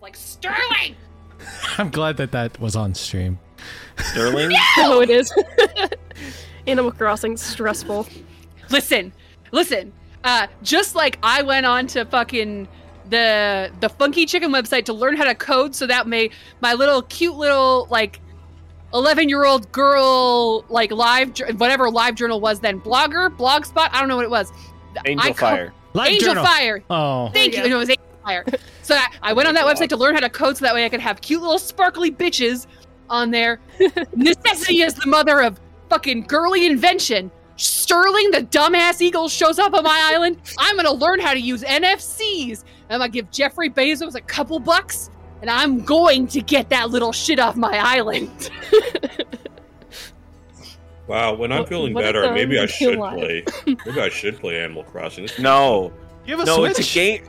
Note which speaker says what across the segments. Speaker 1: like Sterling.
Speaker 2: I'm glad that that was on stream.
Speaker 3: Sterling?
Speaker 4: Oh, it is. Animal Crossing stressful.
Speaker 1: Listen, listen. Uh, just like I went on to fucking the the Funky Chicken website to learn how to code, so that may my little cute little like eleven year old girl like live jour- whatever live journal was then blogger blogspot I don't know what it was. I
Speaker 3: Angel
Speaker 1: co-
Speaker 3: Fire.
Speaker 2: Live
Speaker 1: Angel
Speaker 2: journal.
Speaker 1: Fire.
Speaker 2: Oh,
Speaker 1: Thank
Speaker 4: There
Speaker 1: you. And
Speaker 4: you
Speaker 1: it was Angel Fire. So I, I went on that website to learn how to code so that way I could have cute little sparkly bitches on there. Necessity is the mother of fucking girly invention. Sterling, the dumbass eagle, shows up on my island. I'm gonna learn how to use NFCs. I'm gonna give Jeffrey Bezos a couple bucks, and I'm going to get that little shit off my island.
Speaker 5: Wow, Uh, when I'm
Speaker 4: What-
Speaker 5: feeling
Speaker 4: what
Speaker 5: better,
Speaker 4: if, um,
Speaker 5: maybe I
Speaker 4: you
Speaker 5: should
Speaker 4: lied?
Speaker 5: play. Maybe I should play Animal Crossing. This-
Speaker 3: No.
Speaker 2: you have a
Speaker 3: no,
Speaker 2: Switch.
Speaker 3: it's a game.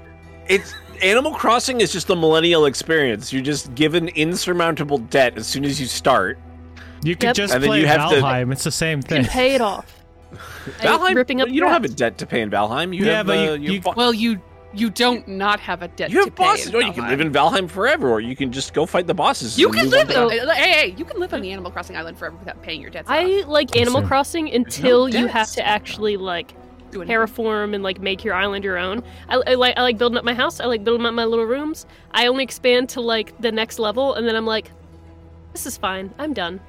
Speaker 3: It's Animal Crossing is just the millennial experience. You're just given insurmountable debt as soon as you start.
Speaker 2: You could
Speaker 4: Yep.
Speaker 2: just
Speaker 3: And then
Speaker 2: play
Speaker 3: you have to-
Speaker 2: Valheim. It's the same
Speaker 4: You can
Speaker 2: thing.
Speaker 4: pay it off.
Speaker 3: Valheim,
Speaker 4: ripping up
Speaker 3: you don't
Speaker 4: debt.
Speaker 3: have a debt to pay in Valheim. You
Speaker 2: Yeah,
Speaker 3: have
Speaker 2: but you-
Speaker 3: uh, you,
Speaker 2: you-
Speaker 3: have bo-
Speaker 1: Well, you you don't not have a debt.
Speaker 3: you
Speaker 1: to
Speaker 3: have
Speaker 1: pay
Speaker 3: bosses. No, you
Speaker 1: Valheim.
Speaker 3: can live in Valheim forever, or you can just go fight the bosses.
Speaker 1: You
Speaker 3: and
Speaker 1: can
Speaker 3: move on
Speaker 1: live.
Speaker 3: to
Speaker 4: So-
Speaker 1: Hey, hey, you can live on the Animal Crossing island forever without paying your debts. off.
Speaker 4: I like
Speaker 2: Awesome.
Speaker 4: Animal Crossing until you
Speaker 1: debt.
Speaker 4: have to actually like
Speaker 1: Do anything.
Speaker 4: terraform and like make your island your own. I, I like I like building up my house. I like building up my little rooms. I only expand to like the next level, and then I'm like, this is fine. I'm done.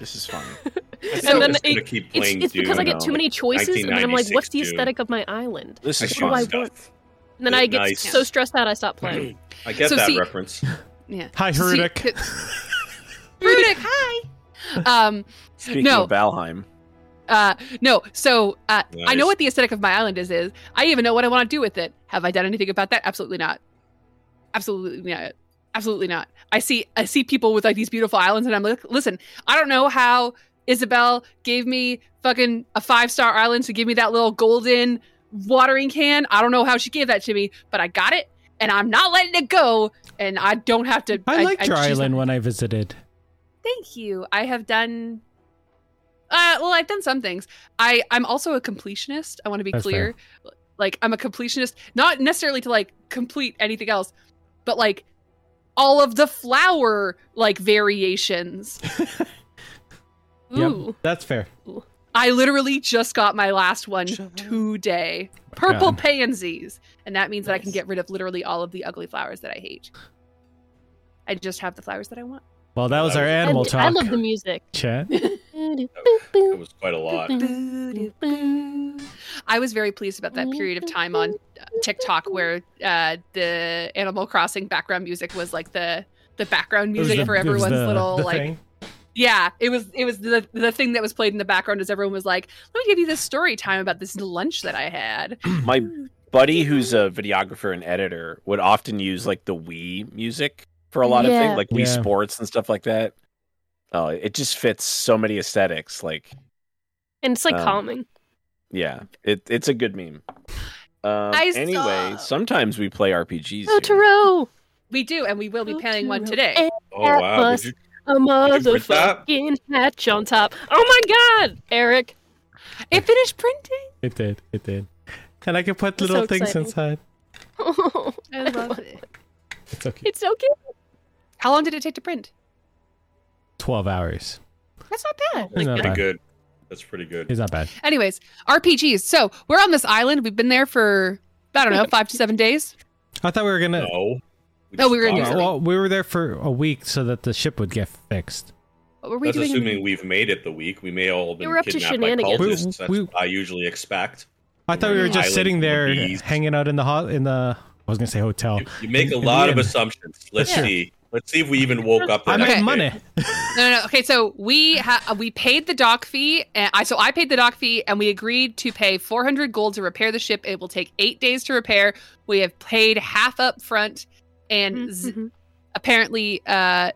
Speaker 3: This is fine.
Speaker 5: I think
Speaker 4: And
Speaker 5: I'm
Speaker 4: then
Speaker 5: just gonna
Speaker 4: it-
Speaker 5: keep
Speaker 4: It's,
Speaker 5: playing
Speaker 4: it's because
Speaker 5: Doom.
Speaker 4: I get too
Speaker 3: um,
Speaker 4: many choices, and then I'm like, what's the
Speaker 5: 1996 Doom.
Speaker 4: aesthetic of my island?
Speaker 3: This
Speaker 5: I
Speaker 3: is
Speaker 4: What
Speaker 5: shoot
Speaker 4: do I
Speaker 3: fine.
Speaker 4: want?
Speaker 5: stuff.
Speaker 4: And then I get
Speaker 5: Nice.
Speaker 4: so stressed out, I stop playing.
Speaker 5: I get
Speaker 1: So
Speaker 5: that
Speaker 1: see-
Speaker 5: reference.
Speaker 1: Yeah.
Speaker 2: Hi,
Speaker 1: See,
Speaker 2: Herudic.
Speaker 1: c- Herudic, hi. Um,
Speaker 3: Speaking
Speaker 1: No.
Speaker 3: of Valheim,
Speaker 1: uh, no. So uh, I
Speaker 5: Nice.
Speaker 1: know what the aesthetic of my island is. Is I even know what I want to do with it. Have I done anything about that? Absolutely not. Absolutely not. Absolutely not. I see. I see people with like these beautiful islands, and I'm like, listen. I don't know how Isabel gave me fucking a five star island to give me that little golden watering can. I don't know how she gave that to me, but I got it, and I'm not letting it go. And I don't have to.
Speaker 2: I liked your
Speaker 1: choose not-
Speaker 2: island when I visited.
Speaker 1: Thank you. I have done. Uh, well, I've done some things. I I'm also a completionist. I want to be
Speaker 2: That's
Speaker 1: clear. Like I'm a completionist, not necessarily to like complete anything else, but like all of the flower like variations.
Speaker 2: Yep.
Speaker 4: Ooh.
Speaker 2: That's fair.
Speaker 1: I literally just got my last one today. Purple
Speaker 2: Oh God.
Speaker 1: pansies, and that means that I can get rid of literally all of the ugly flowers that I hate. I just have the flowers that I want.
Speaker 2: Well, that was our
Speaker 4: I-
Speaker 2: animal
Speaker 4: I,
Speaker 2: talk.
Speaker 4: love the music.
Speaker 2: Chat.
Speaker 5: It was quite a lot.
Speaker 1: I was very pleased about that period of time on uh, TikTok where uh, the Animal Crossing background music was like the the background
Speaker 2: It was
Speaker 1: music
Speaker 2: the-
Speaker 1: for
Speaker 2: it was
Speaker 1: everyone's
Speaker 2: the-
Speaker 1: little
Speaker 2: the
Speaker 1: like
Speaker 2: thing.
Speaker 1: yeah it was it was the the thing that was played in the background as everyone was like let me give you this story time about this lunch that I had
Speaker 3: my buddy, who's a videographer and editor, would often use like the Wii music for a lot of
Speaker 4: Yeah.
Speaker 3: things, like Wii
Speaker 2: Yeah.
Speaker 3: Sports and stuff like that. Oh, it just fits so many aesthetics. Like,
Speaker 4: And it's like
Speaker 3: Um,
Speaker 4: calming.
Speaker 3: yeah, it, it's a good meme. Um,
Speaker 1: I
Speaker 3: anyway,
Speaker 1: saw-
Speaker 3: sometimes we play RPGs.
Speaker 4: Oh,
Speaker 3: here.
Speaker 4: Taro!
Speaker 1: we do and we will be
Speaker 4: Oh,
Speaker 1: paying one
Speaker 4: Taro.
Speaker 1: today
Speaker 4: Eh,
Speaker 5: Oh
Speaker 4: That
Speaker 5: wow!
Speaker 4: was-
Speaker 5: Did you,
Speaker 4: A
Speaker 5: you print that?
Speaker 4: motherfucking hatch on top. Oh my god! Eric.
Speaker 1: it finished printing
Speaker 2: It did. It did. And I could put
Speaker 4: That's
Speaker 2: little
Speaker 4: so
Speaker 2: things
Speaker 4: exciting.
Speaker 2: inside.
Speaker 1: I love it
Speaker 2: It's okay.
Speaker 4: it's okay.
Speaker 1: how long did it take to print
Speaker 2: Twelve hours.
Speaker 1: that's not bad
Speaker 2: It's not
Speaker 5: pretty
Speaker 2: bad.
Speaker 5: good. That's pretty good.
Speaker 2: It's not bad.
Speaker 1: Oh. anyways RPGs so we're on this island we've been there for I don't know five to seven days
Speaker 2: I thought we were gonna.
Speaker 5: No.
Speaker 1: No, we were gonna do
Speaker 2: Yeah,
Speaker 5: stopped.
Speaker 1: something.
Speaker 2: well, we were there for a week so that the ship would get fixed.
Speaker 1: What were we
Speaker 5: That's
Speaker 1: doing? in-
Speaker 5: assuming we've made it the week. We may all have
Speaker 4: We
Speaker 5: been
Speaker 4: were up to
Speaker 5: kidnapped by
Speaker 4: shenanigans.
Speaker 5: cultists. That's
Speaker 2: We-
Speaker 5: what I usually expect.
Speaker 2: I thought we were just
Speaker 5: Island
Speaker 2: sitting there,
Speaker 5: bees.
Speaker 2: hanging out in the hot in the. I was gonna say hotel.
Speaker 5: You, you make
Speaker 2: In-
Speaker 5: a
Speaker 2: in the
Speaker 5: lot of
Speaker 2: end.
Speaker 5: assumptions. Let's
Speaker 2: Yeah.
Speaker 5: see. Let's see if we even woke up. The
Speaker 2: I
Speaker 5: next
Speaker 2: made
Speaker 5: day.
Speaker 2: money.
Speaker 1: No, no, no. Okay, so we ha- we paid the dock fee, and I so I paid the dock fee, and we agreed to pay 400 gold to repair the ship. It will take eight days to repair. We have paid half up front, and Z-
Speaker 4: Mhm.
Speaker 1: apparently, uh,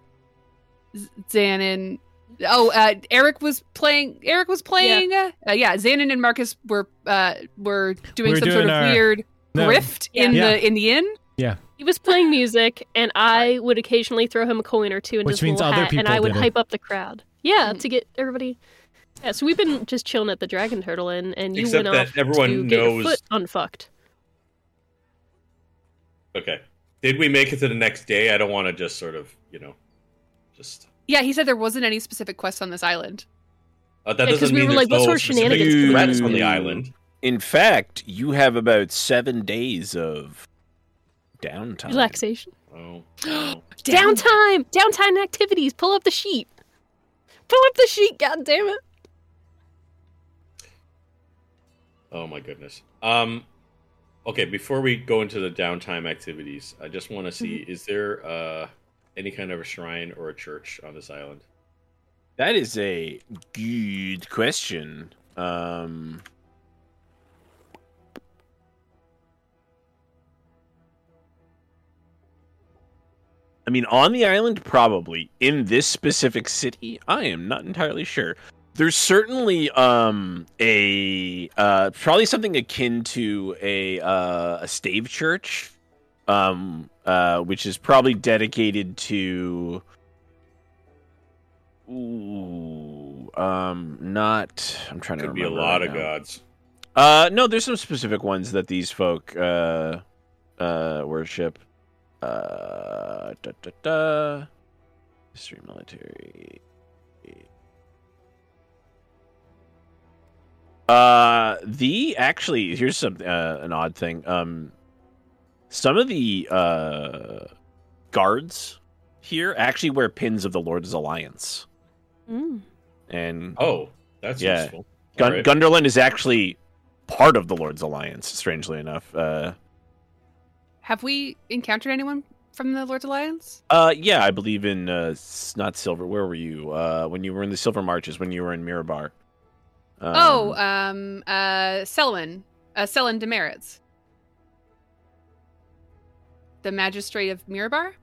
Speaker 1: Z- Zanin. Oh, uh, Eric was playing. Eric was playing. Yeah, uh, yeah Zanin and Marcus were uh, were doing
Speaker 2: We're
Speaker 1: some sort
Speaker 2: doing
Speaker 1: of
Speaker 2: our-
Speaker 1: weird
Speaker 2: No.
Speaker 1: rift in
Speaker 2: Yeah.
Speaker 1: the in the inn.
Speaker 4: He was playing music, and I would occasionally throw him a coin or two into
Speaker 2: Which
Speaker 4: his
Speaker 2: means
Speaker 4: little
Speaker 2: other
Speaker 4: hat, and
Speaker 2: people
Speaker 4: I would
Speaker 2: did it.
Speaker 4: hype up the crowd. Yeah,
Speaker 1: Mm.
Speaker 4: to get everybody. Yeah, so we've been just chilling at the Dragon Turtle Inn, and you
Speaker 5: Except
Speaker 4: went
Speaker 5: that
Speaker 4: off
Speaker 5: everyone
Speaker 4: to get your
Speaker 5: knows-
Speaker 4: foot unfucked.
Speaker 5: Okay. Did we make it to the next day? I don't want to just sort of, you know, just.
Speaker 1: Yeah, he said there wasn't any specific quest on this island.
Speaker 5: Uh, that
Speaker 4: Yeah, 'cause
Speaker 5: doesn't
Speaker 4: we
Speaker 5: mean
Speaker 4: were like,
Speaker 5: there's
Speaker 4: what
Speaker 5: no
Speaker 4: sort of
Speaker 5: specific
Speaker 4: shenanigans can we
Speaker 5: threats
Speaker 3: do?
Speaker 5: on the island.
Speaker 3: In fact, you have about seven days of downtime.
Speaker 4: Relaxation.
Speaker 5: Oh, oh.
Speaker 4: Downtime. Downtime activities. Pull up the sheet. Pull up the sheet. God damn it.
Speaker 5: Oh my goodness. Um, okay. Before we go into the downtime activities, I just want to see:
Speaker 4: Mm-hmm.
Speaker 5: is there uh, any kind of a shrine or a church on this island?
Speaker 3: That is a good question. Um, I mean, on the island, probably. In this specific city, I am not entirely sure. There's certainly um, a uh, probably something akin to a uh, a stave church, um, uh, which is probably dedicated to Ooh, um, not. I'm trying to
Speaker 5: Could be a
Speaker 3: remember
Speaker 5: lot
Speaker 3: right
Speaker 5: of
Speaker 3: now.
Speaker 5: gods.
Speaker 3: Uh, no, there's some specific ones that these folk uh, uh, worship. Uh, da da da. History, military. Uh, the actually here's some uh, an odd thing. Um, some of the uh guards here actually wear pins of the Lord's Alliance,
Speaker 4: Mm.
Speaker 3: and
Speaker 5: Oh, that's
Speaker 3: Yeah.
Speaker 5: useful.
Speaker 3: Gun-
Speaker 5: Alright.
Speaker 3: Gunderland is actually part of the Lord's Alliance, strangely enough. Uh,
Speaker 1: Have we encountered anyone from the Lord's Alliance?
Speaker 3: uh, yeah, I believe in uh, s- not Silver. Where were you uh, when you were in the Silver Marches? When you were in Mirabar? Um,
Speaker 1: oh, um, uh, Selwyn, uh, Selwyn Demerits, the magistrate of Mirabar.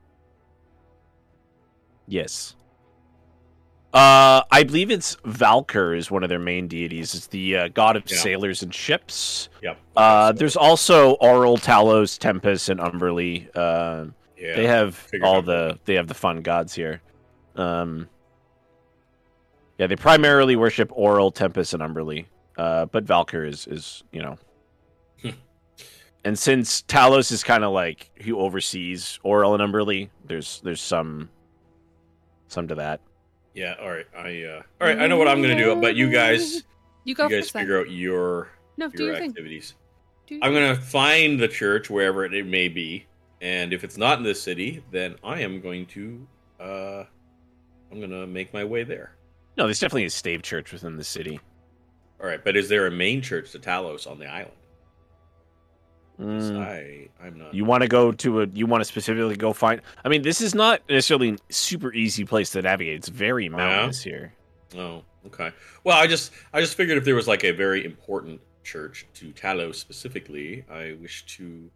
Speaker 3: yes. Uh, I believe it's Valkyr is one of their main deities. It's the uh, god of
Speaker 5: Yeah.
Speaker 3: sailors and ships.
Speaker 5: Yep.
Speaker 3: Uh, there's also Aural, Talos, Tempest, and Umberly. Um,
Speaker 5: yeah.
Speaker 3: they have
Speaker 5: figured
Speaker 3: all
Speaker 5: out.
Speaker 3: the they have the fun gods here um yeah they primarily worship oral tempest and umberly uh but valkyr is is you know
Speaker 5: Hmm.
Speaker 3: and since talos is kind of like who oversees oral and umberly there's there's some some to that
Speaker 5: yeah. All right. I uh, all right. I know what I'm gonna do, but you guys,
Speaker 1: You go
Speaker 5: you guys
Speaker 1: first, then.
Speaker 5: figure out your
Speaker 1: No, do
Speaker 5: your
Speaker 1: your thing.
Speaker 5: activities.
Speaker 1: Do your
Speaker 5: I'm gonna find the church wherever it may be, and if it's not in this city, then I am going to uh, I'm gonna make my way there.
Speaker 3: no there's definitely a stave church within the city
Speaker 5: All right, but is there a main church to Talos on the island? 'Cause
Speaker 3: Mm.
Speaker 5: I I'm not.
Speaker 3: you want to go to a you want to specifically go find i mean this is not necessarily a super easy place to navigate it's very mountainous here
Speaker 5: Oh, okay. Well, I just I just figured if there was like a very important church to Talos specifically, I wish to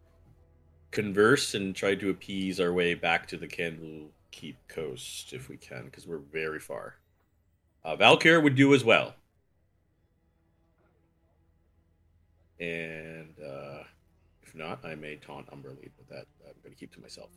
Speaker 5: converse and try to appease our way back to the Candlekeep coast if we can, because we're very far. Uh, Valkyr would do as well. And uh, if not, I may taunt Umberly, but that I'm going to keep to myself.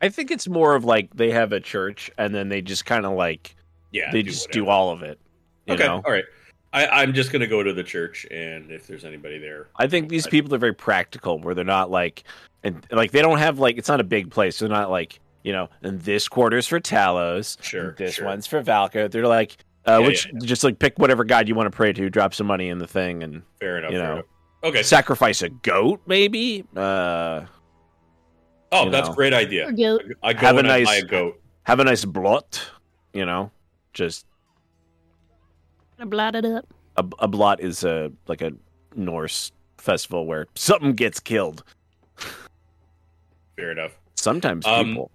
Speaker 3: I think it's more of like they have a church and then they just kind of like
Speaker 5: Yeah,
Speaker 3: they just
Speaker 5: whatever.
Speaker 3: do all of it. You
Speaker 5: okay,
Speaker 3: know,
Speaker 5: all right. I, I'm just going to go to the church, and if there's anybody there,
Speaker 3: I think these people are very practical where they're not like and like they don't have like it's not a big place. They're not like you know, and this quarter's for Talos,
Speaker 5: Sure,
Speaker 3: and this
Speaker 5: sure.
Speaker 3: one's for Valka. They're like, uh,
Speaker 5: Yeah,
Speaker 3: which
Speaker 5: yeah,
Speaker 3: just like pick whatever god you want to pray to, drop some money in the thing, and
Speaker 5: Fair enough.
Speaker 3: You
Speaker 5: fair
Speaker 3: know.
Speaker 5: enough. Okay. so-
Speaker 3: sacrifice a goat maybe. Uh,
Speaker 5: oh,
Speaker 3: you
Speaker 5: that's
Speaker 3: know.
Speaker 5: a great idea.
Speaker 4: Or go-
Speaker 5: I go
Speaker 3: Have a
Speaker 5: and I
Speaker 3: nice-
Speaker 5: buy a goat.
Speaker 3: have a nice blot, you know, just
Speaker 4: I blotted up.
Speaker 3: a, a blot is a like a Norse festival where something gets killed.
Speaker 5: Fair enough.
Speaker 3: Sometimes
Speaker 5: Um,
Speaker 3: people.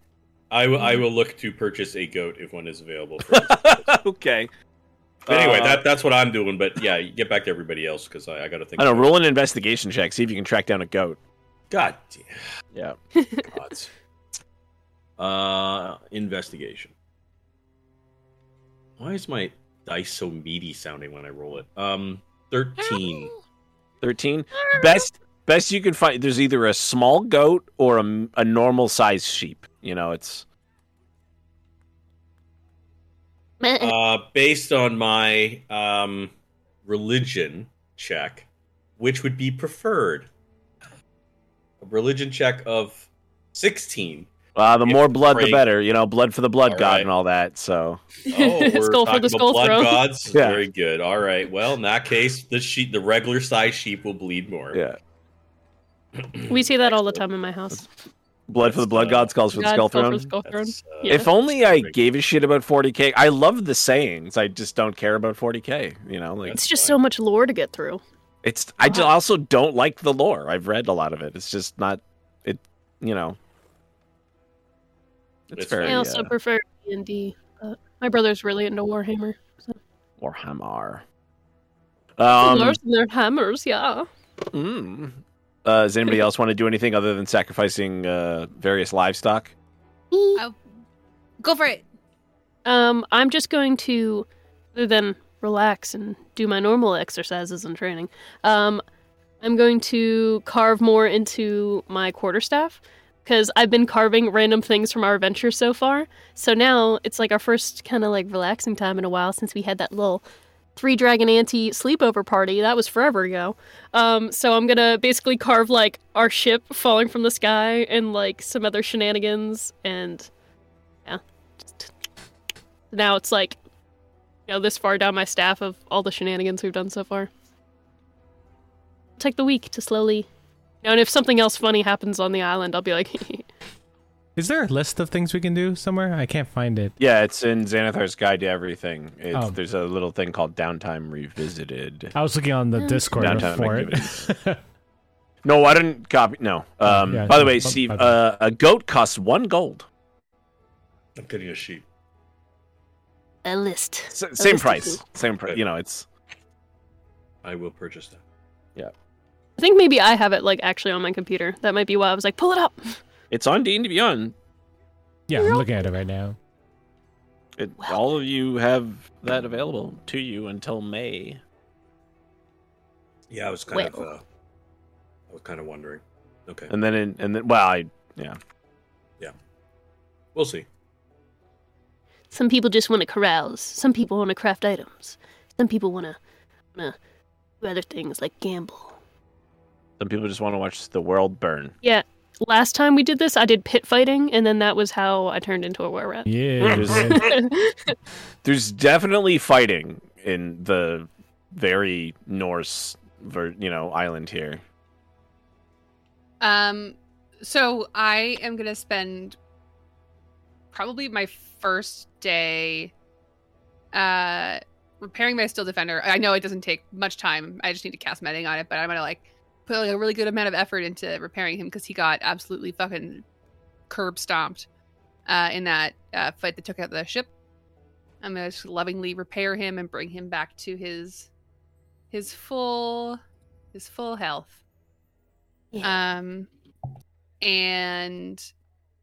Speaker 5: I will- I will look to purchase a goat if one is available. For us.
Speaker 3: okay.
Speaker 5: But anyway,
Speaker 3: Uh,
Speaker 5: that that's what I'm doing. But yeah, you get back to everybody else because I, I got to think.
Speaker 3: I don't know.
Speaker 5: about-
Speaker 3: Roll an investigation check. See if you can track down a goat.
Speaker 5: God damn.
Speaker 3: Yeah.
Speaker 5: Gods. Uh, investigation. Why is my dice so meaty sounding when I roll it? Um, thirteen.
Speaker 3: Thirteen. Best. Best you can find. There's either a small goat or a, a normal sized sheep. You know, it's
Speaker 4: Meh.
Speaker 5: uh, based on my um religion check, which would be preferred? religion check of 16.
Speaker 3: Uh, the
Speaker 5: If
Speaker 3: more blood, the
Speaker 5: Frank-
Speaker 3: better. You know, blood for the blood
Speaker 5: All
Speaker 3: god
Speaker 5: right.
Speaker 3: and all that. So
Speaker 5: Oh, we're
Speaker 4: Skull for
Speaker 5: talking
Speaker 4: the
Speaker 5: about
Speaker 4: skull
Speaker 5: blood
Speaker 4: throne.
Speaker 5: gods.
Speaker 3: Yeah.
Speaker 5: Very good. All right. Well, in that case, the sheep, the regular size sheep, will bleed more.
Speaker 3: yeah, Um,
Speaker 4: We see that all the time in my house.
Speaker 3: blood for the
Speaker 5: That's,
Speaker 3: blood
Speaker 5: uh,
Speaker 3: god, skulls for the
Speaker 4: God,
Speaker 3: skull
Speaker 4: skull for
Speaker 3: throne.
Speaker 4: the skull throne.
Speaker 5: That's, uh,
Speaker 4: Yeah.
Speaker 3: If only I
Speaker 5: Great.
Speaker 3: gave a shit about 40k. I love the sayings. I just don't care about 40k. You know, like
Speaker 5: That's-
Speaker 4: It's just so much lore to get
Speaker 3: Uh,
Speaker 4: through.
Speaker 3: it's. I just
Speaker 4: Wow.
Speaker 3: also don't like the lore. I've read a lot of it. It's just not. It. You know. It's,
Speaker 5: It's
Speaker 3: very
Speaker 4: I
Speaker 5: fine.
Speaker 4: also
Speaker 3: uh,
Speaker 4: prefer D and D. My brother's really into Warhammer.
Speaker 3: Warhammer. Um,
Speaker 4: Lars and their hammers, yeah.
Speaker 3: mm. Uh, does anybody else want to do anything other than sacrificing uh, various livestock?
Speaker 6: Go for it.
Speaker 4: Um, I'm just going to, other than relax and do my normal exercises and training, um, I'm going to carve more into my quarterstaff because I've been carving random things from our adventure so far. So now it's like our first kind of like relaxing time in a while since we had that little three dragon ante sleepover party. That was forever ago. Um, so I'm gonna basically carve like our ship falling from the sky and like some other shenanigans and yeah. Just- Now it's like you know this far down my staff of all the shenanigans we've done so far. Take the week to slowly. You know, and if something else funny happens on the island, I'll be like,
Speaker 2: Is there a list of things we can do somewhere? I can't find it.
Speaker 3: Yeah, it's in Xanathar's Guide to Everything. It's,
Speaker 2: Oh.
Speaker 3: There's a little thing called Downtime Revisited.
Speaker 2: I was looking on the
Speaker 4: Yeah.
Speaker 2: Discord
Speaker 3: Downtime
Speaker 2: for it.
Speaker 3: No, I didn't copy. No.
Speaker 2: Oh,
Speaker 3: Um,
Speaker 2: yeah,
Speaker 3: by the
Speaker 2: no,
Speaker 3: way,
Speaker 2: bu-
Speaker 3: Steve,
Speaker 2: my bad.
Speaker 3: uh, a goat costs one gold.
Speaker 5: I'm getting a sheep.
Speaker 4: a list.
Speaker 3: S- same
Speaker 4: least
Speaker 3: price.
Speaker 4: it's
Speaker 3: Same price. You know, it's
Speaker 5: I will purchase that.
Speaker 4: I think maybe I have it like actually on my computer. That might be why I was like, pull it up.
Speaker 3: it's on Dean to Beyond.
Speaker 2: Yeah, I'm looking at it right now.
Speaker 3: It, all of you have that available to you until May.
Speaker 5: Yeah, I was kind of. Uh, I was kind of wondering. Okay,
Speaker 3: And then, in, and then, well, I,
Speaker 5: we'll see.
Speaker 4: Some people just want to carouse. Some people want to craft items. Some people want to want to do other things like gamble.
Speaker 3: some people just want to watch the world burn.
Speaker 4: Last time we did this, I did pit fighting, and then that was how I turned into a were rat.
Speaker 2: Yeah. dude.
Speaker 3: There's definitely fighting in the very Norse, ver- you know, island here.
Speaker 1: Um, so I am gonna spend probably my first day uh repairing my steel defender. I know it doesn't take much time. I just need to cast medding on it, but I'm gonna like put like, a really good amount of effort into repairing him because he got absolutely fucking curb stomped uh, in that uh, fight that took out the ship. I'm gonna just lovingly repair him and bring him back to his his full his full health.
Speaker 4: Yeah.
Speaker 1: Um, and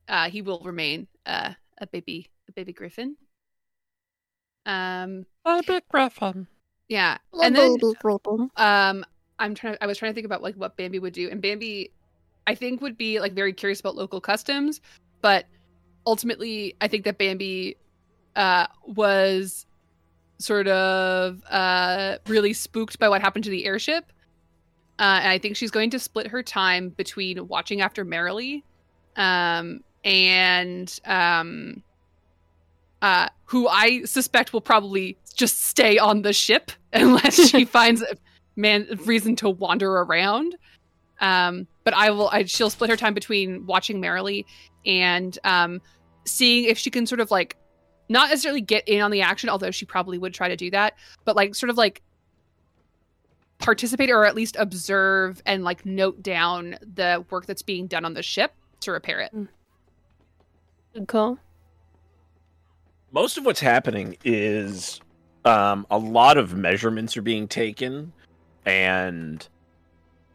Speaker 1: uh, he will remain uh, a baby, a baby griffin. Um,
Speaker 3: I big griffin.
Speaker 1: yeah, and then um, I'm trying. I was trying to think about like what Bambi would do, and Bambi, I think, would be like very curious about local customs, but ultimately, I think that Bambi uh, was sort of uh, really spooked by what happened to the airship, uh, and I think she's going to split her time between watching after Merrily, um, and um, uh, who I suspect will probably just stay on the ship unless she finds a man reason to wander around. Um, but I will. I, she'll split her time between watching Merrily and um, seeing if she can sort of like not necessarily get in on the action, although she probably would try to do that, but like sort of like participate or at least observe and like note down the work that's being done on the ship to repair it.
Speaker 4: Good call.
Speaker 3: most of what's happening is um, a lot of measurements are being taken and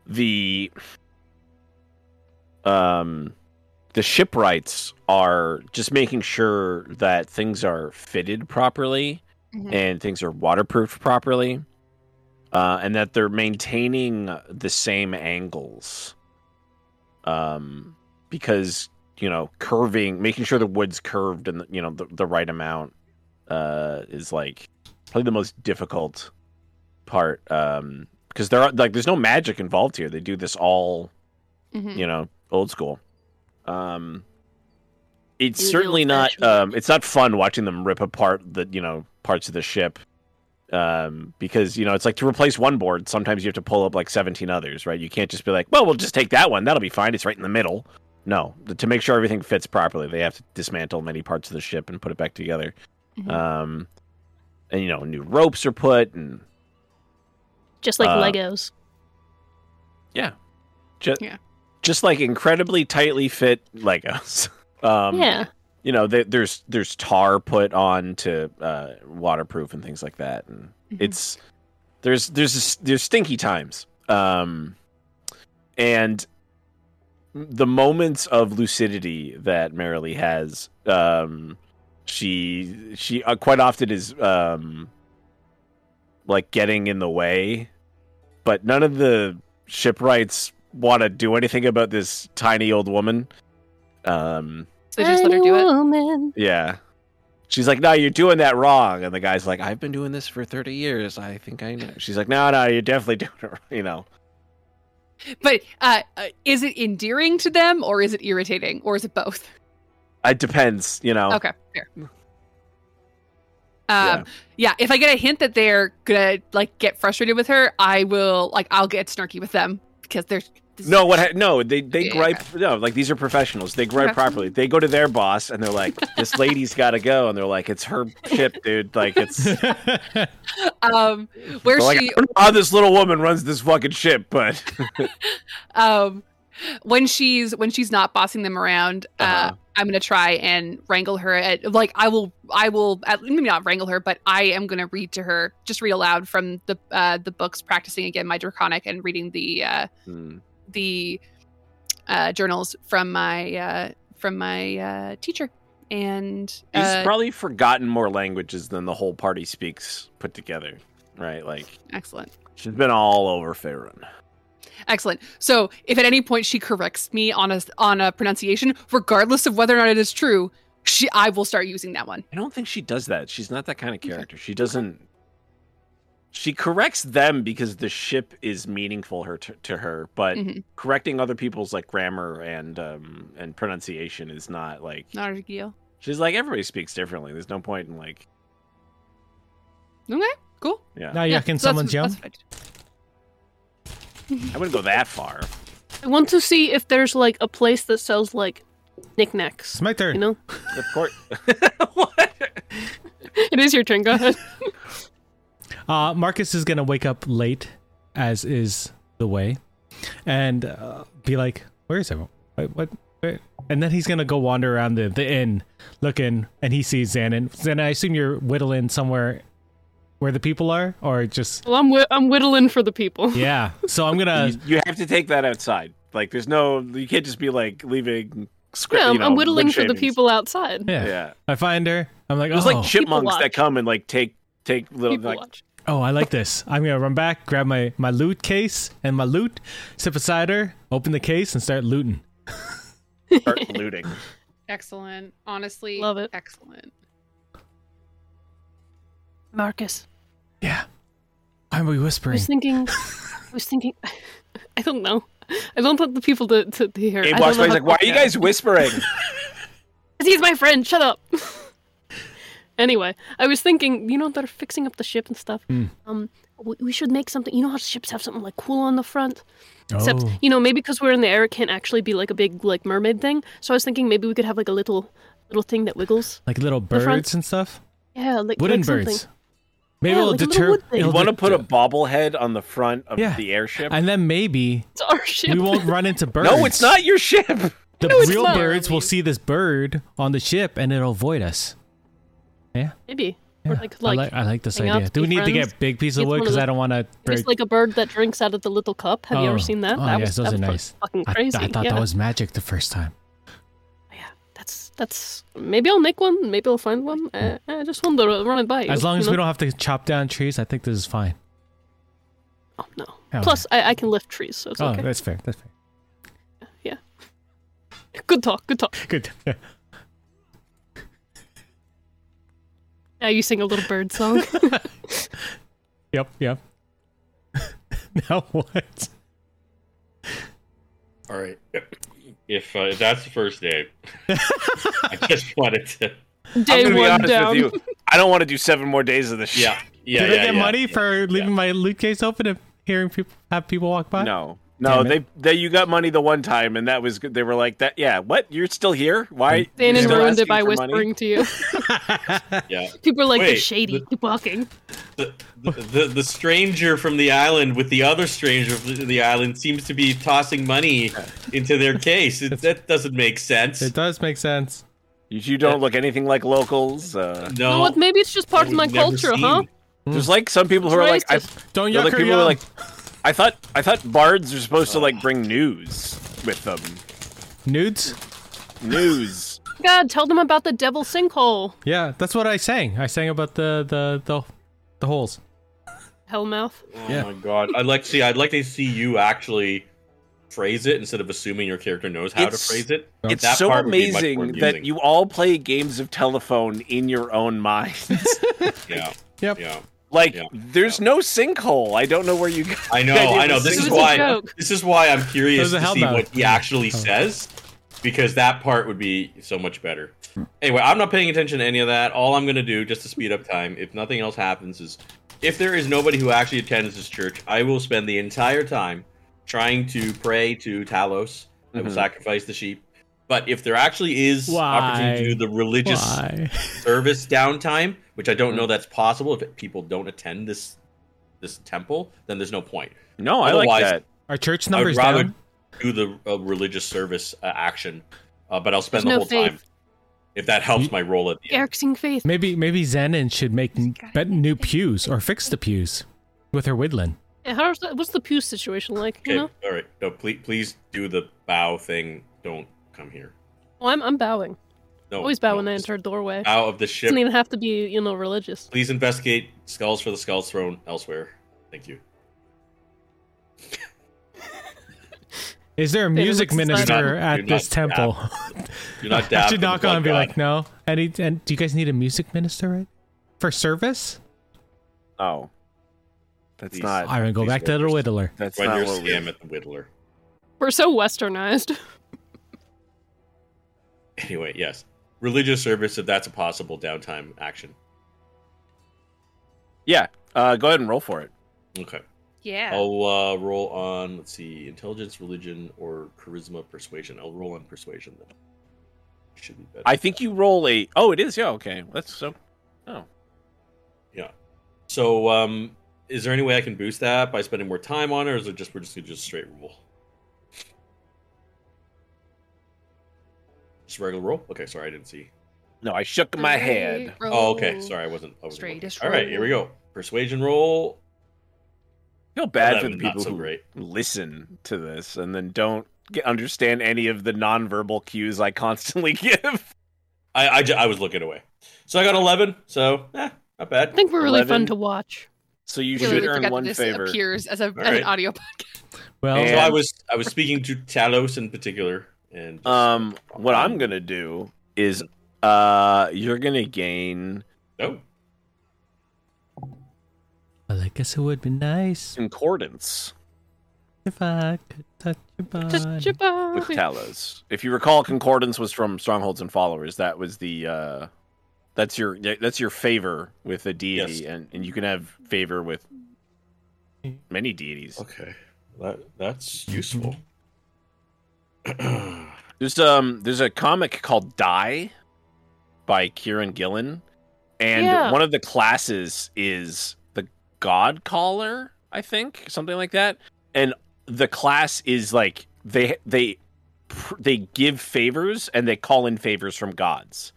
Speaker 3: the um the shipwrights are just making sure that things are fitted properly
Speaker 1: Mhm.
Speaker 3: and things are waterproofed properly uh, and that they're maintaining the same angles um because you know curving making sure the wood's curved and you know the, the right amount uh is like probably the most difficult part um because there are like there's no magic involved here they do this all
Speaker 1: Mhm.
Speaker 3: you know old school. Um, it's
Speaker 4: You do
Speaker 3: certainly not.
Speaker 4: old-fashioned.
Speaker 3: Um, it's not fun watching them rip apart the you know parts of the ship, um, because you know it's like to replace one board. Sometimes you have to pull up like seventeen others, right? You can't just be like, well, we'll just take that one. That'll be fine. It's right in the middle. No, to make sure everything fits properly, they have to dismantle many parts of the ship and put it back together.
Speaker 4: Mhm.
Speaker 3: Um, and you know, new ropes are put and
Speaker 4: Just like
Speaker 3: Uh,
Speaker 4: Legos.
Speaker 3: just
Speaker 1: Yeah.
Speaker 3: just like incredibly tightly fit Legos. Um,
Speaker 4: yeah.
Speaker 3: you know, there, there's there's tar put on to uh, waterproof and things like that, and
Speaker 1: Mhm.
Speaker 3: it's there's there's there's stinky times, um, and the moments of lucidity that Marilee has, um, she she uh, quite often is um, like getting in the way, but none of the shipwrights want to do anything about this tiny old woman. Um,
Speaker 1: So they just let her do it.
Speaker 4: Woman.
Speaker 3: yeah. She's like, no, you're doing that wrong. And the guy's like, I've been doing this for 30 years. I think I know. She's like, no, no, you're definitely doing it wrong. You know,
Speaker 1: But uh, uh, is it endearing to them or is it irritating or is it both?
Speaker 3: it depends, you know.
Speaker 1: Okay, fair. Um, yeah. if I get a hint that they're gonna like get frustrated with her, I will like I'll get snarky with them because they're this-
Speaker 3: No, what? Ha- no, they they
Speaker 1: Yeah.
Speaker 3: gripe. No, like these are professionals. They gripe
Speaker 1: Okay.
Speaker 3: properly. They go to their boss and they're like, "This lady's got to go," and they're like, "It's her ship, dude. Like it's they're
Speaker 1: Um, where
Speaker 3: like,
Speaker 1: she
Speaker 3: I don't know how this little woman runs this fucking ship, but
Speaker 1: um when she's when she's not bossing them around uh
Speaker 3: Uh-huh.
Speaker 1: i'm gonna try and wrangle her at, like i will i will at, maybe not wrangle her but i am gonna read to her just read aloud from the uh the books practicing again my draconic and reading the uh
Speaker 3: Hmm.
Speaker 1: the uh journals from my uh from my uh teacher and
Speaker 3: he's
Speaker 1: uh,
Speaker 3: probably forgotten more languages than the whole party speaks put together, right? Like
Speaker 1: excellent
Speaker 3: she's been all over Faerun.
Speaker 1: excellent so if at any point she corrects me on a on a pronunciation regardless of whether or not it is true she i will start using that one
Speaker 3: I don't think she does that. She's not that kind of character. She doesn't. She corrects them because the ship is meaningful her to, to her, but
Speaker 4: Mm-hmm.
Speaker 1: Mhm.
Speaker 3: correcting other people's like grammar and um and pronunciation is not like
Speaker 1: not a big deal
Speaker 3: she's like everybody speaks differently. There's no point in like
Speaker 1: Okay, cool.
Speaker 3: yeah.
Speaker 2: now
Speaker 1: Yeah,
Speaker 2: yucking
Speaker 1: so
Speaker 2: someone's yum.
Speaker 1: that's- that's what
Speaker 3: I wouldn't go that far.
Speaker 4: I want to see if there's like a place that sells like
Speaker 2: It's
Speaker 4: knickknacks.
Speaker 2: my turn.
Speaker 4: You know,
Speaker 3: Of course. what?
Speaker 4: it is your turn. Go ahead.
Speaker 2: Uh, Marcus is gonna wake up late, as is the way, and uh, be like, "Where is everyone? What?" what where? And then he's gonna go wander around the, the inn, looking, and he sees Xanon. Xanon, I assume you're whittling somewhere where the people are, or just
Speaker 4: Well, I'm whi- I'm whittling for the people.
Speaker 2: yeah. So I'm gonna.
Speaker 3: you, you have to take that outside. Like there's no you can't just be like leaving script.
Speaker 4: Yeah, I'm,
Speaker 3: you know,
Speaker 4: I'm whittling
Speaker 3: wood
Speaker 4: for the
Speaker 3: shavings.
Speaker 4: people outside.
Speaker 2: Yeah.
Speaker 3: Yeah.
Speaker 2: I find her. I'm like,
Speaker 3: There's
Speaker 2: oh,
Speaker 3: like chipmunks that
Speaker 4: watch.
Speaker 3: come and like take take little
Speaker 4: People
Speaker 3: like
Speaker 4: watch.
Speaker 2: oh, I like this. I'm gonna run back, grab my my loot case and my loot, sit beside her, open the case, and start looting.
Speaker 3: start looting.
Speaker 1: Excellent. Honestly,
Speaker 4: Love it.
Speaker 1: Excellent.
Speaker 4: Marcus,
Speaker 2: Yeah. Why are we
Speaker 4: I
Speaker 2: whispering?
Speaker 4: was thinking, I was thinking, I don't know. I don't want the people to, to, to hear. I
Speaker 3: Abe
Speaker 4: don't
Speaker 3: walks
Speaker 4: know
Speaker 3: by. He's
Speaker 4: how
Speaker 3: like, "Why
Speaker 4: to-
Speaker 3: are you guys whispering?"
Speaker 4: 'Cause he's my friend. Shut up. anyway, I was thinking, you know, they're fixing up the ship and stuff.
Speaker 3: Hmm.
Speaker 2: Mm.
Speaker 4: Um, we, we should make something. You know how ships have something like cool on the front. Except,
Speaker 2: oh.
Speaker 4: you know, maybe because we're in the air, it can't actually be like a big like mermaid thing. So I was thinking maybe we could have like a little little thing that wiggles.
Speaker 2: like little
Speaker 4: the front-
Speaker 2: birds and stuff.
Speaker 4: Yeah, like
Speaker 2: Wooden
Speaker 4: like something.
Speaker 2: birds. Maybe
Speaker 4: Yeah,
Speaker 2: it'll
Speaker 4: like a little
Speaker 2: deter.
Speaker 4: wood thing.
Speaker 2: it'll
Speaker 3: You want to
Speaker 2: de-
Speaker 3: put a bobblehead on the front of
Speaker 2: Yeah.
Speaker 3: the airship?
Speaker 2: and then maybe
Speaker 4: It's our ship.
Speaker 2: we won't run into birds.
Speaker 3: No, it's not your ship.
Speaker 2: The
Speaker 4: No, it's
Speaker 2: real
Speaker 4: not.
Speaker 2: birds will see this bird on the ship and it'll avoid us.
Speaker 4: maybe.
Speaker 2: Yeah.
Speaker 4: Or like
Speaker 2: I
Speaker 4: like,
Speaker 2: like I like this
Speaker 4: hang out
Speaker 2: idea.
Speaker 4: to
Speaker 2: Do we
Speaker 4: be
Speaker 2: need to
Speaker 4: friends?
Speaker 2: get big piece of
Speaker 4: It's
Speaker 2: wood
Speaker 4: one of
Speaker 2: because
Speaker 4: those-
Speaker 2: I don't want to break.
Speaker 4: It's like a bird that drinks out of the little cup. Have you
Speaker 2: Oh.
Speaker 4: ever seen that?
Speaker 2: Oh,
Speaker 4: that
Speaker 2: yes,
Speaker 4: was,
Speaker 2: those
Speaker 4: that
Speaker 2: are
Speaker 4: was
Speaker 2: nice.
Speaker 4: Fucking
Speaker 2: I-
Speaker 4: crazy.
Speaker 2: I, thought
Speaker 4: yeah.
Speaker 2: that was magic the first time.
Speaker 4: That's that's maybe I'll make one. Maybe I'll find one. Uh, I just wanted to run it by. you,
Speaker 2: As long
Speaker 4: you
Speaker 2: as
Speaker 4: know?
Speaker 2: we don't have to chop down trees, I think this is fine.
Speaker 4: Oh no.
Speaker 2: Yeah,
Speaker 4: Plus, I, I can lift trees, so it's
Speaker 2: Oh,
Speaker 4: okay.
Speaker 2: that's fair. That's fair.
Speaker 4: Good talk. Good talk.
Speaker 2: Good.
Speaker 4: Now you sing a little bird song.
Speaker 2: yep. Yep. now what?
Speaker 5: All right. If, uh, if that's the first day, I just wanted to.
Speaker 3: I'm
Speaker 4: Day
Speaker 3: gonna be
Speaker 4: one
Speaker 3: honest
Speaker 4: down.
Speaker 3: with you. I don't want to do seven more days of this. shit.
Speaker 5: Yeah, yeah,
Speaker 2: Did I
Speaker 5: yeah,
Speaker 2: get
Speaker 5: yeah,
Speaker 2: money
Speaker 5: yeah,
Speaker 2: for leaving
Speaker 5: yeah.
Speaker 2: my loot case open and hearing people have people walk by?
Speaker 3: No.
Speaker 2: Damn
Speaker 3: No,
Speaker 2: it.
Speaker 3: they they you got money the one time, and that was good. They were like that. Yeah, what? You're still here? Why? you're
Speaker 4: Dan and
Speaker 3: still
Speaker 4: ruined
Speaker 3: asking
Speaker 4: it by
Speaker 3: for money?"
Speaker 4: whispering to you.
Speaker 5: Yeah.
Speaker 4: People are like,
Speaker 5: Wait,
Speaker 4: "You're shady. Keep walking."
Speaker 5: The, the, the, the stranger from the island with the other stranger from the island seems to be tossing money into their case. It, that doesn't make sense.
Speaker 2: It does make sense.
Speaker 3: You, you don't look anything like locals. Uh,
Speaker 5: No,
Speaker 4: well, maybe it's just part of
Speaker 5: we've
Speaker 4: my
Speaker 5: never
Speaker 4: culture,
Speaker 5: seen-
Speaker 4: huh?
Speaker 3: there's like some people who are like, I,
Speaker 4: Racist.
Speaker 2: Don't
Speaker 3: they're
Speaker 2: yuck
Speaker 3: like
Speaker 2: her
Speaker 3: people who are
Speaker 2: yum.
Speaker 3: like, I thought I thought bards are supposed to like bring news with them.
Speaker 2: nudes.
Speaker 3: News.
Speaker 4: God, tell them about the devil sinkhole,
Speaker 2: Yeah, that's what I sang. I sang about the the the, the holes.
Speaker 4: Hellmouth.
Speaker 5: Oh
Speaker 2: Yeah.
Speaker 5: my god! I'd like to see. I'd like to see you actually phrase it instead of assuming your character knows how
Speaker 3: It's-
Speaker 5: to phrase it.
Speaker 3: it's
Speaker 5: That
Speaker 3: so
Speaker 5: part would be much more
Speaker 3: amazing that
Speaker 5: amusing.
Speaker 3: you all play games of telephone in your own minds.
Speaker 5: Yeah,
Speaker 2: Yep.
Speaker 5: yeah.
Speaker 3: like,
Speaker 5: Yeah,
Speaker 3: there's no sinkhole. I don't know where you. Got
Speaker 5: I know.
Speaker 3: the idea of
Speaker 5: I know.
Speaker 3: the
Speaker 5: This
Speaker 4: It
Speaker 5: is
Speaker 4: was
Speaker 3: sinkhole.
Speaker 4: a
Speaker 5: why.
Speaker 4: joke.
Speaker 5: This is why I'm curious
Speaker 2: It was a
Speaker 5: to see
Speaker 2: hellmouth.
Speaker 5: what he actually
Speaker 2: Oh.
Speaker 5: says because that part would be so much better. Anyway, I'm not paying attention to any of that. All I'm going to do, just to speed up time, if nothing else happens, is if there is nobody who actually attends this church, I will spend the entire time trying to pray to Talos. I
Speaker 4: Mm-hmm.
Speaker 5: will
Speaker 3: Mhm.
Speaker 5: sacrifice the sheep. But if there actually is
Speaker 2: Why?
Speaker 5: opportunity to do the religious
Speaker 2: Why?
Speaker 5: service downtime, which I don't know
Speaker 4: Mm.
Speaker 5: that's possible if people don't attend this this temple, then there's no point.
Speaker 3: No, I like
Speaker 5: Otherwise-
Speaker 3: that.
Speaker 2: Our church numbers
Speaker 5: I would rather
Speaker 2: down.
Speaker 5: do the uh, religious service uh, action, uh, but I'll spend
Speaker 4: There's
Speaker 5: the
Speaker 4: no
Speaker 5: whole
Speaker 4: faith.
Speaker 5: time. If that helps my role at the end.
Speaker 4: Eric's in faith.
Speaker 2: Maybe maybe Zanin should make n- bet new pews or fix the pews with her widlin.
Speaker 4: Yeah, How's that, what's the pew situation like?
Speaker 5: Okay,
Speaker 4: You know,
Speaker 5: all right. No, please, please do the bow thing. Don't come here.
Speaker 4: oh, I'm I'm bowing.
Speaker 5: No,
Speaker 4: Always bow
Speaker 5: no,
Speaker 4: when I
Speaker 5: just
Speaker 4: enter a doorway.
Speaker 5: Bow of the ship.
Speaker 4: Doesn't even have to be you know religious.
Speaker 5: Please investigate skulls for the skulls thrown elsewhere. Thank you.
Speaker 2: Is there a
Speaker 4: They
Speaker 2: music
Speaker 4: look
Speaker 2: minister
Speaker 5: excited.
Speaker 2: at
Speaker 5: You're
Speaker 2: this
Speaker 5: not-
Speaker 2: temple?
Speaker 5: Do not dab.
Speaker 2: I
Speaker 5: for
Speaker 2: should
Speaker 5: the
Speaker 2: knock
Speaker 5: blood
Speaker 2: on and be
Speaker 5: god.
Speaker 2: like, no. Any and do you guys need a music minister right? for service?
Speaker 3: Oh, that's
Speaker 5: These-
Speaker 3: not.
Speaker 2: I'm gonna go
Speaker 5: These
Speaker 2: back to the
Speaker 5: workers.
Speaker 2: whittler.
Speaker 3: That's
Speaker 5: Run
Speaker 3: not
Speaker 5: your
Speaker 3: what we.
Speaker 5: scam at the Whittler.
Speaker 4: We're so westernized.
Speaker 5: Anyway, yes. Religious service, if that's a possible downtime action.
Speaker 3: Yeah. Uh, go ahead and roll for it.
Speaker 5: Okay.
Speaker 6: Yeah.
Speaker 3: Oh,
Speaker 5: I'll uh, roll on, let's see, intelligence, religion, or charisma, persuasion. I'll roll on persuasion then. Should be better.
Speaker 3: I think you roll a. Oh, it is. Yeah. Okay. That's so.
Speaker 5: Yeah. So, um, is there any way I can boost that by spending more time on it, or is it just we're just gonna just straight roll? Just regular roll? Okay, sorry, I didn't see.
Speaker 3: No, I shook my head.
Speaker 5: Oh, okay, sorry, I wasn't. I wasn't
Speaker 6: Straight,
Speaker 5: looking.
Speaker 6: just
Speaker 5: All right, here we go. Persuasion roll.
Speaker 3: I feel bad for
Speaker 5: Eleven,
Speaker 3: the
Speaker 5: not
Speaker 3: people
Speaker 5: so
Speaker 3: who
Speaker 5: great.
Speaker 3: listen to this and then don't get, understand any of the nonverbal cues I constantly give.
Speaker 5: I, I, ju- I was looking away. So I got eleven. So, eh, not
Speaker 4: I
Speaker 5: bad.
Speaker 4: think we're really fun
Speaker 3: 11.
Speaker 4: to watch.
Speaker 3: So you
Speaker 1: Really
Speaker 3: should earn
Speaker 1: forgot
Speaker 3: one
Speaker 1: that this
Speaker 3: favor.
Speaker 1: appears as, a, as
Speaker 5: right.
Speaker 1: an audio.
Speaker 2: Well,
Speaker 5: So
Speaker 3: And-
Speaker 5: Oh, I was I was speaking to Talos in particular, and just-
Speaker 3: Um, what I'm gonna do is, uh, you're gonna gain
Speaker 5: no,
Speaker 2: well, I guess it would be nice
Speaker 3: concordance
Speaker 2: if I could touch your body.
Speaker 4: Just chipper.
Speaker 3: with Talos. If you recall, concordance was from strongholds and followers. That was the uh, that's your that's your favor with a deity,
Speaker 5: Yes.
Speaker 3: and and you can have favor with many deities.
Speaker 5: okay, that that's useful.
Speaker 3: There's um there's a comic called Die by Kieran Gillen. And
Speaker 4: Yeah.
Speaker 3: one of the classes is the God Caller, I think, something like that. And the class is like they they pr- they give favors and they call in favors from gods.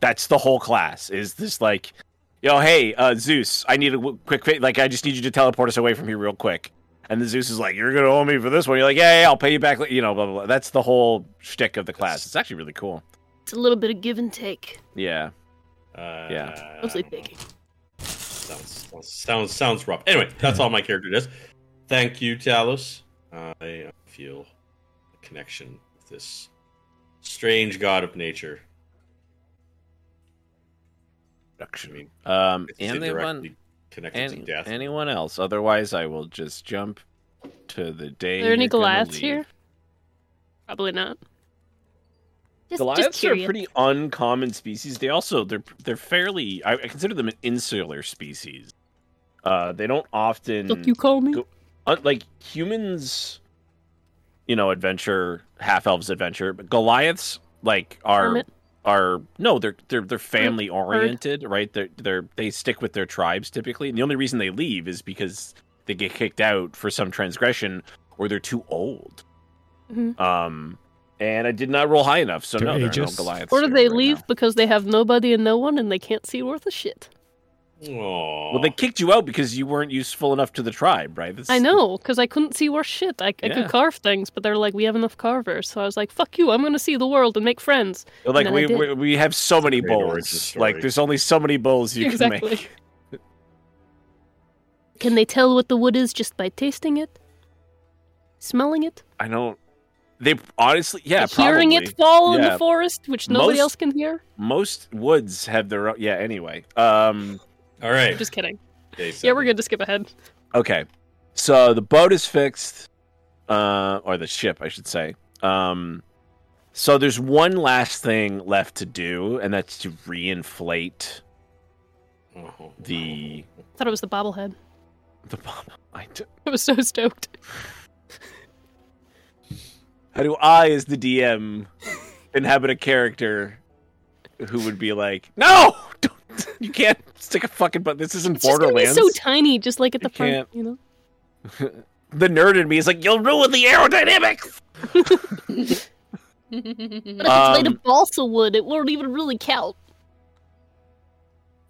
Speaker 3: That's the whole class. Is this like Yo, hey, uh, Zeus, I need a w- quick, fa- like, I just need you to teleport us away from here real quick. And the Zeus is like, "You're gonna owe me for this one." You're like, "Yeah, yeah, I'll pay you back." la-" You know, blah blah. blah. That's the whole shtick of the class. It's actually really cool.
Speaker 4: It's a little bit of give and take.
Speaker 3: Yeah,
Speaker 5: Uh,
Speaker 3: Yeah.
Speaker 4: Mostly baking.
Speaker 5: Sounds, sounds sounds sounds rough. Anyway, that's all my character does. Thank you, Talos. I feel a connection with this strange god of nature. I mean,
Speaker 3: Um,
Speaker 5: it's
Speaker 3: anyone,
Speaker 5: indirectly connected
Speaker 3: any,
Speaker 5: to death.
Speaker 3: anyone else? Otherwise, I will just jump to the day.
Speaker 4: Are there any
Speaker 3: you're gonna
Speaker 4: Goliaths
Speaker 3: leave.
Speaker 4: here? Probably not.
Speaker 6: Just,
Speaker 3: Goliaths
Speaker 6: just
Speaker 3: are a
Speaker 6: curious.
Speaker 3: pretty uncommon species. They also they're they're fairly I, I consider them an insular species. Uh, they don't often
Speaker 4: Look, you call me.
Speaker 3: Go- un- Uh, like humans, you know, adventure half elves adventure, but Goliaths like are
Speaker 4: Hermit.
Speaker 3: are no they're they're they're family oriented, right? They're they're they stick with their tribes typically, and the only reason they leave is because they get kicked out for some transgression or they're too old.
Speaker 4: Mhm.
Speaker 3: Um. And I did not roll high enough, so
Speaker 2: They're
Speaker 3: no, there are no
Speaker 2: ageist.
Speaker 3: Goliaths.
Speaker 4: Or do
Speaker 3: here
Speaker 4: they
Speaker 3: right
Speaker 4: leave
Speaker 3: now.
Speaker 4: because they have nobody and no one and they can't see worth a shit.
Speaker 5: Aww.
Speaker 3: Well, they kicked you out because you weren't useful enough to the tribe, right? This-
Speaker 4: I know, because I couldn't see worth shit. I, I
Speaker 3: Yeah.
Speaker 4: could carve things, but they're like, we have enough carvers. So I was like, fuck you, I'm going to see the world and make friends.
Speaker 3: They're Like
Speaker 4: No, I
Speaker 3: we,
Speaker 4: did.
Speaker 3: we we have so many
Speaker 5: Great origin
Speaker 3: bowls.
Speaker 5: story.
Speaker 3: Like there's only so many bowls you
Speaker 4: exactly.
Speaker 3: can make.
Speaker 4: Can they tell what the wood is just by tasting it? Smelling it?
Speaker 3: I don't. They honestly, yeah,
Speaker 4: hearing
Speaker 3: probably.
Speaker 4: it fall in
Speaker 3: Yeah.
Speaker 4: the forest, which nobody
Speaker 3: Most-
Speaker 4: else can hear?
Speaker 3: Most woods have their own. Yeah. Anyway. Um.
Speaker 5: All right.
Speaker 4: Just kidding.
Speaker 5: Day
Speaker 4: Yeah,
Speaker 5: seven.
Speaker 4: we're good to skip ahead.
Speaker 3: Okay. So the boat is fixed, uh, or the ship, I should say. Um. So there's one last thing left to do, and that's to reinflate
Speaker 5: Oh.
Speaker 3: the
Speaker 4: Thought it was the bobblehead.
Speaker 3: the bomb. I d-
Speaker 4: I was so stoked.
Speaker 3: How do I, as the DM, inhabit a character who would be like, "No, don't, you can't stick a fucking button. This isn't
Speaker 4: It's just gonna be
Speaker 3: Borderlands."
Speaker 4: so tiny, just like at the
Speaker 3: You
Speaker 4: front,
Speaker 3: can't-
Speaker 4: you know.
Speaker 3: the nerd in me is like, "You'll ruin the aerodynamics."
Speaker 4: But if it's made
Speaker 3: Um,
Speaker 4: of balsa wood, it won't even really count.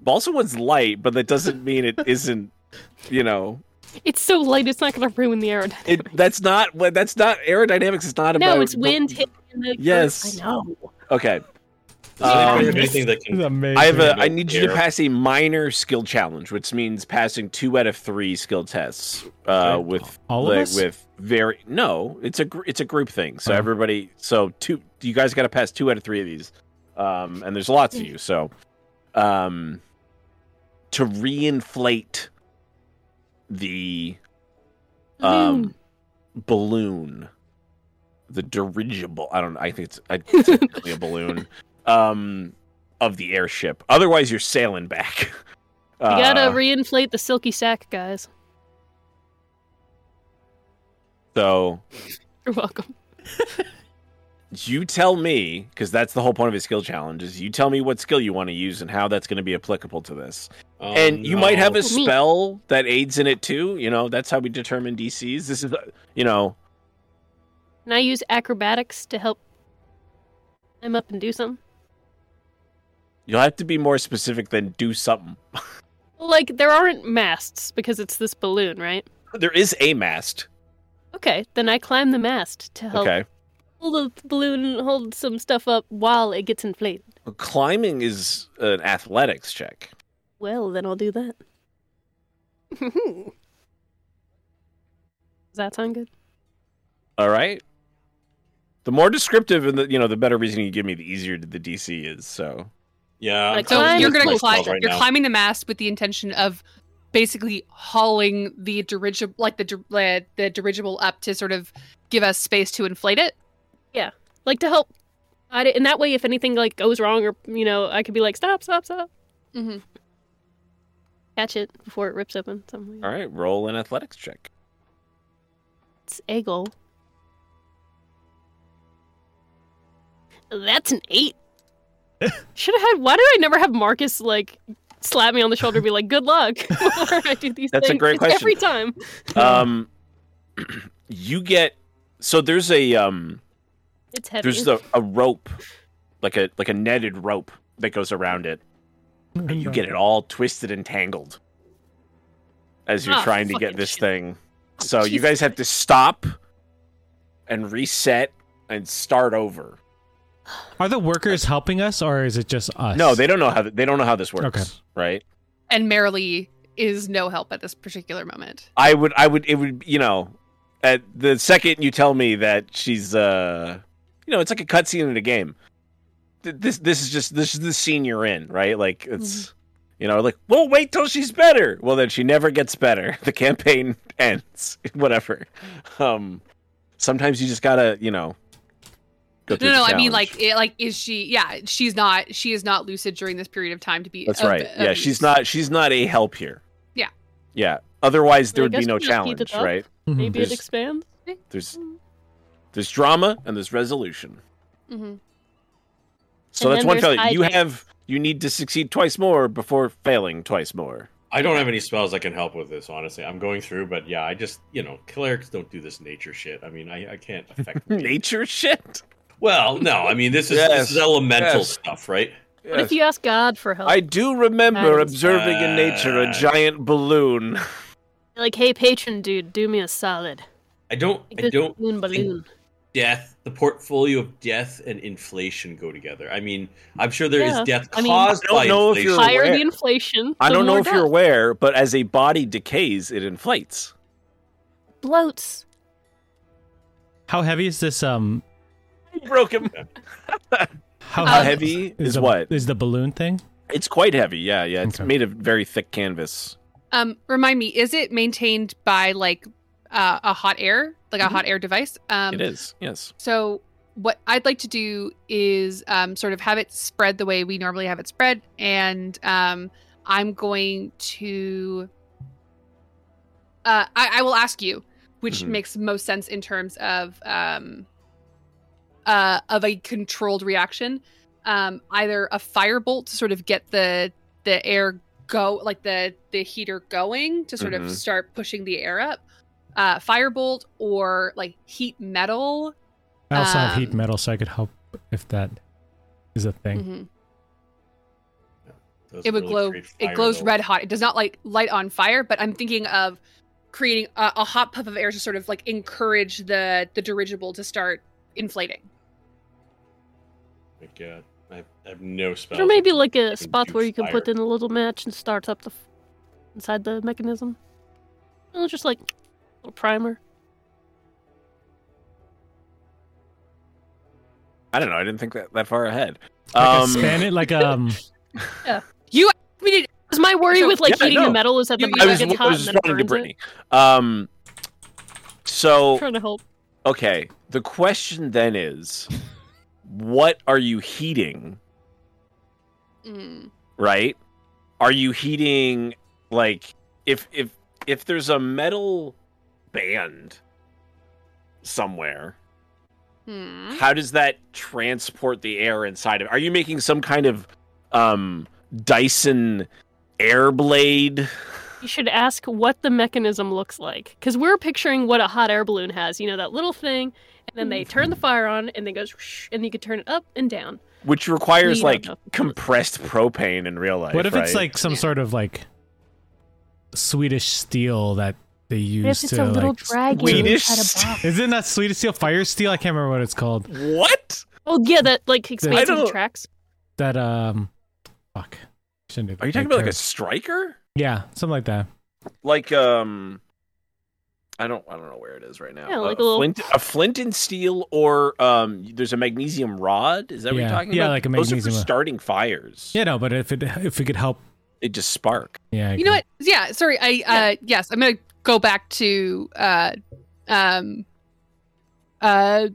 Speaker 3: Balsa wood's light, but that doesn't mean it isn't. You know,
Speaker 4: It's so light, it's not gonna ruin the aerodynamics.
Speaker 3: it that's not what that's not aerodynamics. Is not about
Speaker 4: No, it's wind hitting the
Speaker 3: Yes.
Speaker 4: I know.
Speaker 3: Okay,
Speaker 5: Does anybody
Speaker 3: Um,
Speaker 5: have anything that
Speaker 2: This is
Speaker 5: can?
Speaker 2: amazing.
Speaker 3: I have a.
Speaker 5: about
Speaker 3: I need you to
Speaker 5: air.
Speaker 3: pass a minor skill challenge, which means passing two out of three skill tests. Uh,
Speaker 2: Okay.
Speaker 3: with
Speaker 2: All of
Speaker 3: like,
Speaker 2: us?
Speaker 3: with very no, it's a gr- it's a group thing. So
Speaker 2: Oh.
Speaker 3: everybody, so two, you guys got to pass two out of three of these, um, and there's lots of you. So, um, to reinflate the
Speaker 4: Mm.
Speaker 3: um balloon, the dirigible. I don't. I think it's, I, it's technically a balloon. Um, of the airship. Otherwise, you're sailing back.
Speaker 4: you
Speaker 3: Uh,
Speaker 4: gotta reinflate the silky sack, guys.
Speaker 3: so
Speaker 4: You're welcome.
Speaker 3: you tell me, because that's the whole point of a skill challenge. Is you tell me what skill you want to use and how that's going to be applicable to this.
Speaker 5: Oh,
Speaker 3: and you might have
Speaker 5: no.
Speaker 3: a
Speaker 4: For me.
Speaker 3: spell that aids in it too. You know, that's how we determine DCs. This is, uh, you know,
Speaker 4: And I use acrobatics to help climb up and do something.
Speaker 3: you'll have to be more specific than do something.
Speaker 4: Like there aren't masts because it's this balloon, right?
Speaker 3: There is a mast.
Speaker 4: Okay, then I climb the mast to help
Speaker 3: Okay.
Speaker 4: hold the balloon and hold some stuff up while it gets inflated.
Speaker 3: Climbing is an athletics check.
Speaker 4: Well, then I'll do that. Does that sound good?
Speaker 3: All right. The more descriptive and the you know the better reason you give me, the easier the DC is. So
Speaker 5: Yeah.
Speaker 4: Like,
Speaker 5: I'm
Speaker 1: So
Speaker 4: Climb
Speaker 1: you're going to
Speaker 5: close
Speaker 1: climb.
Speaker 5: calls right
Speaker 1: you're
Speaker 5: now.
Speaker 1: climbing the mast with the intention of basically hauling the dirigible, like the dir- uh, the dirigible, up to sort of give us space to inflate it.
Speaker 4: Like to help guide it, and that way, if anything like goes wrong or you know, I could be like, stop, stop, stop,
Speaker 1: Mm-hmm.
Speaker 4: catch it before it rips open. Something.
Speaker 3: all right, roll an athletics check.
Speaker 4: It's a goal. Oh, That's an eight. Should have had. Why did I never have Marcus like slap me on the shoulder and be like, "Good luck" before I do these
Speaker 3: That's a
Speaker 4: things?
Speaker 3: great
Speaker 4: It's
Speaker 3: question.
Speaker 4: Every time.
Speaker 3: Um, you get so there's a um
Speaker 4: It's heavy.
Speaker 3: there's a, a rope like a like a netted rope that goes around it. And you get it all twisted and tangled as you're
Speaker 4: Ah,
Speaker 3: trying to get
Speaker 4: fucking
Speaker 3: this
Speaker 4: shit. Oh,
Speaker 3: thing. So you
Speaker 4: Jesus
Speaker 3: guys have to stop and reset and start over.
Speaker 2: Are the workers helping us, or is it just us?
Speaker 3: No, they don't know how th- they don't know how this works,
Speaker 2: Okay.
Speaker 3: right?
Speaker 1: And Merrily is no help at this particular moment.
Speaker 3: I would, I would, it would, you know, at the second you tell me that she's, uh, you know, it's like a cutscene in a game. Th- This, this is just this is the scene you're in, right? Like it's,
Speaker 1: Mm-hmm.
Speaker 3: you know, like we'll wait till she's better. Well, then she never gets better. The campaign ends, whatever. Um, sometimes you just gotta, you know, go through
Speaker 1: No, no,
Speaker 3: the
Speaker 1: I mean
Speaker 3: challenge.
Speaker 1: like it, like is she yeah, she's not she is not lucid during this period of time to be
Speaker 3: That's
Speaker 1: of-
Speaker 3: right. Yeah,
Speaker 1: of
Speaker 3: she's
Speaker 1: use.
Speaker 3: not she's not a help here.
Speaker 1: Yeah.
Speaker 3: Yeah. Otherwise there
Speaker 4: I
Speaker 3: would be
Speaker 4: guess
Speaker 3: no
Speaker 4: we just speed it
Speaker 3: challenge,
Speaker 4: up.
Speaker 3: right?
Speaker 2: Mm-hmm.
Speaker 4: Maybe
Speaker 3: There's-
Speaker 4: it expands.
Speaker 3: There's
Speaker 4: Hmm.
Speaker 3: there's drama and there's resolution.
Speaker 1: Mhm.
Speaker 3: So
Speaker 4: And
Speaker 3: that's
Speaker 4: then
Speaker 3: one
Speaker 4: there's
Speaker 3: failure. You
Speaker 4: hiding.
Speaker 3: have you need to succeed twice more before failing twice more.
Speaker 5: I don't have any spells that can help with this, honestly. I'm going through, but yeah, I just, you know, clerics don't do this nature shit. I mean, I, I can't affect
Speaker 4: Hmm.
Speaker 3: Nature shit.
Speaker 5: Well, no, I mean, this is
Speaker 3: Yes,
Speaker 5: this is elemental
Speaker 3: yes.
Speaker 5: stuff, right?
Speaker 4: What if you ask God for help?
Speaker 3: I do remember
Speaker 4: Nice.
Speaker 3: observing in nature a
Speaker 5: Uh,
Speaker 3: giant balloon.
Speaker 4: like, hey, patron dude, do me a solid.
Speaker 5: I don't,
Speaker 4: Like
Speaker 5: I
Speaker 4: this
Speaker 5: don't.
Speaker 4: balloon balloon.
Speaker 5: Death, the portfolio of death and inflation go together. I mean, I'm sure there is
Speaker 4: Yeah,
Speaker 5: death
Speaker 4: I mean-
Speaker 5: caused
Speaker 3: I don't
Speaker 5: by
Speaker 3: know if
Speaker 5: inflation.
Speaker 3: you're-
Speaker 4: Higher
Speaker 3: aware.
Speaker 4: the inflation,
Speaker 3: I
Speaker 4: the
Speaker 3: don't know
Speaker 4: more
Speaker 3: if you're
Speaker 4: death.
Speaker 3: aware, but as a body decays, it inflates.
Speaker 4: bloats.
Speaker 2: How heavy is this? Um,
Speaker 3: Broken.
Speaker 2: how
Speaker 1: Uh,
Speaker 3: heavy is
Speaker 2: the,
Speaker 3: what?
Speaker 2: Is the balloon thing?
Speaker 3: It's quite heavy. Yeah, yeah. It's
Speaker 2: Okay.
Speaker 3: made of very thick canvas.
Speaker 1: Um remind me, is it maintained by like uh, a hot air, like a hot air device? Um
Speaker 3: it is. Yes.
Speaker 1: So what I'd like to do is um, sort of have it spread the way we normally have it spread, and um, I'm going to. Uh, I, I will ask you, which
Speaker 3: Mhm.
Speaker 1: makes most sense in terms of um, uh, of a controlled reaction, um, either a firebolt to sort of get the the air go, like the the heater going to sort
Speaker 3: Mhm.
Speaker 1: of start pushing the air up, uh, firebolt or like heat metal.
Speaker 2: I also have heat
Speaker 1: Um,
Speaker 2: metal, so I could help if that is a thing.
Speaker 1: Mhm.
Speaker 5: Those
Speaker 1: It would
Speaker 5: really
Speaker 1: glow.
Speaker 5: create fire,
Speaker 1: It glows
Speaker 5: though.
Speaker 1: red hot. It does not like light on fire, but I'm thinking of creating a, a hot puff of air to sort of like encourage the the dirigible to start inflating.
Speaker 5: Oh My God, I have, I have no spells.
Speaker 4: Or maybe like
Speaker 5: can
Speaker 4: a spot where
Speaker 5: do
Speaker 4: you can put
Speaker 5: fire.
Speaker 4: in a little match and start up the f- inside the mechanism. You know, just like a little primer.
Speaker 3: I don't know. I didn't think that, that far ahead.
Speaker 2: Like
Speaker 3: Um,
Speaker 2: a span it like um.
Speaker 1: We did.
Speaker 4: Because my worry
Speaker 1: So-
Speaker 4: with like
Speaker 3: Yeah,
Speaker 4: heating
Speaker 3: no.
Speaker 4: the metal is that the
Speaker 1: You-
Speaker 3: I
Speaker 4: metal
Speaker 3: was,
Speaker 4: gets
Speaker 3: I
Speaker 4: hot
Speaker 3: was
Speaker 4: and
Speaker 3: just
Speaker 4: then
Speaker 3: talking to
Speaker 4: burns
Speaker 3: Brittany.
Speaker 4: it.
Speaker 3: Um, so
Speaker 4: Trying to help.
Speaker 3: okay, the question then is, what are you heating?
Speaker 1: Mm.
Speaker 3: Right? Are you heating like if if if there's a metal band somewhere?
Speaker 1: Hmm.
Speaker 3: how does that transport the air inside of are you making some kind of um dyson air blade
Speaker 4: You should ask what the mechanism looks like. Because we're picturing what a hot air balloon has. You know, that little thing. And then they turn the fire on and then goes, whoosh, and you can turn it up and down.
Speaker 3: which requires
Speaker 4: We don't
Speaker 3: like
Speaker 4: know.
Speaker 3: compressed propane in real life
Speaker 2: What if it's
Speaker 3: right?
Speaker 2: like some
Speaker 1: Yeah.
Speaker 2: sort of like Swedish steel that they use
Speaker 4: What if it's
Speaker 2: to
Speaker 4: a little
Speaker 2: like,
Speaker 4: dragon
Speaker 3: Swedish
Speaker 4: inside a box?
Speaker 2: Isn't that Swedish steel? Fire steel? I can't remember what it's called.
Speaker 3: what
Speaker 4: Oh yeah, that like expands into
Speaker 3: don't-
Speaker 4: tracks.
Speaker 2: That um, fuck. Shouldn't have-
Speaker 3: are you talking about like a
Speaker 2: curse.
Speaker 3: striker
Speaker 2: yeah, something like that.
Speaker 3: like um i don't i don't know where it is right now
Speaker 4: Yeah,
Speaker 3: Uh,
Speaker 4: like a little-
Speaker 3: flint, a flint and steel or um there's a magnesium rod is that what you're
Speaker 2: Yeah.
Speaker 3: talking
Speaker 2: Yeah,
Speaker 3: about
Speaker 2: like a
Speaker 3: those are
Speaker 2: magnesium
Speaker 3: for
Speaker 2: rod.
Speaker 3: starting fires
Speaker 2: Yeah, no, but if it if we could help,
Speaker 3: they just spark
Speaker 2: yeah. I
Speaker 1: You know
Speaker 2: agree.
Speaker 1: what? Yeah. Sorry. I uh, yes. I'm gonna go back to uh, um, uh,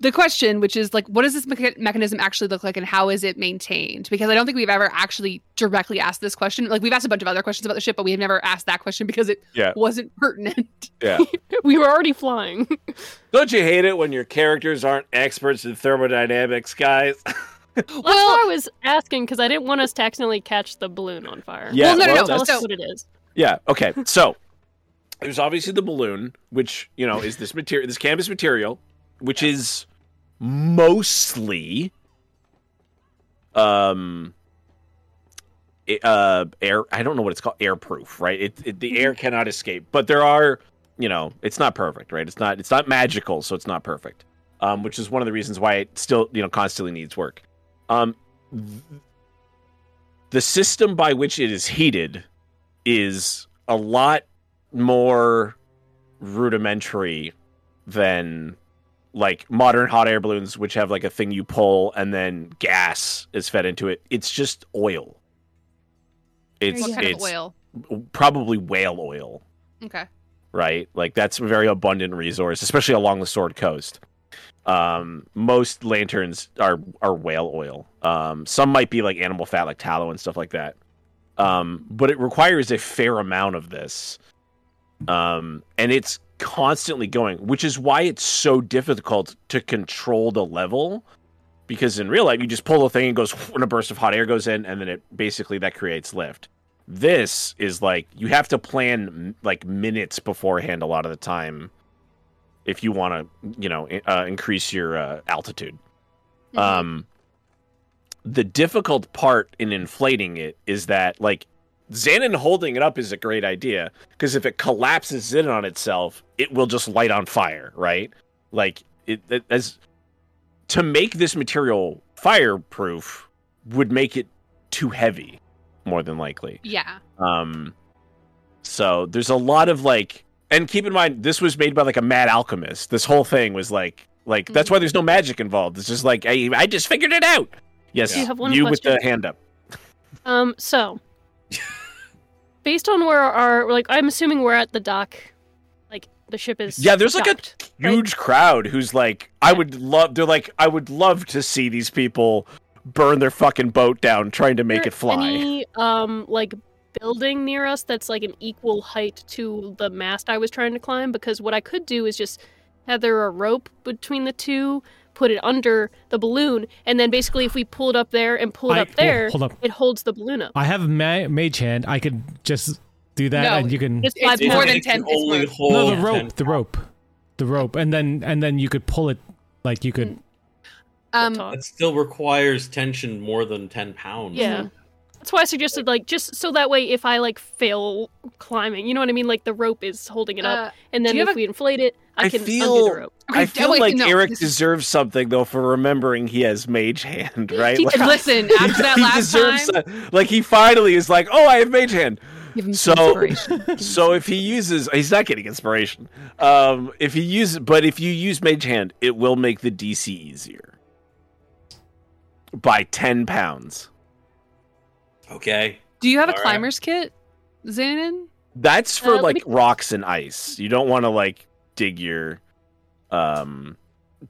Speaker 1: the question, which is like, what does this mecha- mechanism actually look like, and how is it maintained? Because I don't think we've ever actually directly asked this question. Like we've asked a bunch of other questions about the ship, but we have never asked that question because it
Speaker 3: Yeah.
Speaker 1: wasn't pertinent.
Speaker 3: yeah
Speaker 4: We were already flying.
Speaker 3: Don't you hate it when your characters aren't experts in thermodynamics, guys?
Speaker 4: That's
Speaker 1: Well-
Speaker 4: why I was asking because I didn't want us to accidentally catch the balloon on fire.
Speaker 3: Yeah,
Speaker 1: Well, no, no, well, no,
Speaker 4: Tell us
Speaker 1: so-
Speaker 4: what it is.
Speaker 3: yeah. Okay. So there's obviously the balloon, which you know is this material, this canvas material, which is mostly um a- uh air. I don't know what it's called, airproof, right? It, it the air cannot escape, but there are you know it's not perfect, right? It's not it's not magical, so it's not perfect. Um, which is one of the reasons why it still you know constantly needs work. Um, th- the system by which it is heated is a lot more rudimentary than like modern hot air balloons which have like a thing you pull and then gas is fed into it it's just oil it's
Speaker 1: What kind
Speaker 3: it's
Speaker 1: of oil?
Speaker 3: probably whale oil
Speaker 1: Okay.
Speaker 3: right? Like that's a very abundant resource, especially along the Sword Coast. Um, most lanterns are are whale oil. Um, some might be like animal fat, like tallow and stuff like that. Um, but it requires a fair amount of this, um, and it's constantly going, which is why it's so difficult to control the level. Because in real life, you just pull the thing and it goes, and a burst of hot air goes in, and then it basically that creates lift. This is like you have to plan like minutes beforehand a lot of the time if you want to, you know, i- uh, increase your uh, altitude.
Speaker 4: Mm-hmm.
Speaker 3: Um, the difficult part in inflating it is that, like, Xanon holding it up is a great idea because if it collapses in on itself, it will just light on fire, right? Like, it, it as to make this material fireproof would make it too heavy, more than likely.
Speaker 1: Yeah.
Speaker 3: Um, so there's a lot of like, and keep in mind this was made by like a mad alchemist. This whole thing was like, like that's why there's no magic involved. It's just like I, I just figured it out. Yes,
Speaker 5: Do
Speaker 4: you have one
Speaker 3: you with the
Speaker 4: question?
Speaker 3: hand up.
Speaker 4: Um, so based on where our like I'm assuming we're at the dock. Like the ship is
Speaker 3: Yeah, there's like a
Speaker 4: docked. Right.
Speaker 3: huge crowd who's like, I would love. They're like, I would love to see these people burn their fucking boat down trying to make
Speaker 4: there
Speaker 3: it fly.
Speaker 4: Any um like building near us that's like an equal height to the mast I was trying to climb because what I could do is just tether a rope between the two, put it under the balloon, and then basically if we pull it up there and pull it
Speaker 2: I-
Speaker 4: up there,
Speaker 2: hold up.
Speaker 4: it holds the balloon up.
Speaker 2: I have ma- mage hand. I could just do that,
Speaker 1: No,
Speaker 2: and you can
Speaker 4: Just
Speaker 1: It's
Speaker 4: five
Speaker 1: more
Speaker 4: pounds.
Speaker 1: than
Speaker 5: It can
Speaker 1: 10 it's
Speaker 5: only
Speaker 1: worth-
Speaker 5: hold
Speaker 2: no the
Speaker 5: 10
Speaker 2: rope, the rope, the rope, and then and then you could pull it like you could.
Speaker 1: Um,
Speaker 4: Talk.
Speaker 5: That still requires tension more than ten pounds.
Speaker 4: Yeah. That's why I suggested like just so that way if I like fail climbing, you know what I mean? Like the rope is holding it up,
Speaker 1: uh,
Speaker 4: and
Speaker 1: do
Speaker 4: then
Speaker 1: you
Speaker 4: if
Speaker 1: have a-
Speaker 4: we inflate it, I,
Speaker 3: I
Speaker 4: can undo
Speaker 3: feel-
Speaker 4: the rope.
Speaker 1: okay,
Speaker 3: I feel
Speaker 1: wait,
Speaker 3: like
Speaker 1: no,
Speaker 3: Eric
Speaker 1: this is-
Speaker 3: deserves something though for remembering he has mage hand, right?
Speaker 1: He-
Speaker 3: Like-
Speaker 1: Listen, after that last time,
Speaker 3: a- like he finally is like, oh, I have mage hand.
Speaker 1: give him
Speaker 3: so-
Speaker 1: some inspiration.
Speaker 3: So if he uses, he's not getting inspiration. Um, if he uses, but if you use mage hand, it will make the DC easier by ten pounds.
Speaker 5: Okay.
Speaker 1: Do you have a
Speaker 5: All right.
Speaker 1: climber's kit, Xanon?
Speaker 3: That's
Speaker 4: Uh,
Speaker 3: for
Speaker 4: let
Speaker 3: like
Speaker 4: me-
Speaker 3: rocks and ice. You don't want to like dig your, um,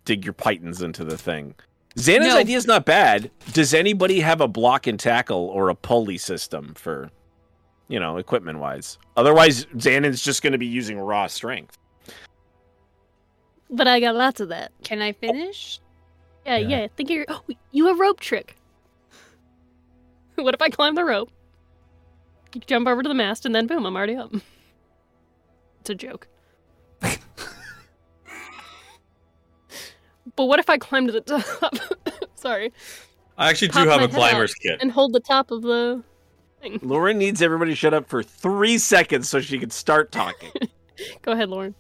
Speaker 3: dig your pythons into the thing. Xana's
Speaker 1: No.
Speaker 3: idea is not bad. Does anybody have a block and tackle or a pulley system for, you know, equipment wise? Otherwise, Xanon's just going to be using raw strength.
Speaker 4: But I got lots of that.
Speaker 1: Can I finish?
Speaker 4: Yeah,
Speaker 2: Yeah.
Speaker 4: yeah. Think of your oh, you have rope trick. what if I climb the rope? You jump over to the mast and then boom, I'm already up. It's a joke. but what if I climb to the top? Sorry.
Speaker 5: I actually do
Speaker 4: Pop
Speaker 5: have
Speaker 4: my
Speaker 5: a
Speaker 4: head
Speaker 5: climber's kit.
Speaker 4: And hold the top of the
Speaker 3: Lauren needs everybody to shut up for three seconds so she can start talking.
Speaker 4: Go ahead, Lauren.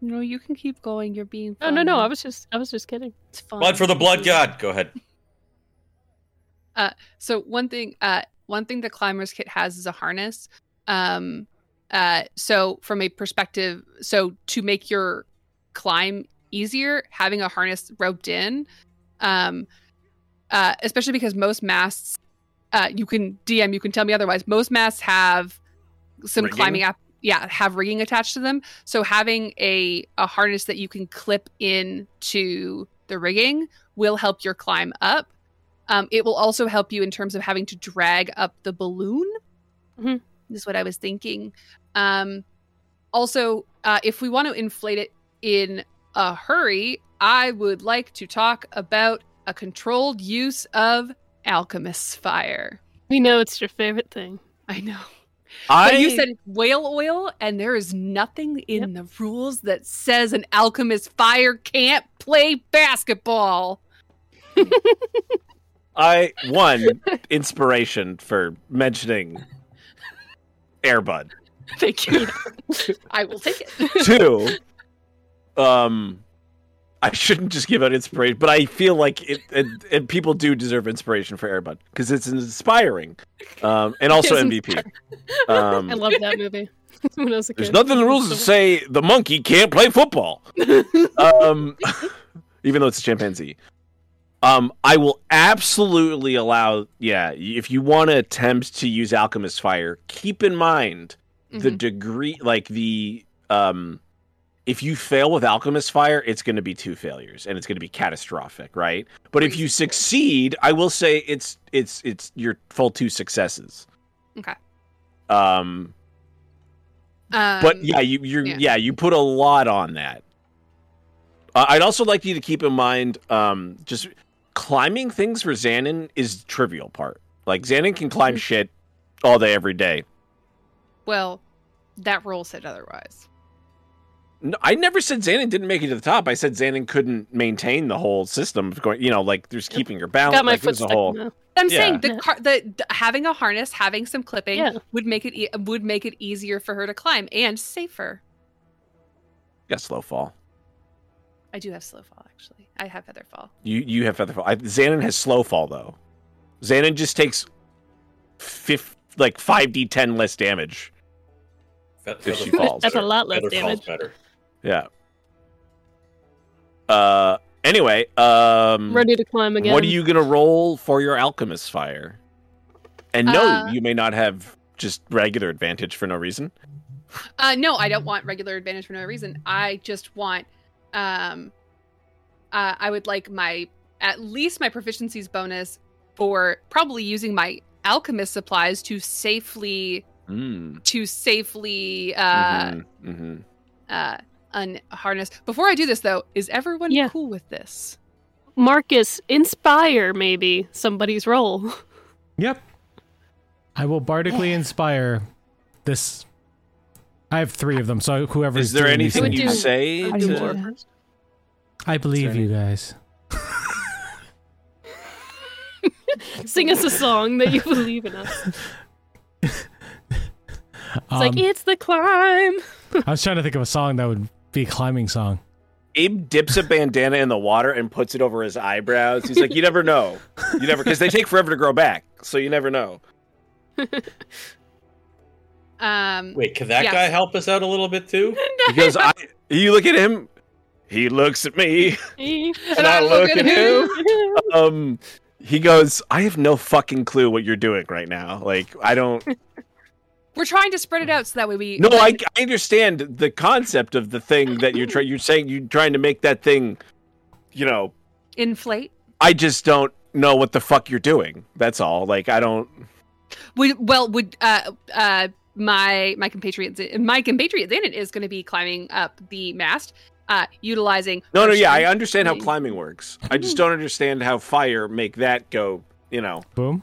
Speaker 1: No, you can keep going. You're being.
Speaker 4: No,
Speaker 1: Fun.
Speaker 4: Oh, no, no. I was just I was just kidding.
Speaker 1: It's fun.
Speaker 5: Blood for the blood god. Go ahead.
Speaker 1: So one thing, uh, one thing the climbers kit has is a harness. Um, uh, so from a perspective, so to make your climb easier, having a harness roped in, um, uh, especially because most masts, uh, you can DM, you can tell me otherwise. Most masts have some
Speaker 5: Rigging?
Speaker 1: climbing app, yeah, have rigging attached to them. So having a a harness that you can clip in to the rigging will help your climb up. Um, it will also help you in terms of having to drag up the balloon.
Speaker 4: Mhm.
Speaker 1: Is what I was thinking. Um, also, uh, if we want to inflate it in a hurry, I would like to talk about a controlled use of alchemist's fire.
Speaker 4: We know it's your favorite thing.
Speaker 1: I know.
Speaker 3: I
Speaker 1: But you said whale oil, and there is nothing in the rules that says an alchemist fire can't play basketball.
Speaker 3: I won inspiration for mentioning Airbud.
Speaker 1: Thank you. I will take it.
Speaker 3: Two, um, I shouldn't just give out inspiration, but I feel like it, and, and people do deserve inspiration for Airbud because it's inspiring, um, and also
Speaker 4: It's
Speaker 3: MVP. Um,
Speaker 4: I love that movie. when I was a
Speaker 3: There's
Speaker 4: kid.
Speaker 3: nothing in the rules that say the monkey can't play football. um, even though it's a chimpanzee. Um, I will absolutely allow, yeah, if you want to attempt to use alchemist fire, keep in mind the
Speaker 1: Mhm.
Speaker 3: degree, like the, um, if you fail with alchemist fire it's going to be two failures and it's going to be catastrophic right but if you succeed i will say it's it's it's your full two successes
Speaker 1: Okay.
Speaker 3: um
Speaker 1: Um,
Speaker 3: but yeah, you you
Speaker 1: yeah.
Speaker 3: yeah. you put a lot on that. Uh, I'd also like you to keep in mind, um, just climbing things for Xanon is the trivial part. Like Xanon can
Speaker 4: Hmm.
Speaker 3: climb shit all day every day.
Speaker 1: Well, that rule said otherwise.
Speaker 3: No, I never said Xanon didn't make it to the top. I said Xanon couldn't maintain the whole system of going. You know, like there's keeping your balance.
Speaker 4: Got my
Speaker 3: like,
Speaker 4: foot
Speaker 3: there's a
Speaker 4: stuck.
Speaker 3: whole.
Speaker 4: now.
Speaker 1: I'm
Speaker 3: Yeah.
Speaker 1: saying the
Speaker 4: Yeah.
Speaker 1: car, the d- having a harness, having some clipping
Speaker 4: Yeah.
Speaker 1: would make it e- would make it easier for her to climb and safer.
Speaker 3: Yeah, slow fall.
Speaker 1: I do have slow fall actually. I have feather fall.
Speaker 3: You you have feather fall. I, Xanon has slow fall though. Xanon just takes fifth like five d ten less damage.
Speaker 5: Fe-
Speaker 3: If
Speaker 5: feather
Speaker 3: she
Speaker 5: falls
Speaker 3: falls.
Speaker 4: That's a
Speaker 5: better.
Speaker 4: lot less
Speaker 5: Feather falls
Speaker 4: damage.
Speaker 5: better.
Speaker 3: Yeah. Uh. Anyway. Um.
Speaker 4: I'm ready to climb again.
Speaker 3: What are you gonna roll for your alchemist fire? And no,
Speaker 1: Uh,
Speaker 3: you may not have just regular advantage for no reason.
Speaker 1: Uh, no, I don't want regular advantage for no reason. I just want, um, uh, I would like my at least my proficiencies bonus for probably using my alchemist supplies to safely
Speaker 3: Mm.
Speaker 1: to safely uh,
Speaker 3: hmm hmm
Speaker 1: uh, unharness. Before I do this though, is everyone
Speaker 4: Yeah.
Speaker 1: cool with this?
Speaker 4: Marcus? Inspire maybe somebody's role.
Speaker 2: Yep. I will bardically inspire this. I have three of them, so whoever's
Speaker 3: Is there
Speaker 2: doing these
Speaker 3: anything
Speaker 4: would
Speaker 3: you
Speaker 2: things-
Speaker 4: do-
Speaker 3: say?
Speaker 4: I
Speaker 1: would
Speaker 3: to-
Speaker 1: do more.
Speaker 2: I believe
Speaker 3: any-
Speaker 2: you guys.
Speaker 4: Sing us a song that you believe in us. It's like
Speaker 2: Um,
Speaker 4: it's the climb.
Speaker 2: I was trying to think of a song that would be a climbing song.
Speaker 3: Abe dips a bandana in the water and puts it over his eyebrows. He's like, "You never know. You never because they take forever to grow back, so you never know."
Speaker 1: Um,
Speaker 5: Wait, can that
Speaker 1: Yes.
Speaker 5: guy help us out a little bit too?
Speaker 3: Because I, you look at him, he looks at me, and I look at him. um he goes i have no fucking clue what you're doing right now like i don't
Speaker 1: We're trying to spread it out so that way we
Speaker 3: no I, I understand the concept of the thing that you're trying you're saying you're trying to make that thing you know
Speaker 1: inflate.
Speaker 3: i just don't know what the fuck you're doing that's all like i don't
Speaker 1: Would, well, would uh, uh, my my compatriot Z- my compatriot Zanin is going to be climbing up the mast, uh, utilizing.
Speaker 3: no no
Speaker 1: her
Speaker 3: yeah i
Speaker 1: strength.
Speaker 3: understand how
Speaker 1: Mm.
Speaker 3: climbing works i just don't understand how fire make that go you know
Speaker 2: Boom.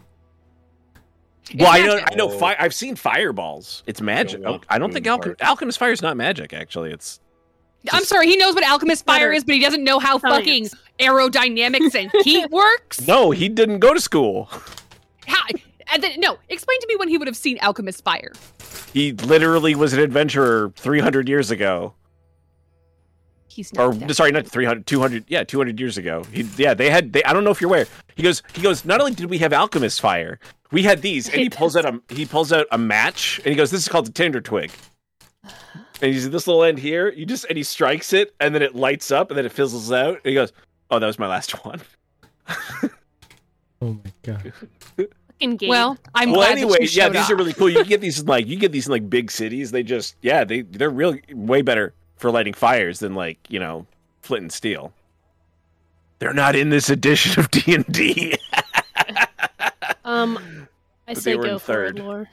Speaker 3: well i know
Speaker 1: magic.
Speaker 3: i know fire i've seen fireballs it's magic Oh,
Speaker 5: Don't want
Speaker 3: i don't think
Speaker 5: green
Speaker 3: Alchem-
Speaker 5: fire.
Speaker 3: alchemist fire is not magic actually it's
Speaker 1: I'm sorry, he knows what alchemist fire
Speaker 4: Butter.
Speaker 1: is, but he doesn't know how fucking
Speaker 4: Science.
Speaker 1: aerodynamics and heat works.
Speaker 3: no he didn't go to school
Speaker 1: How, and then, no, explain to me when he would have seen alchemist fire.
Speaker 3: He literally was an adventurer 300 years ago.
Speaker 1: He's not.
Speaker 3: Or
Speaker 1: that.
Speaker 3: sorry, not 300, 200, yeah, 200 years ago. He, yeah, they had they I don't know if you're aware. He goes he goes, "Not only did we have alchemist fire, we had these." And he pulls out a he pulls out a match and he goes, "This is called the tinder twig." And he's this little end here, you just and he strikes it and then it lights up and then it fizzles out. And he goes, "Oh, that was my last one."
Speaker 2: Oh my god.
Speaker 4: Fucking game.
Speaker 1: Well, I'm
Speaker 3: well,
Speaker 1: glad that
Speaker 3: anyway,
Speaker 1: you
Speaker 3: yeah,
Speaker 1: showed
Speaker 3: these are
Speaker 1: up.
Speaker 3: really cool. You can get these in like you get these in like big cities. They just yeah, they they're real way better for lighting fires than like you know flint and steel. They're not in this edition of D and D.
Speaker 4: um, I
Speaker 3: But
Speaker 4: say
Speaker 3: they were in
Speaker 4: go forward,
Speaker 3: third.
Speaker 4: Lore.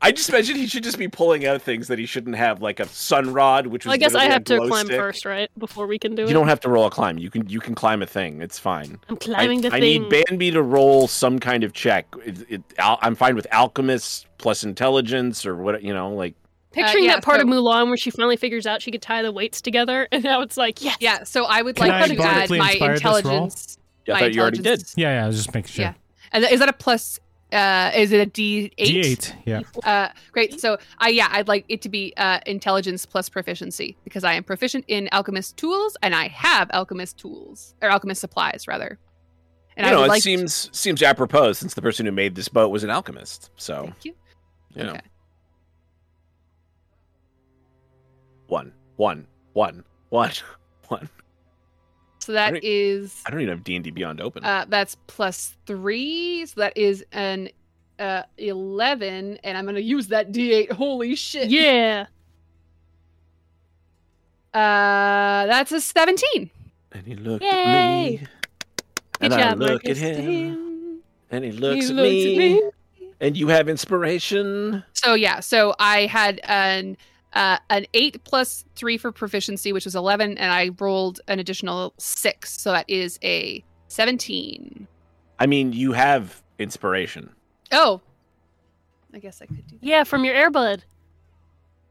Speaker 3: I just mentioned he should just be pulling out things that he shouldn't have, like a sun rod, which was
Speaker 4: Well, I guess
Speaker 3: literally
Speaker 4: I
Speaker 3: a
Speaker 4: have to
Speaker 3: glow
Speaker 4: climb
Speaker 3: stick.
Speaker 4: first, right? Before we can do it.
Speaker 3: You don't have to roll a climb. You can you can climb a thing. It's fine. I,
Speaker 4: I'm climbing the
Speaker 3: I
Speaker 4: thing.
Speaker 3: need Banby to roll some kind of check. It, it, al- I'm fine with alchemists plus intelligence or what you know, like
Speaker 4: Picturing
Speaker 1: yeah,
Speaker 4: that part of
Speaker 1: so-
Speaker 4: Mulan where she finally figures out she could tie the weights together, and now it's like, yes.
Speaker 1: Yeah, so I would
Speaker 2: Can
Speaker 1: like
Speaker 4: I
Speaker 1: to add
Speaker 2: bardically
Speaker 1: my
Speaker 2: inspire this roll?
Speaker 1: intelligence.
Speaker 3: I
Speaker 1: my
Speaker 3: thought you already did.
Speaker 1: intelligence-
Speaker 2: Yeah, yeah. I was just making sure.
Speaker 1: Yeah. And is that a plus? Uh, is it a D
Speaker 2: D
Speaker 1: eight?
Speaker 2: eight. Yeah.
Speaker 1: Uh, great. So I yeah, I'd like it to be uh, intelligence plus proficiency because I am proficient in alchemist tools and I have alchemist tools or alchemist supplies rather. And
Speaker 3: you
Speaker 1: I
Speaker 3: know,
Speaker 1: would
Speaker 3: it
Speaker 1: like
Speaker 3: seems seems apropos since the person who made this boat was an alchemist. So
Speaker 1: Thank you.
Speaker 3: you know,
Speaker 1: Okay.
Speaker 3: one, one, one, one.
Speaker 1: So that
Speaker 3: Great.
Speaker 1: is
Speaker 3: I don't even have D and D Beyond open.
Speaker 1: uh, that's plus three. So that is an uh, eleven, and I'm gonna use that D eight. Holy shit!
Speaker 4: Yeah.
Speaker 1: Uh, that's a 17.
Speaker 3: And he looked
Speaker 4: Yay!
Speaker 3: at me.
Speaker 4: Good
Speaker 3: and I
Speaker 4: job,
Speaker 3: look
Speaker 4: Marcus.
Speaker 3: at him. And he looks,
Speaker 1: He
Speaker 3: at,
Speaker 1: looks
Speaker 3: me,
Speaker 1: at me.
Speaker 3: And you have inspiration.
Speaker 1: So yeah, so I had an uh, an eight plus three for proficiency, which was eleven, and I rolled an additional six, so that is a seventeen.
Speaker 3: I mean, you have inspiration.
Speaker 1: Oh, I guess I could do. That.
Speaker 4: Yeah, from your airbud.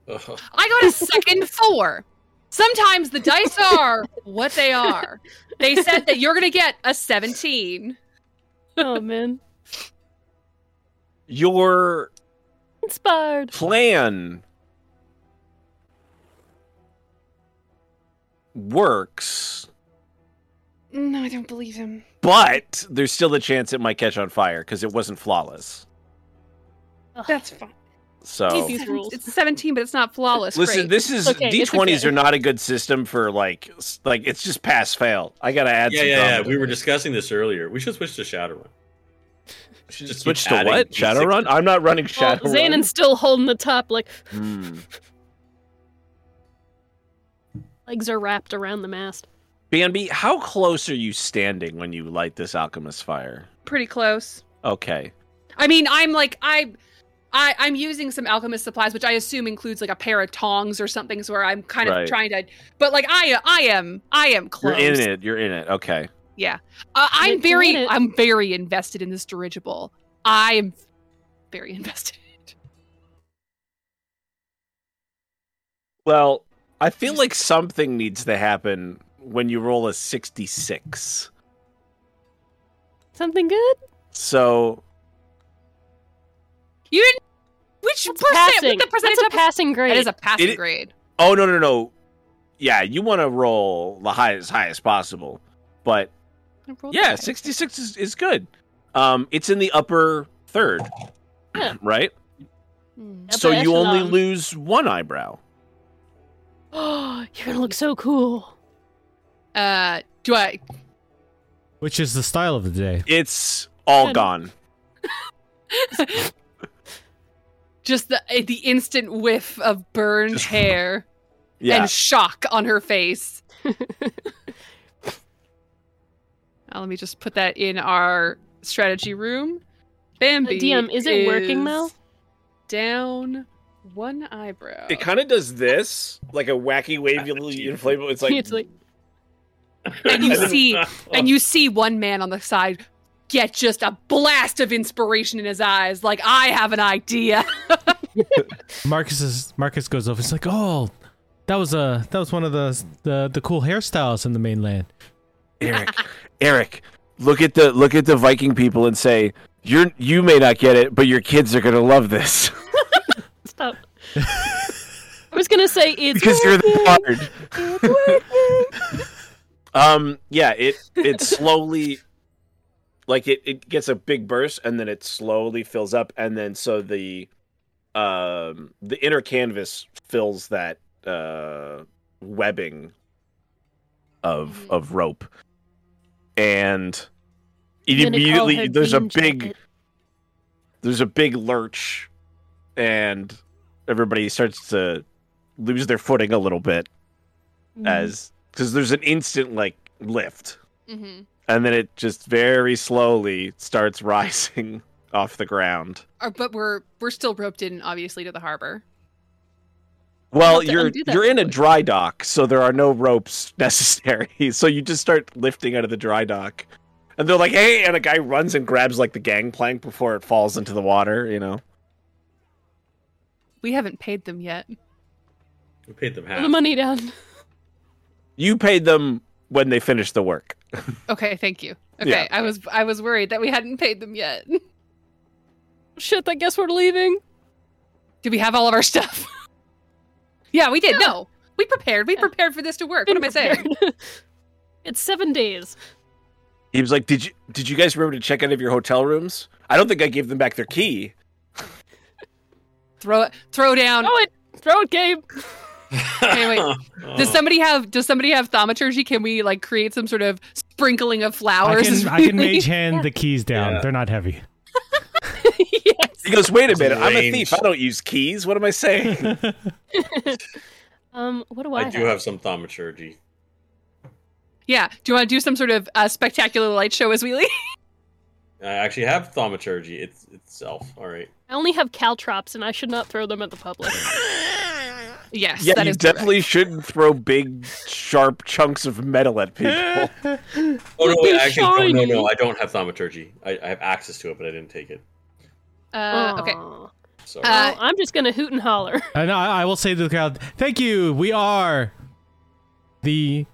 Speaker 5: Oh,
Speaker 1: I got a second four. Sometimes the dice are what they are. They said that you're gonna get a seventeen.
Speaker 4: Oh man,
Speaker 3: Your
Speaker 4: inspired.
Speaker 3: plan works,
Speaker 1: No, I don't believe him.
Speaker 3: but there's still a chance it might catch on fire because it wasn't flawless.
Speaker 1: That's fine.
Speaker 3: So
Speaker 4: These rules.
Speaker 1: It's seventeen, but it's not flawless.
Speaker 3: Oh. listen,
Speaker 1: Great.
Speaker 3: this is
Speaker 4: Okay, it's
Speaker 3: D20s
Speaker 4: okay.
Speaker 3: are not a good system for like s- like it's just pass fail. I gotta add.
Speaker 5: yeah, yeah,
Speaker 3: some
Speaker 5: yeah.
Speaker 3: drama to
Speaker 5: We were
Speaker 3: this.
Speaker 5: discussing this earlier. We should switch to Shadowrun. We should just keep
Speaker 3: switch to
Speaker 5: adding
Speaker 3: what
Speaker 5: D6.
Speaker 3: Shadowrun. I'm not running
Speaker 4: Well,
Speaker 3: Shadowrun.
Speaker 4: Zanon's still holding the top, like
Speaker 3: Hmm.
Speaker 4: legs are wrapped around the mast.
Speaker 3: Bambi, how close are you standing when you light this alchemist fire?
Speaker 1: pretty close.
Speaker 3: Okay.
Speaker 1: I mean, I'm like I, I I'm using some alchemist supplies, which I assume includes like a pair of tongs or something, so where I'm kind of
Speaker 3: Right.
Speaker 1: trying to. But like I I am I am close.
Speaker 3: You're in it. You're in it. Okay.
Speaker 1: Uh, I'm
Speaker 4: Let's do
Speaker 1: very
Speaker 4: it.
Speaker 1: I'm very invested in this dirigible. I am very invested.
Speaker 3: Well, I feel like something needs to happen when you roll a 66.
Speaker 4: Something good?
Speaker 3: So,
Speaker 1: You didn't. Which
Speaker 4: That's
Speaker 1: percent?
Speaker 4: passing.
Speaker 1: What the percentage
Speaker 4: That's a
Speaker 1: of
Speaker 4: passing grade.
Speaker 1: That is a passing
Speaker 3: It-
Speaker 1: grade.
Speaker 3: oh no, no, no. Yeah, you want to roll the highest highest possible. But
Speaker 1: I rolled
Speaker 3: yeah,
Speaker 1: high.
Speaker 3: 66 is, is good. Um it's in the upper third.
Speaker 4: Yeah.
Speaker 3: Right?
Speaker 1: Hmm.
Speaker 4: Upper
Speaker 3: so you only
Speaker 4: echelon.
Speaker 3: lose one eyebrow.
Speaker 4: You're gonna look so cool.
Speaker 1: Uh, do I?
Speaker 2: which is the style of the day.
Speaker 3: It's all
Speaker 4: Good.
Speaker 3: gone.
Speaker 1: Just the the instant whiff of burned
Speaker 3: Just-
Speaker 1: hair
Speaker 3: Yeah.
Speaker 1: and shock on her face. Now, let me just put that in our strategy room. Bambi.
Speaker 4: Uh, DM, is it working, though?
Speaker 1: is Down one eyebrow.
Speaker 3: It kind of does this, like a wacky, wavy,
Speaker 5: Back to you.
Speaker 3: inflatable. It's like,
Speaker 4: it's like
Speaker 1: And you see- and you see one man on the side get just a blast of inspiration in his eyes, like I have an idea.
Speaker 2: Marcus is, Marcus goes over. It's like, oh, that was a that was one of the the, the cool hairstyles in the mainland.
Speaker 3: Eric, Eric, look at the look at the Viking people and say, "You're you may not get it, but your kids are gonna love this
Speaker 4: stop. I was gonna say it's
Speaker 3: because you're the bard."
Speaker 4: working. It's working.
Speaker 3: Um, yeah, it it slowly, like it it gets a big burst and then it slowly fills up and then so the, um, the inner canvas fills that uh webbing of
Speaker 4: Mm-hmm.
Speaker 1: Mhm.
Speaker 3: of rope, and
Speaker 4: I'm
Speaker 3: it
Speaker 4: gonna call
Speaker 3: immediately
Speaker 4: her
Speaker 3: there's a
Speaker 4: Bean
Speaker 3: big
Speaker 4: Jacket.
Speaker 3: there's a big lurch and everybody starts to lose their footing a little bit
Speaker 4: Mm. Mm-hmm.
Speaker 3: as because there's an instant like lift
Speaker 1: mm-hmm.
Speaker 3: and then it just very slowly starts rising off the ground
Speaker 1: But we're we're still roped in, obviously, to the harbor.
Speaker 3: well
Speaker 4: have to
Speaker 3: you're
Speaker 4: undo that
Speaker 3: you're in a
Speaker 4: really
Speaker 3: dry dock so there are no ropes necessary so you just start lifting out of the dry dock and they're like hey and a guy runs and grabs like the gangplank before it falls into the water you know
Speaker 1: We haven't paid them yet.
Speaker 5: Oh, we paid them
Speaker 4: Put
Speaker 5: half.
Speaker 4: the money down.
Speaker 3: you paid them when they finished the work
Speaker 1: Okay, thank you. Okay,
Speaker 3: Yeah.
Speaker 1: I was I was worried that we hadn't paid them yet.
Speaker 4: Shit, I guess we're leaving.
Speaker 1: Did we have all of our stuff? yeah, we did. No, we prepared. We
Speaker 4: Yeah.
Speaker 1: prepared for this to work. What am I saying?
Speaker 4: it's seven days.
Speaker 3: He was like, "Did you did you guys remember to check out of your hotel rooms? I don't think I gave them back their key."
Speaker 1: Throw Oh, it. Throw down.
Speaker 4: Throw it, throw it, Gabe.
Speaker 1: Okay, wait.
Speaker 5: Oh.
Speaker 1: Does somebody have Does somebody have thaumaturgy? Can we like create some sort of sprinkling of
Speaker 2: I
Speaker 1: flowers?
Speaker 2: can, I can mage hand the keys down.
Speaker 5: Yeah.
Speaker 2: They're not heavy.
Speaker 4: yes.
Speaker 3: He goes, "Wait a minute, I'm a
Speaker 5: Range.
Speaker 3: thief. I don't use keys. What am I saying?"
Speaker 4: Um, what do I,
Speaker 5: I do have some thaumaturgy.
Speaker 1: Yeah. Do you want to do some sort of uh, spectacular light show as we leave?
Speaker 5: I actually have thaumaturgy it's, itself. All right.
Speaker 4: I only have caltrops, and I should not throw them at the public.
Speaker 1: yes.
Speaker 3: Yeah,
Speaker 1: that
Speaker 3: you
Speaker 1: is correct.
Speaker 3: definitely shouldn't throw big, sharp chunks of metal at people.
Speaker 5: Oh no!
Speaker 4: You'll
Speaker 5: Wait,
Speaker 4: be
Speaker 5: actually, no, no,
Speaker 4: shiny.
Speaker 5: no! I don't have thaumaturgy. I, I have access to it, but I didn't take it.
Speaker 1: Uh, okay.
Speaker 4: Aw.
Speaker 5: So
Speaker 1: Uh,
Speaker 4: Well, I'm just gonna hoot and holler.
Speaker 2: And I, I will say to the crowd, thank you. We are the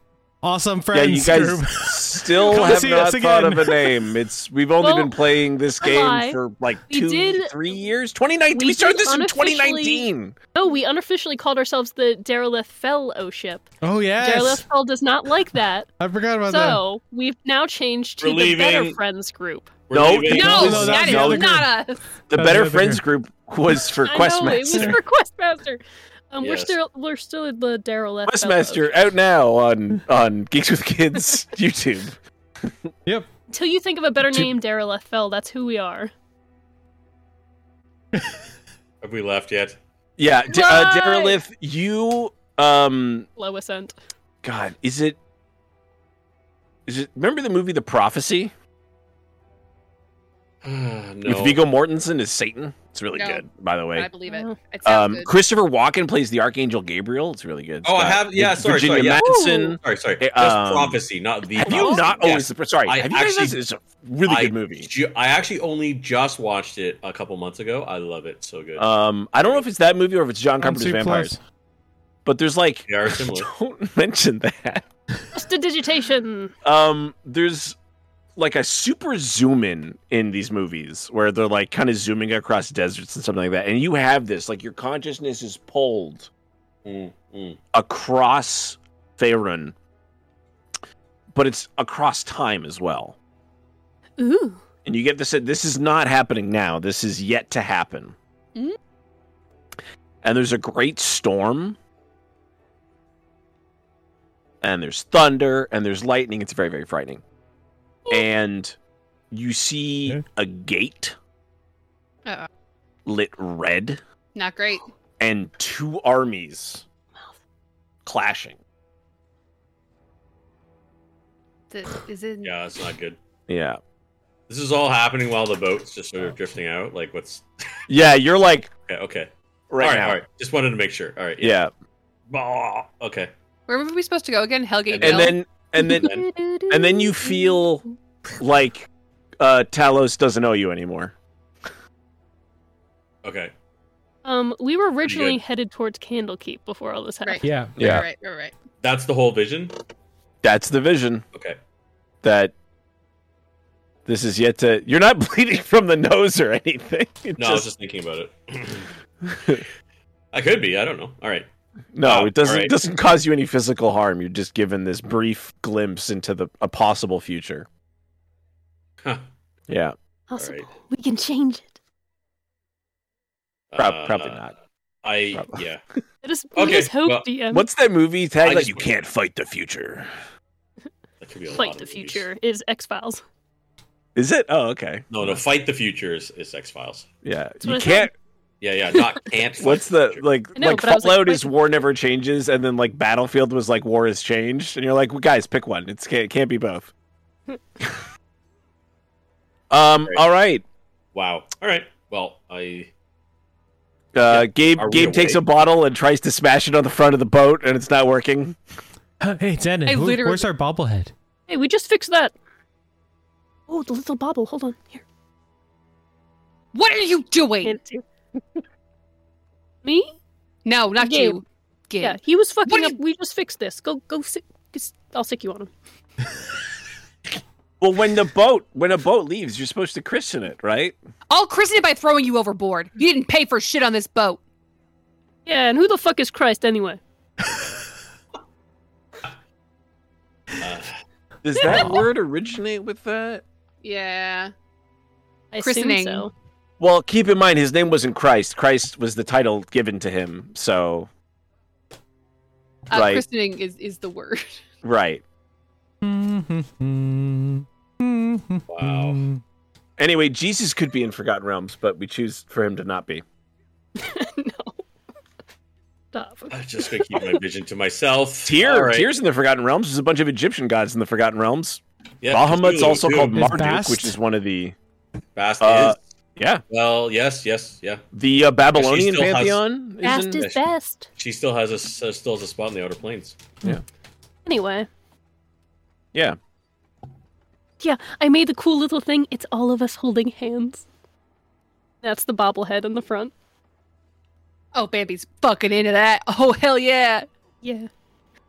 Speaker 2: awesome
Speaker 3: yeah,
Speaker 2: friends
Speaker 3: you guys
Speaker 2: group.
Speaker 3: still
Speaker 2: Come
Speaker 3: have
Speaker 2: see
Speaker 3: not
Speaker 2: us
Speaker 3: thought
Speaker 2: again.
Speaker 3: of a name. It's we've only
Speaker 4: Well,
Speaker 3: been playing this
Speaker 4: a
Speaker 3: game
Speaker 4: lie.
Speaker 3: for like
Speaker 4: We
Speaker 3: two,
Speaker 4: did-
Speaker 3: three years. 2019. We,
Speaker 4: we
Speaker 3: started
Speaker 4: did
Speaker 3: this in
Speaker 4: unofficially-
Speaker 3: 2019.
Speaker 4: No, Oh, we unofficially called ourselves the Derelith Fellowship.
Speaker 2: Oh
Speaker 4: Derelith
Speaker 2: yes,
Speaker 4: Fell does not like that,
Speaker 2: I forgot about that.
Speaker 4: so we've now changed to
Speaker 5: We're
Speaker 4: the Better
Speaker 5: leaving.
Speaker 4: Friends group.
Speaker 5: we're
Speaker 3: no,
Speaker 5: leaving.
Speaker 1: No,
Speaker 2: No,
Speaker 1: that
Speaker 2: no, that's
Speaker 1: is
Speaker 2: the other
Speaker 1: not us.
Speaker 3: The
Speaker 2: That's
Speaker 3: Better
Speaker 2: another
Speaker 3: Friends group was for
Speaker 4: I know, it was
Speaker 3: Questmaster.
Speaker 4: for Questmaster. Um, We're
Speaker 5: Yes.
Speaker 4: still we're still in the Derelith
Speaker 3: Questmaster out now on on Geeks with Kids YouTube.
Speaker 4: Until you think of a better
Speaker 2: To-
Speaker 4: name, Derelith Fell, that's who we are.
Speaker 5: Have we left yet?
Speaker 3: Yeah, D- uh,
Speaker 4: Right.
Speaker 3: Derelith, you um,
Speaker 4: Low Ascent.
Speaker 3: God, is it? Is it? Remember the movie The Prophecy
Speaker 5: no.
Speaker 3: with Viggo Mortensen as Satan? It's really
Speaker 1: No.
Speaker 3: good, by the way.
Speaker 1: I believe it. It sounds
Speaker 3: Um,
Speaker 1: good.
Speaker 3: Christopher Walken plays the Archangel Gabriel. It's really good. It's
Speaker 5: Oh, I
Speaker 3: got
Speaker 5: have- yeah,
Speaker 3: Vir-
Speaker 5: sorry, sorry,
Speaker 3: Virginia
Speaker 5: yeah.
Speaker 3: Madsen.
Speaker 5: Sorry, sorry.
Speaker 3: Eh,
Speaker 5: Just
Speaker 3: um,
Speaker 5: prophecy, not the.
Speaker 3: Have you
Speaker 5: prophecy.
Speaker 3: not
Speaker 5: Yes.
Speaker 3: always? Sorry,
Speaker 5: I
Speaker 3: have you guys?
Speaker 5: actually-
Speaker 3: It's a really
Speaker 5: I
Speaker 3: good movie.
Speaker 5: ju- I actually only just watched it a couple months ago. I love it. So good.
Speaker 3: Um, I don't know if it's that movie or if it's John
Speaker 2: On
Speaker 3: Carpenter's
Speaker 2: C
Speaker 3: Vampires,
Speaker 2: plus.
Speaker 3: but there's like
Speaker 5: they are similar.
Speaker 3: don't mention that.
Speaker 4: Prestidigitation.
Speaker 3: Um, there's like a super zoom in in these movies where they're like kind of zooming across deserts and something like that, and you have this like your consciousness is pulled
Speaker 5: Mm, mm.
Speaker 3: across Faerun, but it's across time as well.
Speaker 4: Ooh.
Speaker 3: and you get this this is not happening now this is yet to happen
Speaker 1: Mhm.
Speaker 3: and there's a great storm and there's thunder and there's lightning it's very very frightening and you see
Speaker 2: Okay.
Speaker 3: a gate
Speaker 1: Uh-oh.
Speaker 3: lit red
Speaker 1: Not great.
Speaker 3: and two armies clashing
Speaker 1: Th- Is it?
Speaker 5: Yeah, that's not good.
Speaker 3: yeah
Speaker 5: This is all happening while the boat's just sort of drifting out. Like, what's
Speaker 3: yeah you're like
Speaker 5: okay? okay.
Speaker 3: right,
Speaker 5: all right,
Speaker 3: now
Speaker 5: all right. Just wanted to make sure. All right.
Speaker 3: yeah
Speaker 5: Bah, Okay.
Speaker 1: Where were we supposed to go again? Hellgate.
Speaker 5: Yeah.
Speaker 1: Hill?
Speaker 3: and then and then and then you feel like uh Talos doesn't owe you anymore.
Speaker 5: Okay.
Speaker 4: Um, we were originally
Speaker 5: good.
Speaker 4: headed towards Candlekeep before all this happened.
Speaker 1: Right.
Speaker 2: Yeah,
Speaker 3: Yeah.
Speaker 1: Right. Right. Right.
Speaker 5: That's the whole vision.
Speaker 3: That's the vision
Speaker 5: Okay.
Speaker 3: that this is yet to You're not bleeding from the nose or anything. It
Speaker 5: No, I was just thinking about it. I could be. I don't know. All right.
Speaker 3: No,
Speaker 5: oh,
Speaker 3: it doesn't
Speaker 5: alright.
Speaker 3: doesn't cause you any physical harm. You're just given this brief glimpse into the a possible future.
Speaker 5: Huh.
Speaker 3: Yeah.
Speaker 4: Possible.
Speaker 5: All
Speaker 4: We can change it.
Speaker 3: Prob-
Speaker 5: Uh,
Speaker 3: probably not.
Speaker 5: I
Speaker 3: Prob-
Speaker 5: yeah.
Speaker 4: Let us, let
Speaker 5: Okay,
Speaker 4: us hope,
Speaker 5: well,
Speaker 4: DM.
Speaker 3: What's that movie tag
Speaker 5: I
Speaker 3: like
Speaker 5: just-
Speaker 3: you can't fight the future?
Speaker 5: That could be a lot
Speaker 4: Fight
Speaker 5: of
Speaker 4: the
Speaker 5: movies.
Speaker 4: future is X Files.
Speaker 3: Is it? Oh, okay.
Speaker 5: No, no. Fight the future is, is X Files.
Speaker 3: Yeah.
Speaker 4: what
Speaker 3: You
Speaker 4: I said.
Speaker 3: can't
Speaker 5: Yeah, yeah. Not can't. fight
Speaker 3: What's the
Speaker 5: future.
Speaker 3: like
Speaker 4: I know,
Speaker 3: like
Speaker 4: but I was like,
Speaker 3: Fallout
Speaker 4: wait-
Speaker 3: is war never changes, and then like Battlefield was like war has changed, and you're like, well, guys, pick one. It's can't, it can't be both. um. All right.
Speaker 5: Wow. All right. Well, I
Speaker 3: Uh, Gabe
Speaker 5: Are we
Speaker 3: Gabe takes a
Speaker 5: awake?
Speaker 3: bottle and tries to smash it on the front of the boat, and it's not working.
Speaker 2: Hey, Zenon,
Speaker 1: I
Speaker 2: who-
Speaker 1: literally-
Speaker 2: where's our bobblehead?
Speaker 4: Hey, we just fixed that. Oh, the little bobble. Hold on. Here.
Speaker 1: What are you doing?
Speaker 4: Hand it to you. Me?
Speaker 1: no, not
Speaker 4: Gabe.
Speaker 1: you. Gabe.
Speaker 4: Yeah, he was fucking
Speaker 1: What
Speaker 4: up. We just fixed this. Go, go, sick. just- I'll sick you on him.
Speaker 3: Well, when the boat when a boat leaves, you're supposed to christen it, right?
Speaker 1: I'll christen it by throwing you overboard. You didn't pay for shit on this boat.
Speaker 4: Yeah, and who the fuck is Christ anyway?
Speaker 5: uh,
Speaker 3: Does that word originate with that?
Speaker 1: Yeah.
Speaker 4: I
Speaker 1: Christening.
Speaker 4: assume so.
Speaker 3: Well, keep in mind his name wasn't Christ. Christ was the title given to him. So
Speaker 4: Oh,
Speaker 1: Uh,
Speaker 3: Right.
Speaker 1: Christening is, is the word.
Speaker 3: right.
Speaker 2: Wow.
Speaker 3: Anyway, Jesus could be in Forgotten Realms, but we choose for him to not be.
Speaker 4: no. Stop.
Speaker 5: I'm just gonna keep my vision to myself.
Speaker 3: Tear,
Speaker 5: All right.
Speaker 3: Tears in the Forgotten Realms is a bunch of Egyptian gods in the Forgotten Realms.
Speaker 5: Yep,
Speaker 3: Bahamut's
Speaker 5: Cthulhu,
Speaker 3: also
Speaker 5: too.
Speaker 3: called
Speaker 2: Is
Speaker 3: Marduk,
Speaker 2: Bast-
Speaker 3: which is one of the
Speaker 5: Bast
Speaker 3: uh,
Speaker 5: is-
Speaker 3: yeah
Speaker 5: well, yes, yes, yeah.
Speaker 3: the uh, Babylonian
Speaker 5: still has-
Speaker 3: pantheon. is
Speaker 4: Fast
Speaker 3: in-
Speaker 4: is best.
Speaker 5: She still has a s- uh, still has a spot in the Outer Planes.
Speaker 4: Anyway,
Speaker 3: yeah,
Speaker 4: yeah, I made the cool little thing. It's all of us holding hands. That's the bobblehead in the front.
Speaker 1: Oh, Bambi's fucking into that. Oh, hell yeah.
Speaker 4: Yeah.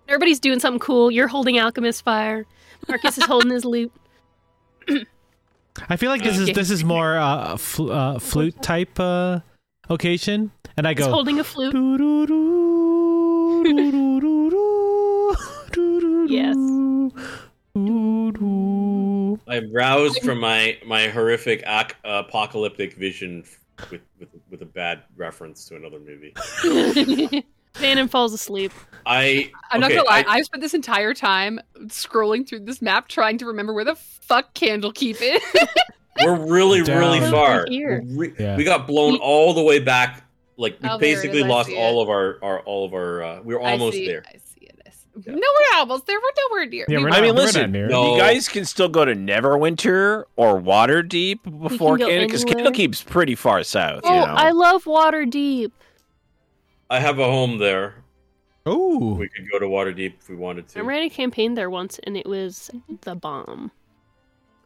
Speaker 4: Everybody's doing something cool. You're holding alchemist fire. Marcus is holding his loot.
Speaker 2: I feel like this is this is more uh, fl- uh flute type uh occasion, and I
Speaker 4: He's
Speaker 2: go.
Speaker 4: holding a flute. Yes.
Speaker 2: Yes.
Speaker 5: I'm roused from my my horrific ac- apocalyptic vision f- with, with with a bad reference to another movie.
Speaker 4: Bannon falls asleep.
Speaker 5: I
Speaker 1: I'm
Speaker 5: okay,
Speaker 1: not gonna lie.
Speaker 5: I,
Speaker 1: I, have spent this entire time scrolling through this map trying to remember where the fuck Candlekeep is.
Speaker 5: we're really
Speaker 2: Down.
Speaker 5: really
Speaker 2: Down
Speaker 5: far.
Speaker 4: here.
Speaker 5: We're re-
Speaker 2: Yeah.
Speaker 5: We got blown all the way back. Like we
Speaker 1: Oh, there it is.
Speaker 5: basically
Speaker 1: I
Speaker 5: lost
Speaker 1: see it.
Speaker 5: all of our, our all of our. Uh, we were
Speaker 1: I
Speaker 5: almost
Speaker 1: see-
Speaker 5: there.
Speaker 1: I see it. I see- No, we're almost there. We're nowhere near. We
Speaker 2: Yeah, we're
Speaker 1: were.
Speaker 2: not,
Speaker 3: I mean,
Speaker 2: we're
Speaker 3: listen,
Speaker 2: not near.
Speaker 5: no.
Speaker 3: you guys can still go to Neverwinter or Waterdeep before
Speaker 4: go
Speaker 3: Canada because
Speaker 4: anywhere.
Speaker 3: Candlekeep's pretty far south.
Speaker 4: Oh,
Speaker 3: you know?
Speaker 4: I love water deep.
Speaker 5: I have a home there.
Speaker 2: Ooh.
Speaker 5: We could go to Waterdeep if we wanted
Speaker 4: I
Speaker 5: to.
Speaker 4: ran a campaign there once, and it was the bomb.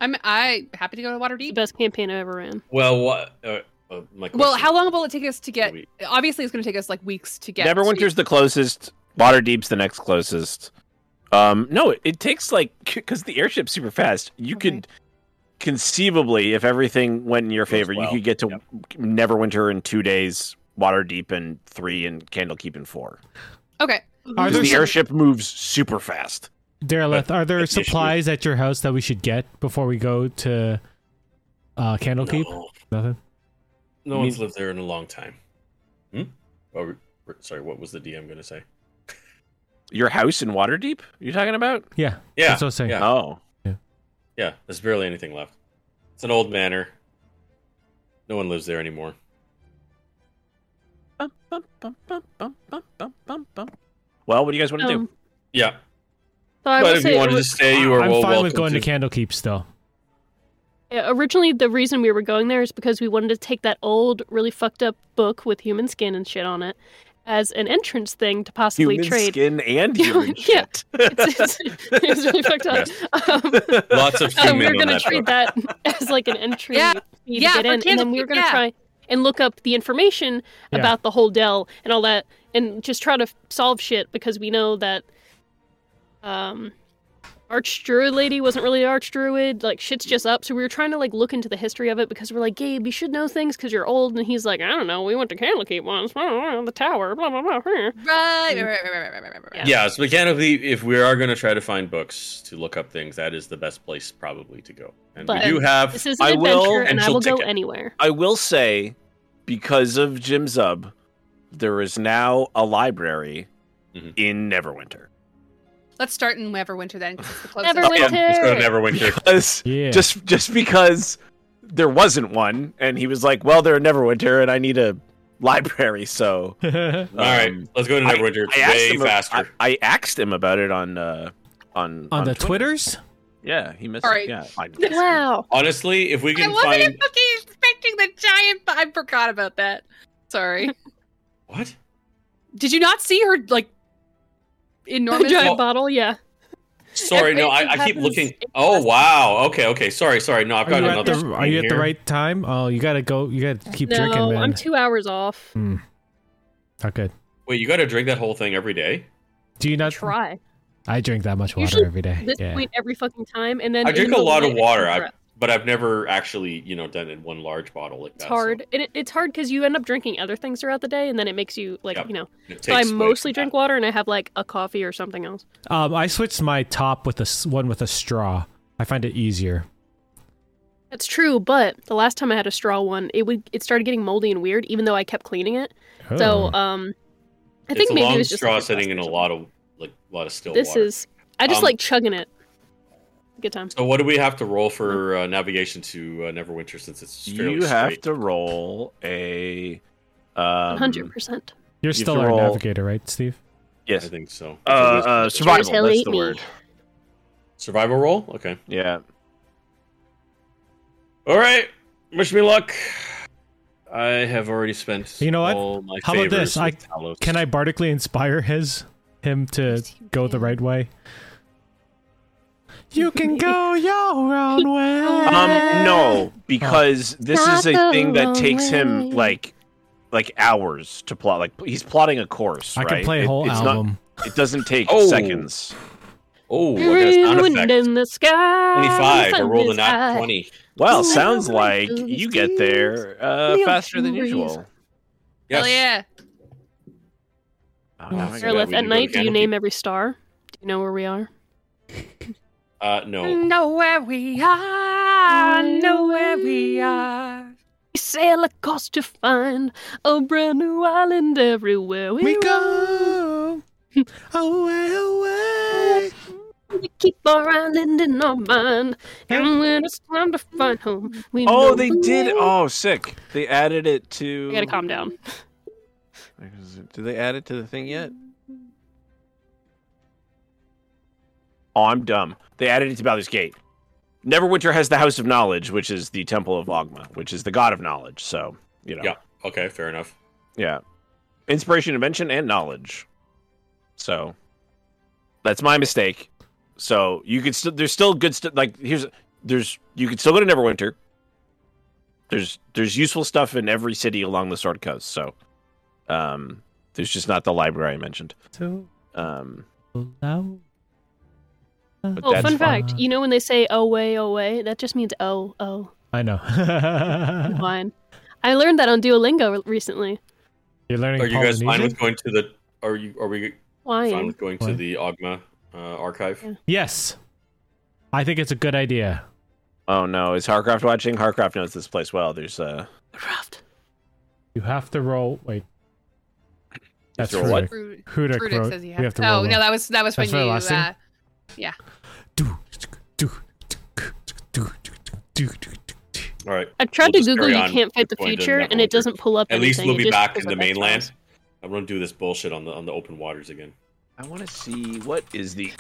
Speaker 1: I'm I happy to go to
Speaker 4: It's the
Speaker 1: Waterdeep.
Speaker 4: best campaign I ever ran.
Speaker 5: Well, what? Uh, uh, my
Speaker 1: Well,
Speaker 5: question-
Speaker 1: how long will it take us to get?
Speaker 5: We-
Speaker 1: Obviously, it's going to take us like weeks to get.
Speaker 3: Neverwinter's the closest. Waterdeep's the next closest. Um, no, it, it takes like because the airship's super fast. You
Speaker 1: Okay.
Speaker 3: could conceivably, if everything went in your
Speaker 5: Goes
Speaker 3: favor,
Speaker 5: well.
Speaker 3: you could get to
Speaker 5: Yep.
Speaker 3: Neverwinter in two days, Waterdeep in three, and Candlekeep in four.
Speaker 1: Okay.
Speaker 2: Are
Speaker 3: 'Cause
Speaker 2: there
Speaker 3: the
Speaker 2: some-
Speaker 3: airship moves super fast.
Speaker 2: Derelith, are there
Speaker 5: But the issue-
Speaker 2: supplies at your house that we should get before we go to uh, Candlekeep?
Speaker 5: No,
Speaker 2: Nothing.
Speaker 5: no
Speaker 3: You
Speaker 5: one's lived there in a long time. Hmm? Oh, re- re- sorry, what was the DM going to say?
Speaker 3: Your house in Waterdeep? You talking about?
Speaker 2: Yeah.
Speaker 5: Yeah,
Speaker 2: That's what I was saying.
Speaker 5: yeah.
Speaker 3: Oh,
Speaker 5: Yeah, there's barely anything left. It's an old manor. No one lives there anymore.
Speaker 3: Bum, bum, bum, bum, bum, bum, bum, bum, bum. Well, what do you guys want to
Speaker 4: Um,
Speaker 3: do?
Speaker 5: Yeah,
Speaker 4: so I
Speaker 5: but
Speaker 4: would
Speaker 5: if
Speaker 4: say
Speaker 5: you
Speaker 4: it
Speaker 5: wanted
Speaker 4: was-
Speaker 5: to stay, you are
Speaker 2: I'm
Speaker 5: well
Speaker 2: fine
Speaker 5: welcome
Speaker 2: with going to, Candlekeep still.
Speaker 4: Yeah, originally the reason we were going there is because we wanted to take that old, really fucked up book with human skin and shit on it as an entrance thing to possibly
Speaker 3: Human
Speaker 4: trade.
Speaker 3: skin and human
Speaker 4: Yeah.
Speaker 3: shit.
Speaker 4: It's, it's, it's really fucked up. Um,
Speaker 5: lots of
Speaker 4: so
Speaker 5: human
Speaker 4: we were
Speaker 5: on
Speaker 4: going to
Speaker 5: that
Speaker 4: treat
Speaker 5: book.
Speaker 4: that as like an entry
Speaker 1: Yeah,
Speaker 4: fee
Speaker 1: yeah,
Speaker 4: to get
Speaker 1: for
Speaker 4: in, and then we
Speaker 1: Candlekeep,
Speaker 4: were going to
Speaker 1: yeah.
Speaker 4: try and look up the information
Speaker 2: Yeah.
Speaker 4: about the whole Dell and all that, and just try to f- solve shit because we know that um, Archdruid lady wasn't really an Archdruid. Like shit's just up, so we were trying to like look into the history of it because we're like, Gabe, you should know things because you're old, and he's like, I don't know, we went to Candlekeep once, blah, blah, blah, the tower, blah blah blah. here."
Speaker 5: Mm.
Speaker 1: Right. right, right, right, right, right, right, right, right.
Speaker 4: Yeah.
Speaker 5: Yeah, so mechanically, if we are going to try to find books to look up things, that is the best place probably to go. And
Speaker 4: But-
Speaker 5: we do have.
Speaker 4: This is an
Speaker 3: I
Speaker 4: adventure,
Speaker 3: will-
Speaker 4: and
Speaker 5: and
Speaker 4: I
Speaker 5: she'll
Speaker 4: will go
Speaker 5: take it.
Speaker 4: anywhere.
Speaker 3: I will say, because of Jim Zub, there is now a library
Speaker 5: Mhm.
Speaker 3: in Neverwinter.
Speaker 1: Let's start in Neverwinter then. 'cause it's the closest.
Speaker 4: Neverwinter.
Speaker 5: Oh, Yeah, let's go to Neverwinter.
Speaker 3: Because
Speaker 2: Yeah.
Speaker 3: just just because there wasn't one, and he was like, "Well, they're in Neverwinter, and I need a library," so
Speaker 2: on
Speaker 5: All right,
Speaker 3: um,
Speaker 5: let's go to
Speaker 3: I-
Speaker 5: Neverwinter. It's
Speaker 3: I asked
Speaker 5: way
Speaker 3: him a-
Speaker 5: faster.
Speaker 3: I, I asked him about it on uh, on
Speaker 2: the
Speaker 3: Twitter.
Speaker 2: Twitters?
Speaker 3: Yeah, he missed.
Speaker 1: All right.
Speaker 3: Yeah, I missed.
Speaker 4: Wow.
Speaker 5: Honestly, if we
Speaker 1: I
Speaker 5: can
Speaker 1: wasn't
Speaker 5: find
Speaker 1: fucking expecting the giant. But I forgot about that. Sorry.
Speaker 5: what?
Speaker 1: Did you not see her like enormous?
Speaker 4: giant
Speaker 5: Well-
Speaker 4: bottle, yeah.
Speaker 5: Sorry, no, I, I keep
Speaker 4: Everything
Speaker 5: looking.
Speaker 4: happens in
Speaker 5: Oh wow. Okay, okay. Sorry, sorry. No, I've
Speaker 2: Are
Speaker 5: got
Speaker 2: you, at
Speaker 5: another.
Speaker 2: the, are you at the
Speaker 5: screen
Speaker 2: right time? Oh, you gotta go. You gotta keep
Speaker 4: no,
Speaker 2: drinking, man.
Speaker 4: I'm two hours off.
Speaker 2: Not good.
Speaker 5: here. Wait, you got to drink that whole thing every day?
Speaker 2: Do you not?
Speaker 4: Try
Speaker 2: I drink that much water
Speaker 4: Usually
Speaker 2: every day.
Speaker 4: this
Speaker 2: yeah.
Speaker 4: point every fucking time, and then
Speaker 5: I drink
Speaker 4: in
Speaker 5: a
Speaker 4: the
Speaker 5: lot of
Speaker 4: light,
Speaker 5: water.
Speaker 4: it's
Speaker 5: I,
Speaker 4: rough.
Speaker 5: but I've never actually, you know, done it in one large bottle like that.
Speaker 4: It's
Speaker 5: so
Speaker 4: hard. And It, it's hard because you end up drinking other things throughout the day, and then it makes you like
Speaker 5: Yep.
Speaker 4: you know.
Speaker 5: it
Speaker 4: So I
Speaker 5: takes away
Speaker 4: mostly
Speaker 5: from
Speaker 4: drink
Speaker 5: that.
Speaker 4: water, and I have like a coffee or something else.
Speaker 2: um, I switched my top with a s- one with a straw. I find it easier.
Speaker 4: That's true, but the last time I had a straw one, it would it started getting moldy and weird, even though I kept cleaning it.
Speaker 2: Oh.
Speaker 4: So um, I think
Speaker 5: it's a
Speaker 4: maybe
Speaker 5: long
Speaker 4: it was just
Speaker 5: straw
Speaker 4: like,
Speaker 5: sitting in a
Speaker 4: plastic or
Speaker 5: lot of like a lot of still
Speaker 4: something. This
Speaker 5: water.
Speaker 4: is I just
Speaker 5: Um,
Speaker 4: like chugging it. Good time.
Speaker 5: So what do we have to roll for uh, navigation to uh, Neverwinter since it's fairly
Speaker 3: You have
Speaker 5: straight?
Speaker 3: to roll a
Speaker 4: One hundred
Speaker 3: um,
Speaker 4: percent.
Speaker 2: You're
Speaker 3: have
Speaker 2: still
Speaker 3: to
Speaker 2: our
Speaker 3: roll-
Speaker 2: navigator, right, Steve?
Speaker 5: I
Speaker 3: Yes.
Speaker 5: think so.
Speaker 3: Uh, uh, survival.
Speaker 4: tell
Speaker 3: That's
Speaker 4: eat
Speaker 3: the
Speaker 4: me.
Speaker 3: word.
Speaker 5: Survival roll? Okay.
Speaker 3: Yeah.
Speaker 5: All right. Wish me luck. I have already spent.
Speaker 2: You know what?
Speaker 5: All my
Speaker 2: How about this?
Speaker 5: favors
Speaker 2: I-
Speaker 5: with Talos.
Speaker 2: Can I bardically inspire his him to go the right way? You can go your own way.
Speaker 3: Um, no, because this is a thing that takes him like like hours to plot. Like he's plotting a course.
Speaker 2: I can
Speaker 3: right?
Speaker 2: play a
Speaker 3: It-
Speaker 2: whole
Speaker 3: it's
Speaker 2: album.
Speaker 3: Not, it doesn't take
Speaker 5: Oh.
Speaker 3: seconds.
Speaker 5: Oh, I got a sound
Speaker 4: Ruined
Speaker 5: effect.
Speaker 4: in the sky.
Speaker 5: 25. I rolled a
Speaker 4: Sun's
Speaker 5: nat
Speaker 4: eye.
Speaker 5: 20.
Speaker 3: Well,
Speaker 4: Ooh,
Speaker 3: sounds
Speaker 4: I
Speaker 3: like
Speaker 4: love
Speaker 3: you
Speaker 4: these
Speaker 3: get there uh,
Speaker 4: Real
Speaker 3: faster than
Speaker 4: stories.
Speaker 3: usual.
Speaker 5: Yes.
Speaker 1: Hell yeah.
Speaker 3: Oh, now I
Speaker 5: Or
Speaker 3: gotta-
Speaker 5: left
Speaker 4: Aerith,
Speaker 5: we
Speaker 4: at
Speaker 5: do
Speaker 4: night,
Speaker 5: go
Speaker 4: do you
Speaker 5: again.
Speaker 4: name every star? Do you know where we are?
Speaker 5: Uh,
Speaker 4: Mm.
Speaker 5: no.
Speaker 1: Know where we are. Know where we are.
Speaker 4: We sail across to find a brand new island everywhere. We,
Speaker 2: We go away, away.
Speaker 4: want to keep our island in our mind. And when it's time to find home, we
Speaker 3: Oh,
Speaker 4: know
Speaker 3: they
Speaker 4: the
Speaker 3: did.
Speaker 4: way.
Speaker 3: Oh, sick. They added it to.
Speaker 4: I gotta calm down.
Speaker 3: Did they add it to the thing yet? Oh, I'm dumb. They added it to Baldur's Gate. Neverwinter has the House of Knowledge, which is the Temple of Ogma, which is the God of Knowledge. So you know,
Speaker 5: Yeah. Okay. Fair enough.
Speaker 3: yeah. inspiration, invention, and knowledge. So that's my mistake. So you could still there's still good stuff. Like here's there's you could still go to Neverwinter. There's there's useful stuff in every city along the Sword Coast. So um, there's just not the library I mentioned.
Speaker 2: So
Speaker 3: Um,
Speaker 2: loud.
Speaker 3: but
Speaker 4: Oh,
Speaker 3: that's
Speaker 4: fun
Speaker 2: fine.
Speaker 4: fact. You know when they say "Oh, away, away, that just means oh, oh,
Speaker 2: I know.
Speaker 4: wine. I learned that on Duolingo recently.
Speaker 2: You're learning
Speaker 5: Are you guys fine
Speaker 2: Polynesian?
Speaker 5: with going to the? Are you? Are we fine
Speaker 4: Wine.
Speaker 5: with going
Speaker 2: Why?
Speaker 5: to the Ogma uh, archive?
Speaker 4: Yeah.
Speaker 2: Yes. I think it's a good idea.
Speaker 3: Oh no, is Harcraft watching? Harcraft knows this place well. There's uh
Speaker 4: Craft.
Speaker 2: You have to roll. Wait. That's
Speaker 3: roll what?
Speaker 2: Rudik.
Speaker 1: Rudick
Speaker 2: Rudik wrote.
Speaker 1: says he
Speaker 2: We
Speaker 1: has.
Speaker 2: have to
Speaker 1: oh
Speaker 2: roll.
Speaker 1: no, that was that was
Speaker 2: That's
Speaker 1: when
Speaker 2: her
Speaker 1: you.
Speaker 2: last name?
Speaker 1: Uh,
Speaker 2: Do, do, do, do, do, do.
Speaker 5: All right.
Speaker 4: I tried
Speaker 5: We'll
Speaker 4: to
Speaker 5: just
Speaker 4: Google
Speaker 5: carry
Speaker 4: you
Speaker 5: on
Speaker 4: can't fight the
Speaker 5: going to
Speaker 4: future, and
Speaker 5: Neverwinter.
Speaker 4: it doesn't pull up.
Speaker 5: At least
Speaker 4: anything,
Speaker 5: we'll
Speaker 4: it
Speaker 5: be
Speaker 4: just
Speaker 5: back
Speaker 4: pulls
Speaker 5: in the
Speaker 4: up Xbox.
Speaker 5: mainland. I'm gonna do this bullshit on the on the open waters again.
Speaker 3: I wanna see what is the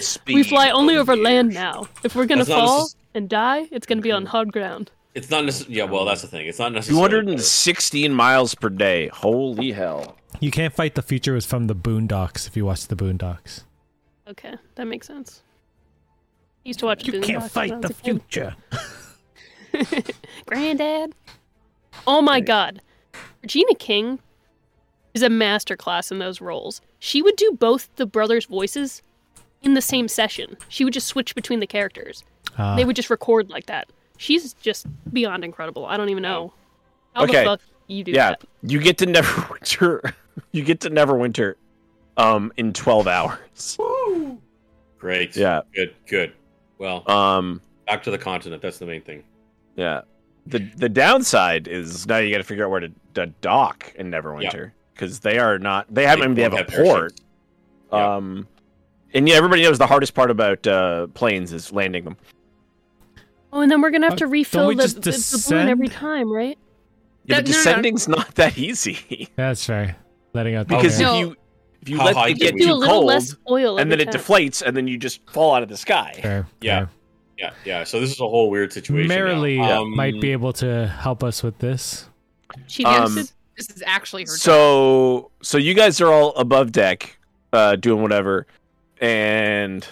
Speaker 3: speed.
Speaker 4: We fly only
Speaker 3: of
Speaker 4: over land
Speaker 3: the-
Speaker 4: now. If we're gonna
Speaker 5: That's not
Speaker 4: fall
Speaker 5: necess-
Speaker 4: and die, it's gonna be on hard ground.
Speaker 5: It's not necessarily. Yeah. Well, that's the thing. It's not necessarily. better.
Speaker 3: 216 miles per day. Holy hell.
Speaker 2: You can't fight the future was from the Boondocks if you watch the Boondocks.
Speaker 4: Okay, that makes sense. I used to watch.
Speaker 2: You can't
Speaker 4: Boondocks when I
Speaker 2: fight
Speaker 4: was
Speaker 2: the
Speaker 4: a kid.
Speaker 2: future.
Speaker 4: Granddad. Oh my god. Regina King is a masterclass in those roles. She would do both the brothers' voices in the same session. She would just switch between the characters.
Speaker 2: Ah.
Speaker 4: They would just record like that. She's just beyond incredible. I don't even know how
Speaker 3: Okay.
Speaker 4: the fuck you do
Speaker 3: yeah.
Speaker 4: that.
Speaker 3: You get to Neverwinter. you get to Neverwinter um in 12 hours.
Speaker 5: Great.
Speaker 3: Yeah.
Speaker 5: Good. Good. Well,
Speaker 3: Um
Speaker 5: back to the continent. That's the main thing.
Speaker 3: yeah. The the downside is now you got to figure out where to, to dock in Neverwinter cuz they are not they haven't they,
Speaker 5: don't
Speaker 3: have a
Speaker 5: airships.
Speaker 3: port.
Speaker 5: Yeah.
Speaker 3: Um, and yeah, everybody knows the hardest part about uh, planes is landing them.
Speaker 4: Oh, and then we're gonna have
Speaker 2: Uh,
Speaker 4: to
Speaker 2: don't
Speaker 4: refill
Speaker 2: we
Speaker 4: the, the,
Speaker 2: just
Speaker 4: the balloon every
Speaker 2: descend?
Speaker 4: time, right?
Speaker 1: That- no,
Speaker 3: Yeah, but
Speaker 1: no, no.
Speaker 3: descending's not that easy
Speaker 2: That's fair. Letting out the
Speaker 3: because
Speaker 2: air.
Speaker 1: No.
Speaker 3: if you if you
Speaker 5: How high
Speaker 3: let it
Speaker 5: can
Speaker 3: get
Speaker 5: we
Speaker 4: Do a
Speaker 3: too
Speaker 4: little
Speaker 3: cold
Speaker 4: less oil,
Speaker 3: and then
Speaker 4: every
Speaker 3: it
Speaker 4: time.
Speaker 3: deflates and then you just fall out of the sky.
Speaker 2: Fair,
Speaker 5: Yeah.
Speaker 2: fair.
Speaker 5: Yeah. Yeah. So this is a whole weird situation. now.
Speaker 2: Merrily uh,
Speaker 5: Um,
Speaker 2: might be able to help us with this.
Speaker 4: She
Speaker 3: Um,
Speaker 4: guesses.
Speaker 1: this is actually her.
Speaker 3: So so you guys are all above deck, uh, doing whatever, and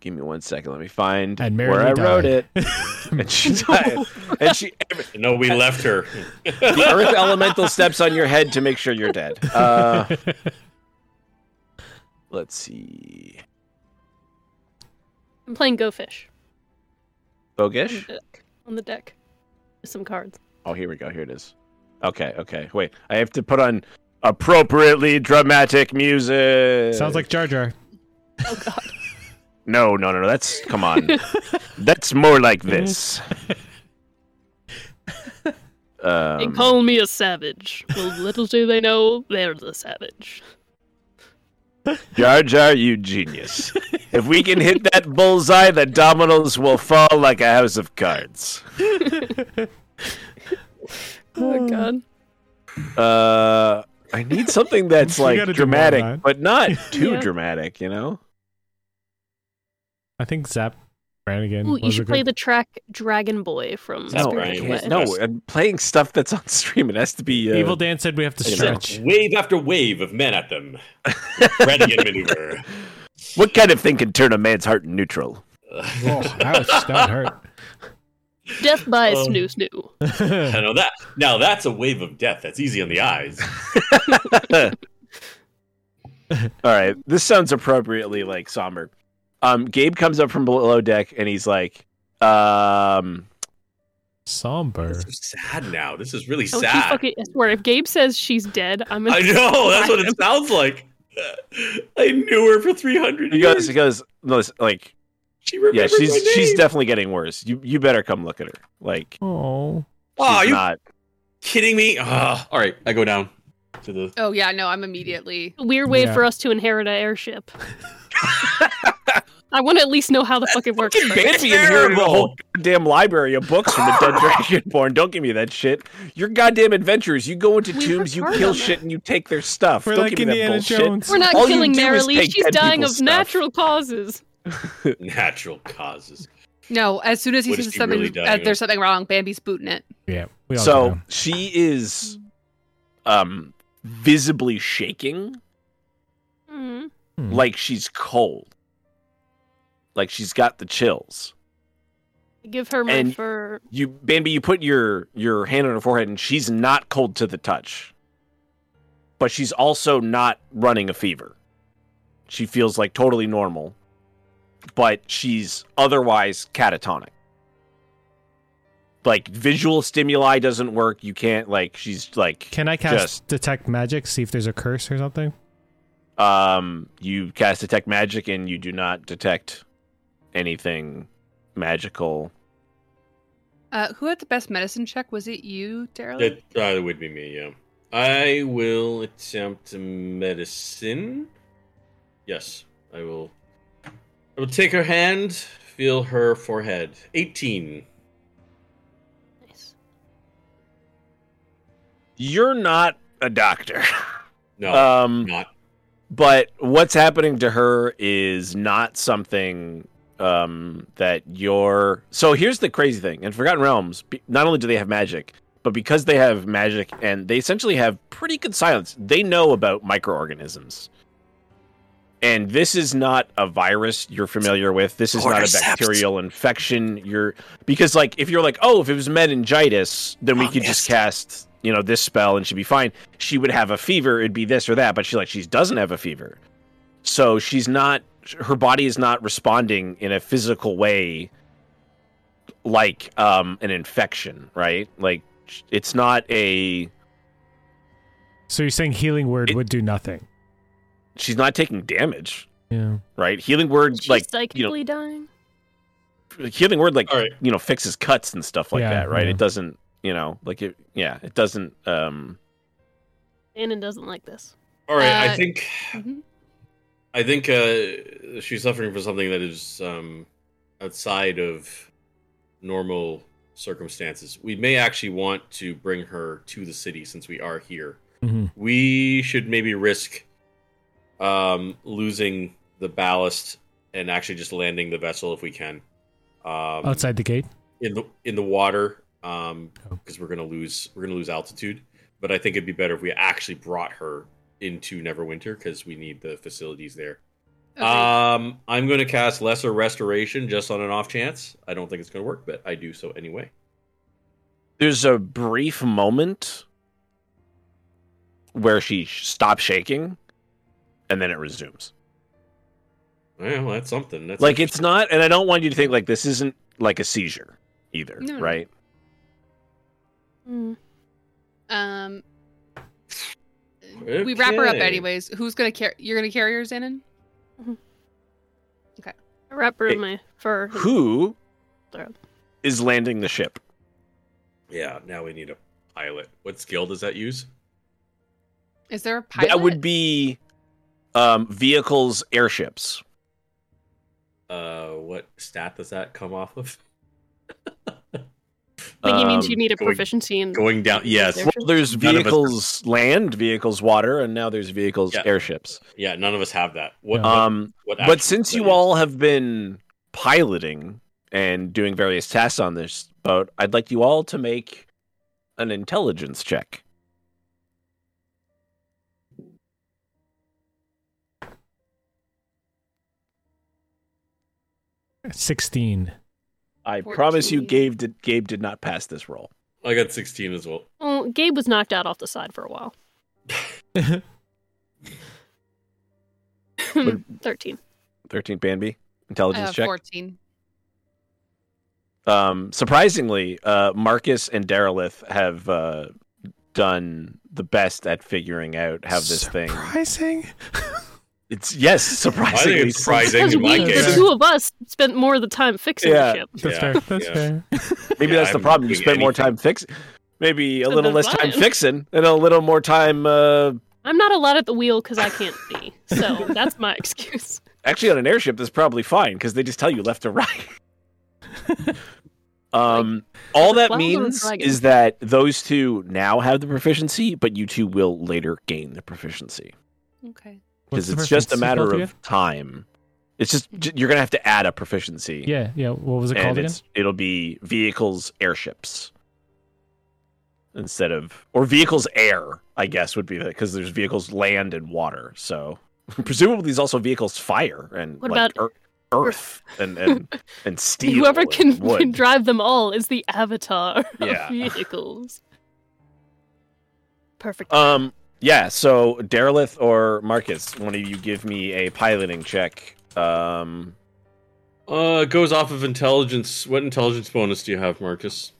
Speaker 3: give me one second. Let me find
Speaker 2: And
Speaker 3: where I
Speaker 2: Merrily
Speaker 3: wrote
Speaker 2: died.
Speaker 3: it. And she died. and she
Speaker 5: No, we left her.
Speaker 3: the earth elemental steps on your head to make sure you're dead. Uh, let's see.
Speaker 4: I'm playing Go Fish on the
Speaker 3: Bogish?
Speaker 4: deck. On the deck. With some cards.
Speaker 3: Oh, here we go. Here it is. Okay, okay. Wait, I have to put on appropriately dramatic music.
Speaker 2: Sounds like Jar Jar.
Speaker 3: No, no, no, no. That's come on. that's more like this.
Speaker 4: They
Speaker 3: Um,
Speaker 4: call me a savage. Well, little do they know, they're the savage.
Speaker 3: Jar Jar, you genius. if we can hit that bullseye, the dominoes will fall like a house of cards.
Speaker 4: Oh, God.
Speaker 3: Uh, I need something that's
Speaker 2: You
Speaker 3: like
Speaker 2: gotta do more of
Speaker 3: dramatic,
Speaker 2: that.
Speaker 3: but not too
Speaker 4: Yeah.
Speaker 3: dramatic. You know.
Speaker 2: I think Zap Brannigan.
Speaker 4: Ooh,
Speaker 2: was
Speaker 4: you
Speaker 2: a
Speaker 4: should
Speaker 2: good-
Speaker 4: play the track Dragon Boy from
Speaker 5: That's
Speaker 3: No,
Speaker 5: right.
Speaker 3: I
Speaker 4: Spirited Away.
Speaker 3: can't. no.
Speaker 5: Best.
Speaker 3: I'm playing stuff that's on stream. It has to be uh,
Speaker 2: Evil Dan said we have to
Speaker 3: Wait a
Speaker 5: Send
Speaker 3: minute.
Speaker 2: stretch.
Speaker 5: wave after wave of men at them. Renegade maneuver.
Speaker 3: What kind of thing can turn a man's heart neutral?
Speaker 2: Oh, ouch, that hurt.
Speaker 4: Death by
Speaker 2: Oh.
Speaker 5: Um,
Speaker 4: Snoo Snoo.
Speaker 5: I know that. Now that's a wave of death. That's easy on the eyes.
Speaker 3: All right, this sounds appropriately like somber. Um, Gabe comes up from below deck and he's like, um,
Speaker 2: Somber.
Speaker 5: This is sad now. This is really
Speaker 4: Oh, she
Speaker 5: sad.
Speaker 4: fucking, I swear, if Gabe says she's dead, I'm gonna.
Speaker 5: I know. That's what it sounds like. I knew her for three hundred
Speaker 3: he
Speaker 5: years.
Speaker 3: goes, he goes, no, it's like,
Speaker 5: She remembered
Speaker 3: yeah, she's
Speaker 5: my name.
Speaker 3: she's definitely getting worse. You you better come look at her. Like, she's
Speaker 2: Oh.
Speaker 5: Aw, Ah, you
Speaker 3: not.
Speaker 5: kidding me? Ah, all right, I go down to the.
Speaker 1: Oh yeah, no, I'm immediately.
Speaker 4: a weird way
Speaker 2: Yeah.
Speaker 4: for us to inherit an airship. I want to at least know how the fuck it works.
Speaker 3: Fucking
Speaker 4: first.
Speaker 3: Banshee inherited a whole goddamn library of books from the dead dragonborn. Don't give me that shit. Your goddamn adventures. You go into
Speaker 4: We
Speaker 3: tombs, you
Speaker 4: worked hard
Speaker 3: kill
Speaker 4: on that.
Speaker 3: shit, and you take their stuff.
Speaker 2: We're
Speaker 3: Uh, Don't
Speaker 2: like
Speaker 3: give me
Speaker 2: Indiana
Speaker 3: that bullshit.
Speaker 2: Jones.
Speaker 4: We're not
Speaker 3: All you
Speaker 4: killing
Speaker 3: do is
Speaker 4: merrily.
Speaker 3: take
Speaker 4: She's
Speaker 3: dead
Speaker 4: dying of
Speaker 3: people's stuff.
Speaker 4: natural causes.
Speaker 5: Natural causes.
Speaker 1: No, as soon as he
Speaker 5: What is
Speaker 1: says
Speaker 5: he
Speaker 1: something,
Speaker 5: really dying
Speaker 1: uh,
Speaker 5: of?
Speaker 1: there's something wrong. Bambi's booting it.
Speaker 2: Yeah. We all
Speaker 3: so
Speaker 2: know.
Speaker 3: she is um visibly shaking
Speaker 4: Mm.
Speaker 2: Hmm.
Speaker 3: like she's cold like she's got the chills
Speaker 4: Give her my
Speaker 3: And-
Speaker 4: fur.
Speaker 3: you bambi you put your your hand on her forehead and she's not cold to the touch but she's also not running a fever she feels like totally normal but she's otherwise catatonic like visual stimuli doesn't work you can't like she's like
Speaker 2: Can I cast
Speaker 3: Just-
Speaker 2: detect magic? See if there's a curse or something.
Speaker 3: Um, you cast detect magic, and you do not detect anything magical.
Speaker 1: Uh, who had the best medicine check? Was it you, Daryl?
Speaker 5: That uh, would be me. Yeah. I will attempt medicine. Yes, I will. I will take her hand, feel her forehead. Eighteen.
Speaker 4: Nice.
Speaker 3: You're not a doctor.
Speaker 5: No,
Speaker 3: Um,
Speaker 5: not.
Speaker 3: but what's happening to her is not something um that you're. So here's the crazy thing: in Forgotten Realms, be- not only do they have magic, but because they have magic, and they essentially have pretty good silence, they know about microorganisms. And this is not a virus you're familiar with. This is not a
Speaker 5: Cordyceps.
Speaker 3: bacterial infection. You're because like if you're like, oh, if it was meningitis, then we
Speaker 5: Wrong
Speaker 3: could just
Speaker 5: mist.
Speaker 3: cast you know this spell and she'd be fine. She would have a fever. It'd be this or that. But she like she doesn't have a fever, so she's not. Her body is not responding in a physical way like um an infection, right? Like sh- it's not a.
Speaker 2: So you're saying healing word
Speaker 3: It-
Speaker 2: would do nothing.
Speaker 3: She's not taking damage,
Speaker 2: Yeah.
Speaker 3: right? Healing word
Speaker 4: She's
Speaker 3: like you know
Speaker 4: psychically dying.
Speaker 3: healing word like
Speaker 5: All right.
Speaker 3: you know fixes cuts and stuff like
Speaker 2: Yeah,
Speaker 3: that right
Speaker 2: yeah.
Speaker 3: it doesn't you know like it yeah it doesn't um
Speaker 4: Annan doesn't like this.
Speaker 5: All right.
Speaker 1: Uh,
Speaker 5: I think.
Speaker 1: Mhm.
Speaker 5: I think uh, she's suffering from something that is um, outside of normal circumstances. We may actually want to bring her to the city since we are here.
Speaker 2: Mm-hmm.
Speaker 5: We should maybe risk um, losing the ballast and actually just landing the vessel if we can um,
Speaker 2: Outside the gate.
Speaker 5: in the in the water because
Speaker 2: Oh.
Speaker 5: we're gonna lose we're gonna lose altitude. But I think it'd be better if we actually brought her into Neverwinter because we need the facilities there.
Speaker 1: Agreed.
Speaker 5: Um, I'm going to cast Lesser Restoration just on an off chance. I don't think it's going to work, but I do so anyway.
Speaker 3: there's a brief moment where she sh- stops shaking and then it resumes
Speaker 5: Well, that's something. That's
Speaker 3: like it's not and i don't want you to think like this isn't like a seizure either
Speaker 1: No, no.
Speaker 3: right
Speaker 4: Mm.
Speaker 1: Um, we wrap her up
Speaker 5: Okay.
Speaker 1: anyways. Who's gonna carry? You're gonna carry her, Zanon?
Speaker 4: I wrap her in
Speaker 3: Hey,
Speaker 4: my fur. and
Speaker 3: who
Speaker 4: throw it.
Speaker 3: is landing the ship
Speaker 5: yeah. Now we need a pilot. What skill does that use?
Speaker 1: Is there a pilot?
Speaker 3: that would be um vehicles airships
Speaker 5: Uh, what stat does that come off of?
Speaker 4: I think he means you
Speaker 3: Um,
Speaker 4: need a
Speaker 5: going-
Speaker 4: proficiency in.
Speaker 5: Going down, yes,
Speaker 4: There's-
Speaker 3: Well, there's
Speaker 5: None of us-
Speaker 3: vehicles land, vehicles water, and now there's vehicles
Speaker 5: Yeah.
Speaker 3: airships.
Speaker 5: yeah. None of us have that. What?
Speaker 2: Yeah.
Speaker 5: what-
Speaker 3: Um,
Speaker 5: what
Speaker 3: but
Speaker 5: attribute
Speaker 3: since
Speaker 5: that
Speaker 3: you
Speaker 5: is.
Speaker 3: all have been piloting and doing various tasks on this boat, I'd like you all to make an intelligence check.
Speaker 2: Sixteen.
Speaker 3: I promise you,
Speaker 4: 14.
Speaker 3: Gabe did Gabe did not pass this roll.
Speaker 5: I got sixteen as well.
Speaker 4: Well, Gabe was knocked out off the side for a while. Thirteen.
Speaker 3: Thirteen Banby
Speaker 1: I
Speaker 3: intelligence
Speaker 1: have
Speaker 3: check.
Speaker 1: 14.
Speaker 3: Um, surprisingly, uh, Marcus and Derelith have uh, done the best at figuring out how this thing.
Speaker 2: Surprising.
Speaker 3: It's yes,
Speaker 5: I think
Speaker 3: surprisingly
Speaker 5: it's surprising
Speaker 4: Because
Speaker 5: in my
Speaker 4: we, the
Speaker 5: case.
Speaker 4: two of us, spent more of the time fixing
Speaker 3: Yeah.
Speaker 4: the ship.
Speaker 2: That's
Speaker 5: Yeah,
Speaker 2: fair. That's
Speaker 5: yeah.
Speaker 2: fair.
Speaker 3: Maybe
Speaker 5: Yeah,
Speaker 3: that's the
Speaker 5: I'm
Speaker 3: problem. You
Speaker 5: doing
Speaker 3: spend more
Speaker 5: anything.
Speaker 3: time fixing, maybe a
Speaker 4: So
Speaker 3: little
Speaker 4: does
Speaker 3: less time
Speaker 4: mine.
Speaker 3: fixing, and a little more time. Uh,
Speaker 4: I'm not allowed at the wheel because I can't see, so that's my excuse.
Speaker 3: actually, on an airship, that's probably fine because they just tell you left to right. um, all that
Speaker 4: clown or a
Speaker 3: means
Speaker 4: dragon?
Speaker 3: is that those two now have the proficiency, but you two will later gain the proficiency
Speaker 1: Okay.
Speaker 2: What's
Speaker 3: because
Speaker 2: the
Speaker 3: it's just a
Speaker 2: preference?
Speaker 3: matter
Speaker 2: Both
Speaker 3: of
Speaker 2: you?
Speaker 3: time. It's just j- you're gonna have to add a proficiency,
Speaker 2: Yeah, yeah. What was it
Speaker 3: and
Speaker 2: called again?
Speaker 3: it's, it'll be vehicles airships instead of or vehicles air i guess would be that because there's vehicles land and water so presumably there's also vehicles fire and
Speaker 4: What
Speaker 3: like,
Speaker 4: about
Speaker 3: ear- earth and and and steel
Speaker 4: Whoever
Speaker 3: and
Speaker 4: can,
Speaker 3: wood.
Speaker 4: can drive them all is the avatar
Speaker 3: Yeah.
Speaker 4: of vehicles. Perfect.
Speaker 3: um yeah so derelith or marcus one of you give me a piloting check um
Speaker 5: Uh, it goes off of intelligence. What intelligence bonus do you have, Marcus?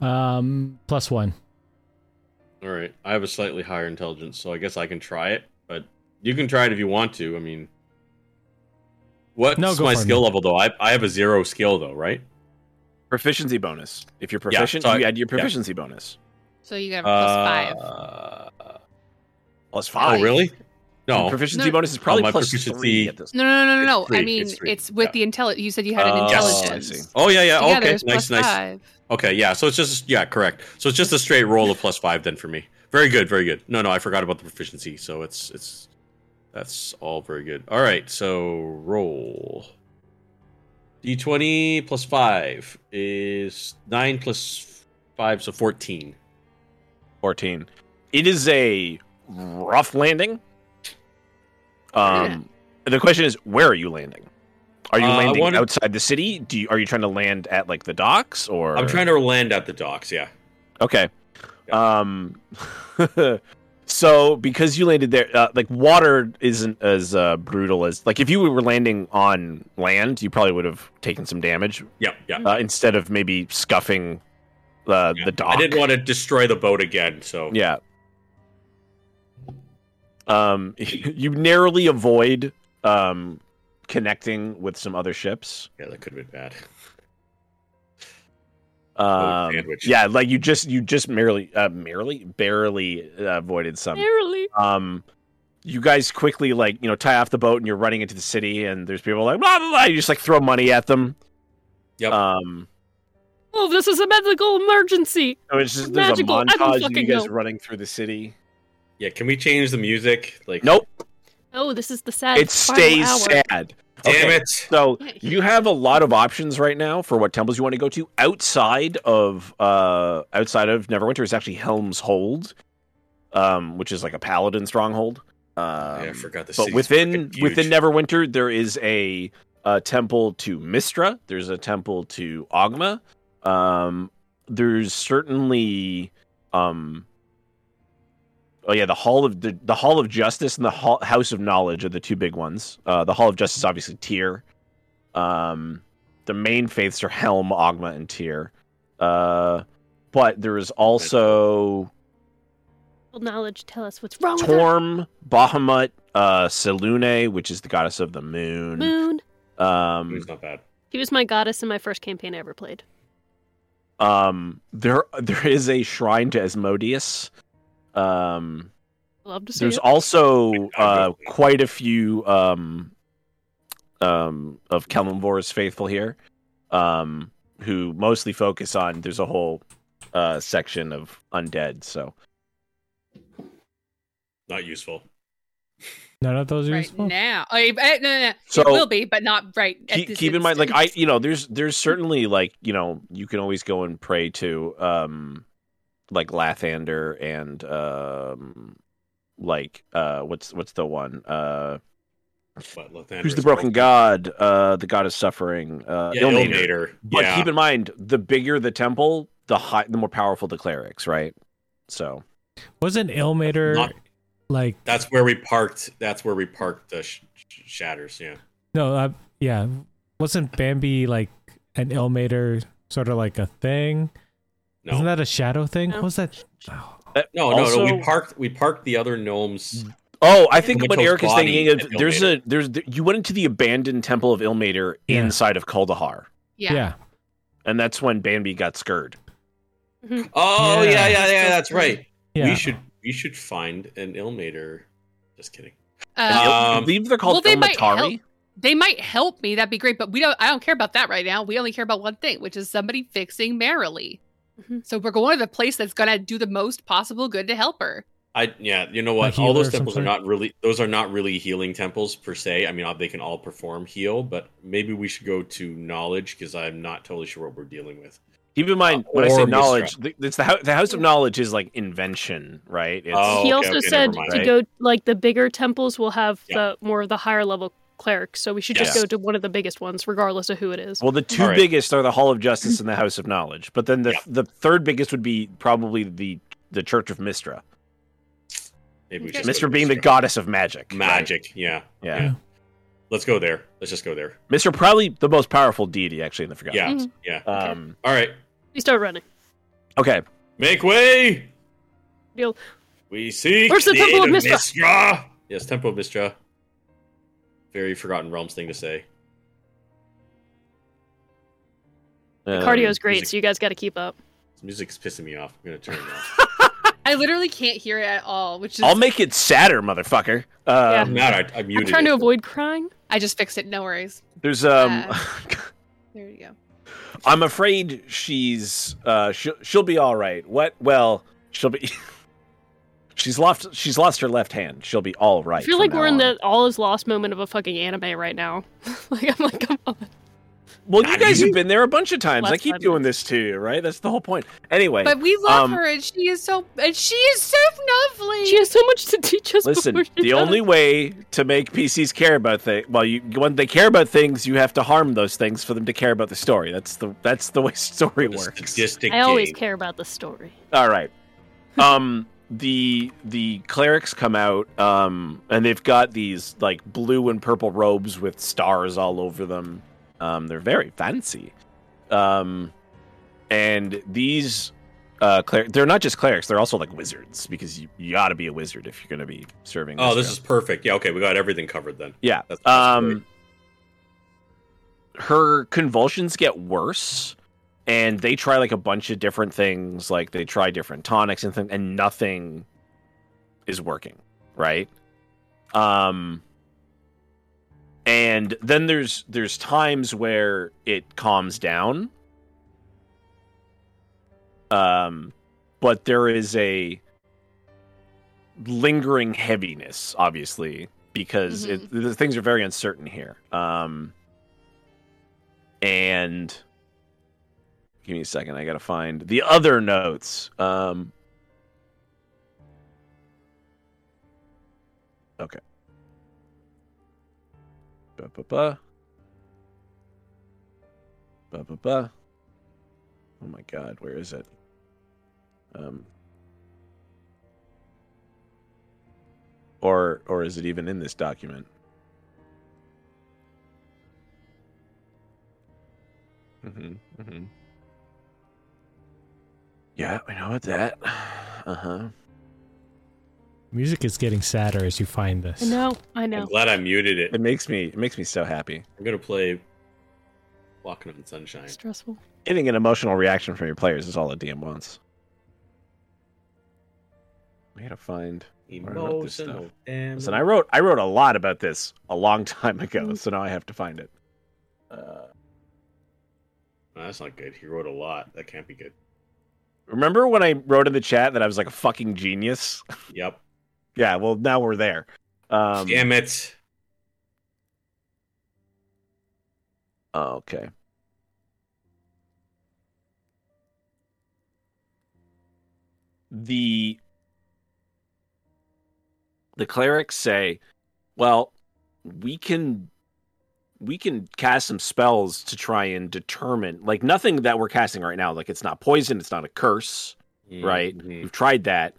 Speaker 2: Um, plus one.
Speaker 5: All right, I have a slightly higher intelligence, so I guess I can try it. But you can try it if you want to. I mean, what's
Speaker 2: No, go
Speaker 5: my
Speaker 2: for it,
Speaker 5: skill
Speaker 2: man.
Speaker 5: level though? I I have a zero skill though, right?
Speaker 3: proficiency bonus if you're proficient
Speaker 5: so I-
Speaker 3: you add your proficiency bonus
Speaker 1: So you got a plus
Speaker 3: Uh,
Speaker 1: five.
Speaker 5: five.
Speaker 3: plus
Speaker 5: Uh, Oh,
Speaker 3: five
Speaker 5: really?
Speaker 3: Your
Speaker 5: No. Oh,
Speaker 3: proficiency
Speaker 1: No.
Speaker 3: bonus is probably
Speaker 5: my
Speaker 3: plus three
Speaker 5: proficiency-
Speaker 3: at this
Speaker 1: No, no, no, no,
Speaker 5: It's
Speaker 1: no. I
Speaker 5: three,
Speaker 1: mean,
Speaker 5: it's
Speaker 1: it's,
Speaker 5: three,
Speaker 1: with
Speaker 5: yeah.
Speaker 1: the intelligence. You said you had an
Speaker 5: Oh,
Speaker 1: intelligence.
Speaker 3: Uh, I see.
Speaker 5: Oh yeah, yeah.
Speaker 1: Together,
Speaker 5: okay,
Speaker 1: it's
Speaker 5: nice,
Speaker 1: plus
Speaker 5: nice.
Speaker 1: Five.
Speaker 5: Okay, yeah. So it's just yeah, correct. So it's just a straight roll of plus five then for me. Very good, very good. No, no, I forgot about the proficiency. So it's it's that's all very good. All right, so roll. D twenty plus five is nine plus five, so fourteen.
Speaker 3: 14. It is a rough landing. Um, the question is, where are you landing? Are you
Speaker 5: Uh, I
Speaker 3: landing
Speaker 5: wanted-
Speaker 3: outside the city? Do you, are you trying to land at like the docks or?
Speaker 5: I'm trying to land at the docks. Yeah.
Speaker 3: Okay. Um, so because you landed there, uh, like water isn't as uh, brutal as like if you were landing on land, you probably would have taken some damage
Speaker 5: Yeah. Yeah.
Speaker 3: uh, instead of maybe scuffing uh,
Speaker 5: yeah.
Speaker 3: the dock.
Speaker 5: I didn't want to destroy the boat again. So
Speaker 3: Yeah. Um, you narrowly avoid um connecting with some other ships.
Speaker 5: yeah, that could have been bad.
Speaker 3: Um,
Speaker 5: Oh, sandwich.
Speaker 3: yeah, like you just you just merely uh, merely barely uh, avoided some.
Speaker 4: Barely.
Speaker 3: Um, you guys quickly like you know tie off the boat and you're running into the city and there's people like blah blah. blah. You just like throw money at them.
Speaker 5: Yep.
Speaker 3: Um,
Speaker 4: Oh, this is a medical emergency.
Speaker 3: so it's just there's
Speaker 4: Magical, I
Speaker 3: a
Speaker 4: don't
Speaker 3: montage of you
Speaker 4: fucking
Speaker 3: guys
Speaker 4: know.
Speaker 3: running through the city.
Speaker 5: Yeah. Can we change the music? Like.
Speaker 3: Nope,
Speaker 4: Oh, this is the sad.
Speaker 3: it
Speaker 4: final
Speaker 3: stays
Speaker 4: hour.
Speaker 3: sad.
Speaker 5: Damn
Speaker 3: Okay.
Speaker 5: it.
Speaker 3: So
Speaker 1: Yeah.
Speaker 3: you have a lot of options right now for what temples you want to go to outside of uh outside of Neverwinter is actually Helm's Hold, um, which is like a paladin stronghold. Um,
Speaker 5: yeah, I forgot the.
Speaker 3: but
Speaker 5: city's
Speaker 3: within
Speaker 5: freaking huge.
Speaker 3: within Neverwinter there is a, uh temple to Mistra. There's a temple to Ogma. Um, there's certainly um. Oh yeah, the Hall of the, the Hall of Justice and the Hall, House of Knowledge are the two big ones. Uh, the Hall of Justice, obviously, Tyr. Um, the main faiths are Helm, Ogma, and Tyr. Uh, but there is also
Speaker 4: Knowledge, tell us what's wrong with our
Speaker 3: Torm, Bahamut, uh, Selune, which is the goddess of the moon.
Speaker 4: moon.
Speaker 3: Um,
Speaker 5: It's not bad.
Speaker 4: He was my goddess in my first campaign I ever played.
Speaker 3: um, there there is a shrine to Asmodeus. Um,
Speaker 4: Love to see
Speaker 3: there's
Speaker 4: it.
Speaker 3: also uh, quite a few um, um, of Kelmvor's faithful here. um, who mostly focus on. There's a whole uh, section of undead. So
Speaker 5: Not useful.
Speaker 2: None of those are
Speaker 1: right
Speaker 2: useful.
Speaker 1: now. I, I- no, no, no.
Speaker 3: So-
Speaker 1: it will be, but not right. at
Speaker 3: keep,
Speaker 1: this
Speaker 3: keep in mind, like I,
Speaker 1: instant.
Speaker 3: you know, there's there's certainly like you know you can always go and pray to um, like Lathander and um, like uh, what's what's the one uh.
Speaker 5: But Lathander
Speaker 3: Who's the
Speaker 5: is
Speaker 3: broken god? Uh, the god of suffering. Uh,
Speaker 5: Yeah,
Speaker 3: Ilmater.
Speaker 5: Ilmater.
Speaker 3: But
Speaker 5: yeah.
Speaker 3: keep in mind, the bigger the temple, the high, the more powerful the clerics, right? So
Speaker 2: Wasn't Ilmater
Speaker 5: Not-
Speaker 2: like
Speaker 5: That's where we parked. That's where we parked the sh- sh- shatters. Yeah.
Speaker 2: no? Uh, yeah, wasn't Bambi like an Ilmater sort of like a thing?
Speaker 5: No.
Speaker 2: Isn't that a shadow thing?
Speaker 4: No.
Speaker 2: What was that? Oh,
Speaker 3: Uh,
Speaker 5: no,
Speaker 3: also-
Speaker 5: no, no. We parked. We parked the other gnomes.
Speaker 2: Mm.
Speaker 3: Oh, I think
Speaker 5: Which
Speaker 3: what
Speaker 5: was
Speaker 3: Eric is
Speaker 5: body
Speaker 3: thinking of
Speaker 5: at
Speaker 3: there's
Speaker 5: Ilmater.
Speaker 3: a there's you went into the abandoned temple of Ilmater
Speaker 2: Yeah.
Speaker 3: inside of Kaldahar,
Speaker 1: yeah.
Speaker 2: yeah.
Speaker 3: and that's when Bambi got scared.
Speaker 5: Oh yeah, yeah, yeah.
Speaker 4: Yeah.
Speaker 5: that's right.
Speaker 2: yeah.
Speaker 5: We should. We should find an Ilmater. Just kidding.
Speaker 1: Uh,
Speaker 5: Um,
Speaker 3: I believe they're called
Speaker 1: well, they might help.
Speaker 3: Ilmatari.
Speaker 1: They might help me. That'd be great. But we don't. I don't care about that right now. We only care about one thing, which is somebody fixing Merrily.
Speaker 4: Mhm.
Speaker 1: So we're going to the place that's going to do the most possible good to help her.
Speaker 5: I yeah. You know
Speaker 2: A
Speaker 5: what?
Speaker 2: healer
Speaker 5: All those
Speaker 2: of some
Speaker 5: temples are
Speaker 2: sort?
Speaker 5: not really. Those are not really healing temples per se. I mean, uh, they can all perform heal, but maybe we should go to knowledge because I'm not totally sure what we're dealing with.
Speaker 3: Keep in mind when I
Speaker 5: Or
Speaker 3: say
Speaker 5: Mistra.
Speaker 3: knowledge, th- it's the, hou- the house of knowledge is like invention, right? It's,
Speaker 5: Oh,
Speaker 4: he
Speaker 5: okay,
Speaker 4: also
Speaker 5: okay,
Speaker 4: said
Speaker 5: never mind.
Speaker 4: to go like the bigger temples will have
Speaker 5: Yeah.
Speaker 4: the more of the higher level clerics, so we should just
Speaker 5: Yes.
Speaker 4: go to one of the biggest ones, regardless of who it is.
Speaker 3: Well, the two
Speaker 5: All right.
Speaker 3: biggest are the Hall of Justice and the House of Knowledge, but then the
Speaker 5: Yeah.
Speaker 3: the third biggest would be probably the the Church of Mistra.
Speaker 5: Maybe we
Speaker 1: Okay.
Speaker 5: just go to
Speaker 3: Mistra being the
Speaker 5: Mistra.
Speaker 3: goddess of magic. right?
Speaker 5: magic. Yeah.
Speaker 3: Yeah.
Speaker 2: Yeah.
Speaker 5: Let's go there. Let's just go there.
Speaker 3: Mistra probably the most powerful deity actually in the Forgotten.
Speaker 5: Yeah.
Speaker 4: Mhm.
Speaker 2: Mm-hmm.
Speaker 5: Yeah.
Speaker 3: Um,
Speaker 5: All right.
Speaker 4: we start running.
Speaker 3: okay.
Speaker 5: Make way.
Speaker 4: Deal.
Speaker 5: We seek
Speaker 4: Where's the Temple of
Speaker 5: aid
Speaker 4: Mistra?
Speaker 5: Mistra? Yes, Temple of Mistra. Very Forgotten Realms thing to say.
Speaker 3: Um,
Speaker 4: Cardio's great,
Speaker 5: music.
Speaker 4: so you guys got to keep up.
Speaker 5: This music's pissing me off. I'm gonna turn it off.
Speaker 1: I literally can't hear it at all, which is
Speaker 3: I'll make it sadder, motherfucker. Um,
Speaker 5: I'm not. I, I muted.
Speaker 4: I'm trying
Speaker 5: it.
Speaker 4: to avoid crying.
Speaker 1: I just fixed it. No worries.
Speaker 3: There's um,
Speaker 1: Uh. There you go.
Speaker 3: I'm afraid she's uh, she'll she'll be all right. What? Well, she'll be. she's lost. She's lost her left hand. She'll be all right.
Speaker 4: I feel
Speaker 3: from
Speaker 4: like
Speaker 3: now
Speaker 4: we're in
Speaker 3: on.
Speaker 4: the all is lost moment of a fucking anime right now. like I'm like, come on.
Speaker 3: Well, you guys have been there a bunch of times. I
Speaker 4: Last
Speaker 3: keep
Speaker 4: five
Speaker 3: doing this to you, right? That's the whole point. Anyway,
Speaker 1: But we love
Speaker 3: um,
Speaker 1: her, and she is so and she is so lovely.
Speaker 4: She has so much to teach us.
Speaker 3: Listen,
Speaker 4: before she
Speaker 3: the
Speaker 4: dies.
Speaker 3: only way to make PCs care about things, well, you when they care about things, you have to harm those things for them to care about the story. That's the that's the way story
Speaker 5: The
Speaker 3: works.
Speaker 5: Statistic
Speaker 4: I always
Speaker 5: game.
Speaker 4: care about the story.
Speaker 3: All right. Um, the the clerics come out, um, and they've got these like blue and purple robes with stars all over them. Um, they're very fancy. Um, and these uh, cler- they're not just clerics; they're also like wizards because you, you got to be a wizard if you're going to be serving.
Speaker 5: Oh, this
Speaker 3: job.
Speaker 5: is perfect. Yeah. Okay, we got everything covered then.
Speaker 3: Yeah.
Speaker 5: That's, that's
Speaker 3: Um, her convulsions get worse, and they try like a bunch of different things. Like they try different tonics and things, and nothing is working. Right. Um. And then there's there's times where it calms down. Um, but there is a lingering heaviness, obviously, because it, the things are very uncertain here. Um, and give me a second, I gotta find the other notes. Um, okay. Ba ba ba. Ba ba ba. Oh my god, where is it? Um. or or is it even in this document? hmm hmm Yeah, we know what that. Uh huh.
Speaker 2: Music is getting sadder as you find this.
Speaker 4: I know, I know.
Speaker 5: I'm glad I muted it.
Speaker 3: It makes me it makes me so happy.
Speaker 5: I'm gonna play Walking on Sunshine.
Speaker 4: Stressful.
Speaker 3: Getting an emotional reaction from your players is all a DM wants. We gotta find. I wrote this
Speaker 5: Emotional.
Speaker 3: stuff.
Speaker 5: damage.
Speaker 3: Listen, I wrote I wrote a lot about this a long time ago, so now I have to find it. Uh,
Speaker 5: No, that's not good. He wrote a lot. That can't be good.
Speaker 3: Remember when I wrote in the chat that I was like a fucking genius?
Speaker 5: Yep.
Speaker 3: yeah, well, now we're there. Um,
Speaker 5: Damn it.
Speaker 3: oh, okay. The the clerics say, "Well, we can we can cast some spells to try and determine like nothing that we're casting right now like it's not poison it's not a curse right
Speaker 5: Mhm.
Speaker 3: we've tried that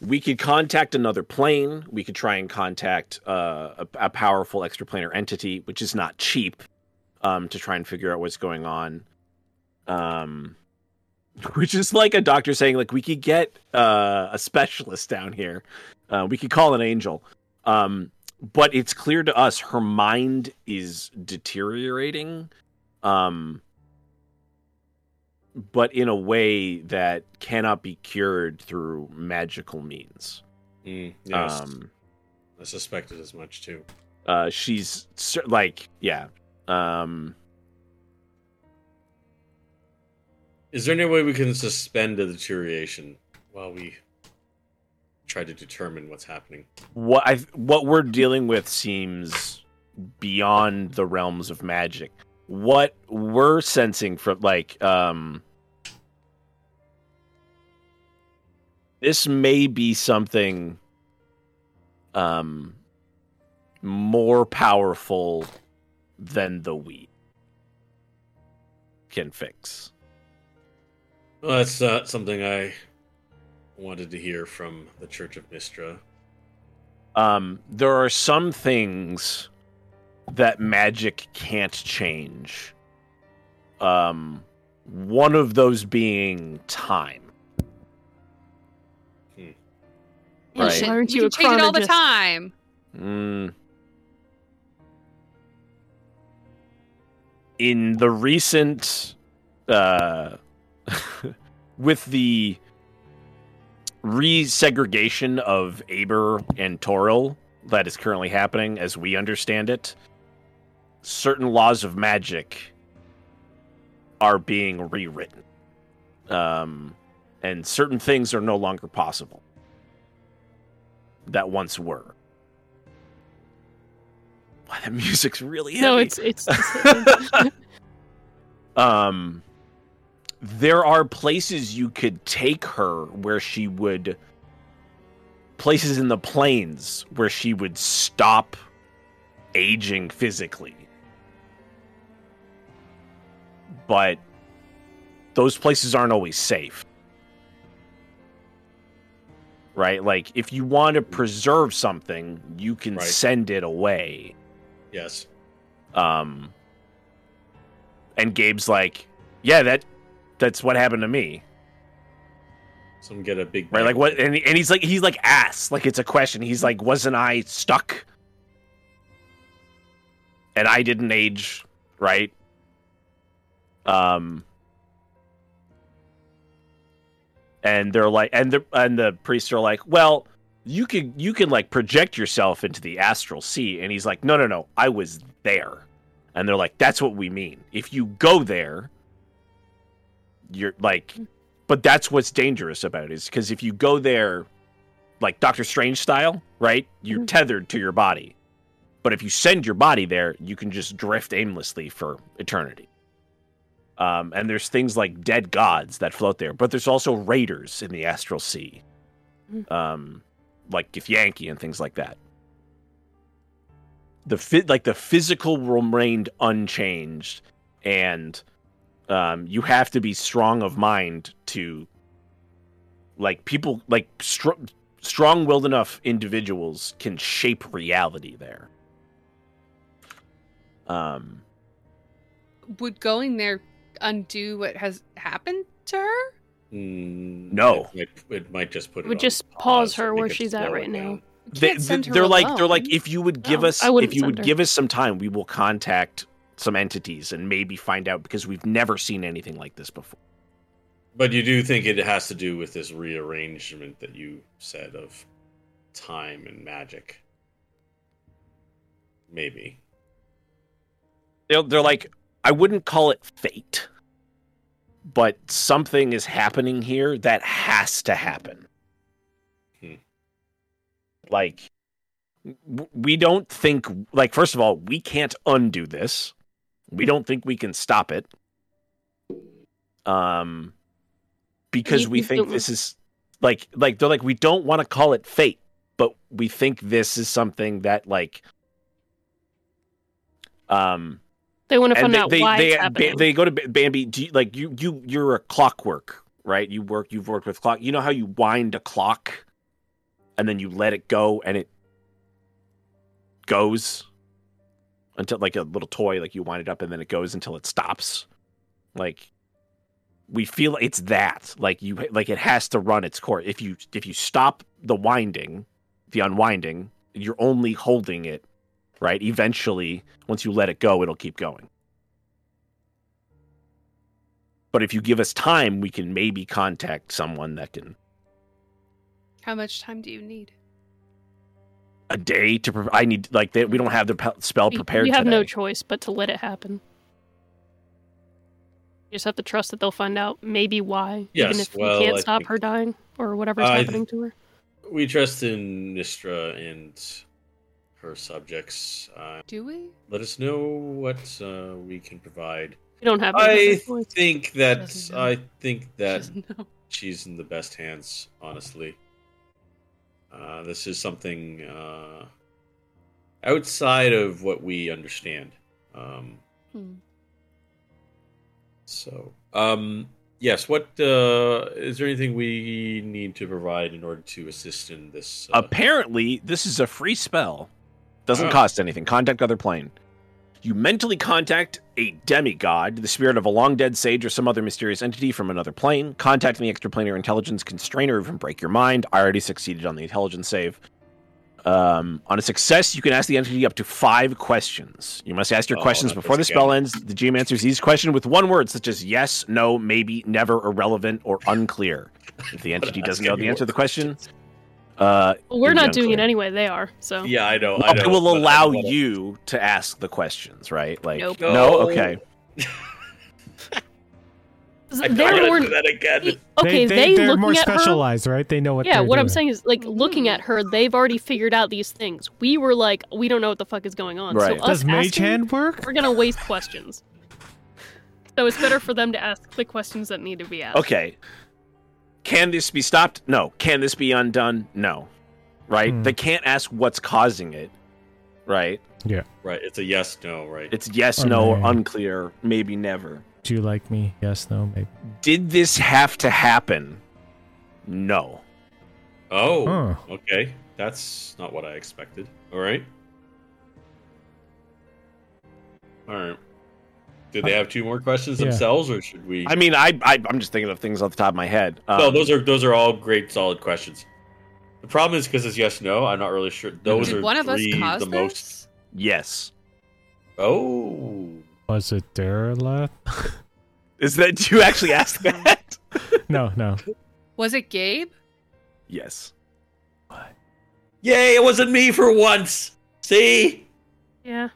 Speaker 3: we could contact another plane we could try and contact uh, a, a powerful extraplanar entity which is not cheap um, to try and figure out what's going on um, which is like a doctor saying like we could get uh, a specialist down here uh, we could call an angel um, but it's clear to us her mind is deteriorating um but in a way that cannot be cured through magical means
Speaker 5: Mm, yes.
Speaker 3: um
Speaker 5: I suspected as much too.
Speaker 3: uh she's cer- like yeah um
Speaker 5: Is there any way we can suspend the deterioration while we try to determine what's happening?
Speaker 3: what I what we're dealing with seems beyond the realms of magic. What we're sensing from like um this may be something um more powerful than the wheat can fix.
Speaker 5: Well, that's uh, something I wanted to hear from the Church of Mistra.
Speaker 3: um, there are some things that magic can't change. Um, one of those being time.
Speaker 1: You
Speaker 3: Right.
Speaker 1: should-
Speaker 4: Aren't
Speaker 1: you
Speaker 4: you a
Speaker 1: can change it all the
Speaker 4: chronologist?
Speaker 1: time.
Speaker 3: Mm. In the recent, uh, with the resegregation of Aber and Toril that is currently happening, as we understand it, certain laws of magic are being rewritten, um, and certain things are no longer possible that once were. Wow, that music's really heavy.
Speaker 4: No, it's it's.
Speaker 3: um there are places you could take her where she would places in the plains where she would stop aging physically but those places aren't always safe right like if you want to preserve something you can
Speaker 5: Right.
Speaker 3: send it away
Speaker 5: Yes.
Speaker 3: um, and Gabe's like, "Yeah, that that's what happened to me."
Speaker 5: Some get a big
Speaker 3: Right? Like what? And, and he's like, he's like, ass. Like it's a question. He's like, wasn't I stuck? And I didn't age, right? Um. And they're like, and the and the priests are like, well, you could you can like project yourself into the astral sea, and he's like, no, no, no, I was there, and they're like, that's what we mean. If you go there, you're like, but that's what's dangerous about it is because if you go there like doctor strange style right you're tethered to your body but if you send your body there you can just drift aimlessly for eternity um, and there's things like dead gods that float there but there's also raiders in the astral sea
Speaker 4: Mm.
Speaker 3: um, like if yankee and things like that the fit like the physical remained unchanged and um, you have to be strong of mind to like people like str- strong-willed enough individuals can shape reality there um
Speaker 1: Would going there undo what has happened to her?
Speaker 5: Mm,
Speaker 3: No.
Speaker 5: It might, it might just put. It
Speaker 4: Would
Speaker 5: on
Speaker 4: just pause her
Speaker 5: I
Speaker 4: where
Speaker 5: think it's
Speaker 4: she's at
Speaker 5: slow
Speaker 4: right
Speaker 5: it
Speaker 4: now.
Speaker 5: down.
Speaker 1: You
Speaker 3: they,
Speaker 1: can't send her
Speaker 3: they're like they're like
Speaker 1: alone.
Speaker 3: if you would give
Speaker 4: No,
Speaker 3: us
Speaker 4: I wouldn't
Speaker 3: if you would
Speaker 4: send her.
Speaker 3: give us some time we will contact some entities and maybe find out because we've never seen anything like this before
Speaker 5: But you do think it has to do with this rearrangement that you said of time and magic. Maybe.
Speaker 3: they're, they're like i wouldn't call it fate but something is happening here that has to happen.
Speaker 5: Hmm.
Speaker 3: Like, w- we don't think, like, first of all, we can't undo this. We don't think we can stop it. Um, because
Speaker 4: You-
Speaker 3: we
Speaker 4: you
Speaker 3: think
Speaker 4: don't-
Speaker 3: this is like, like, they're like, we don't want to call it fate, but we think this is something that, like, um,
Speaker 4: They want to find
Speaker 3: they,
Speaker 4: out
Speaker 3: they,
Speaker 4: why
Speaker 3: they,
Speaker 4: it's
Speaker 3: Ba-
Speaker 4: happening.
Speaker 3: they go to Ba- Bambi. Do you, like you, you, you're a clockwork, right? You work. You've worked with clock. You know how you wind a clock, and then you let it go, and it goes until like a little toy. Like you wind it up, and then it goes until it stops. Like we feel it's that. Like you, like it has to run its course. If you, if you stop the winding, the unwinding, you're only holding it. Right. Eventually, once you let it go, it'll keep going but if you give us time, we can maybe contact someone that can
Speaker 1: How much time do you need?
Speaker 3: a day to. Pre- I need like they, we don't have the pe- spell
Speaker 4: We-
Speaker 3: prepared.
Speaker 4: We have no
Speaker 3: today.
Speaker 4: choice but to let it happen. You just have to trust that they'll find out maybe why,
Speaker 5: Yes,
Speaker 4: even if
Speaker 5: well,
Speaker 4: we can't
Speaker 5: I
Speaker 4: stop
Speaker 5: think-
Speaker 4: her dying or whatever's
Speaker 5: I-
Speaker 4: happening to her.
Speaker 5: We trust in Nistra and her subjects. Uh,
Speaker 1: Do we?
Speaker 5: let us know what uh, we can provide.
Speaker 4: We don't have any
Speaker 5: I
Speaker 4: other choice.
Speaker 5: think that
Speaker 1: doesn't know.
Speaker 5: I think that
Speaker 1: She doesn't know.
Speaker 5: she's in the best hands, honestly. Uh, this is something uh, outside of what we understand. Um,
Speaker 1: Hmm.
Speaker 5: so, um, yes, what uh, is there anything we need to provide in order to assist in this? Uh,
Speaker 3: Apparently, this is a free spell. Doesn't
Speaker 5: Oh.
Speaker 3: cost anything. Contact other plane. You mentally contact a demigod, the spirit of a long dead sage, or some other mysterious entity from another plane. Contacting the extraplanar intelligence constrainer even break your mind. I already succeeded on the intelligence save. Um, on a success, you can ask the entity up to five questions. You must ask your
Speaker 5: Oh,
Speaker 3: questions
Speaker 5: that
Speaker 3: before the
Speaker 5: doesn't
Speaker 3: spell
Speaker 5: count.
Speaker 3: ends. The GM answers each question with one word, such as yes, no, maybe, never, irrelevant, or unclear. If the entity doesn't know the answer to the question, uh,
Speaker 4: Well, we're
Speaker 3: It'd be
Speaker 4: not doing it
Speaker 3: unclear.
Speaker 4: anyway. They are. So
Speaker 5: yeah, I know. I
Speaker 3: well,
Speaker 5: know,
Speaker 3: it will
Speaker 5: but I
Speaker 3: allow
Speaker 5: don't wanna-
Speaker 3: you to ask the questions, right? Like,
Speaker 4: Nope.
Speaker 3: no,
Speaker 5: No.
Speaker 3: okay.
Speaker 5: I
Speaker 4: they're
Speaker 5: gotta
Speaker 4: more.
Speaker 5: do that again.
Speaker 2: they,
Speaker 4: Okay, they,
Speaker 2: are
Speaker 4: looking
Speaker 2: more
Speaker 4: at her.
Speaker 2: specialized, right? They know what.
Speaker 4: Yeah,
Speaker 2: they're
Speaker 4: what I'm
Speaker 2: doing.
Speaker 4: saying is, like, looking at her, they've already figured out these things. We were like, we don't know what the fuck is going on.
Speaker 3: Right.
Speaker 4: So us
Speaker 2: Does mage
Speaker 4: asking,
Speaker 2: hand work?
Speaker 4: we're gonna waste questions. So it's better for them to ask the questions that need to be asked.
Speaker 3: Okay. Can this be stopped? No. Can this be undone? No. Right?
Speaker 2: Hmm.
Speaker 3: They can't ask what's causing it. Right?
Speaker 5: Right, it's a yes, no, right?
Speaker 3: It's yes,
Speaker 2: Or
Speaker 3: no,
Speaker 2: maybe.
Speaker 3: unclear, maybe never.
Speaker 2: Do you like me? Yes, no, maybe.
Speaker 3: Did this have to happen? No.
Speaker 5: oh,
Speaker 2: Huh.
Speaker 5: okay. That's not what I expected. All right. All right. Did they have two more questions
Speaker 2: Yeah.
Speaker 5: themselves, or should we?
Speaker 3: I mean, I, I I'm just thinking of things off the top of my head. Um,
Speaker 5: no, those are those are all great, solid questions. The problem is because it's yes, no. I'm not really sure. Those
Speaker 1: Did
Speaker 5: are
Speaker 1: one of us
Speaker 5: three
Speaker 1: cause
Speaker 5: the
Speaker 1: this?
Speaker 5: most.
Speaker 3: yes.
Speaker 5: Oh,
Speaker 2: Was it there left?
Speaker 3: Is that do you actually ask that?
Speaker 2: No, no.
Speaker 1: Was it Gabe?
Speaker 3: yes.
Speaker 5: yay! It wasn't me for once. See,
Speaker 4: Yeah.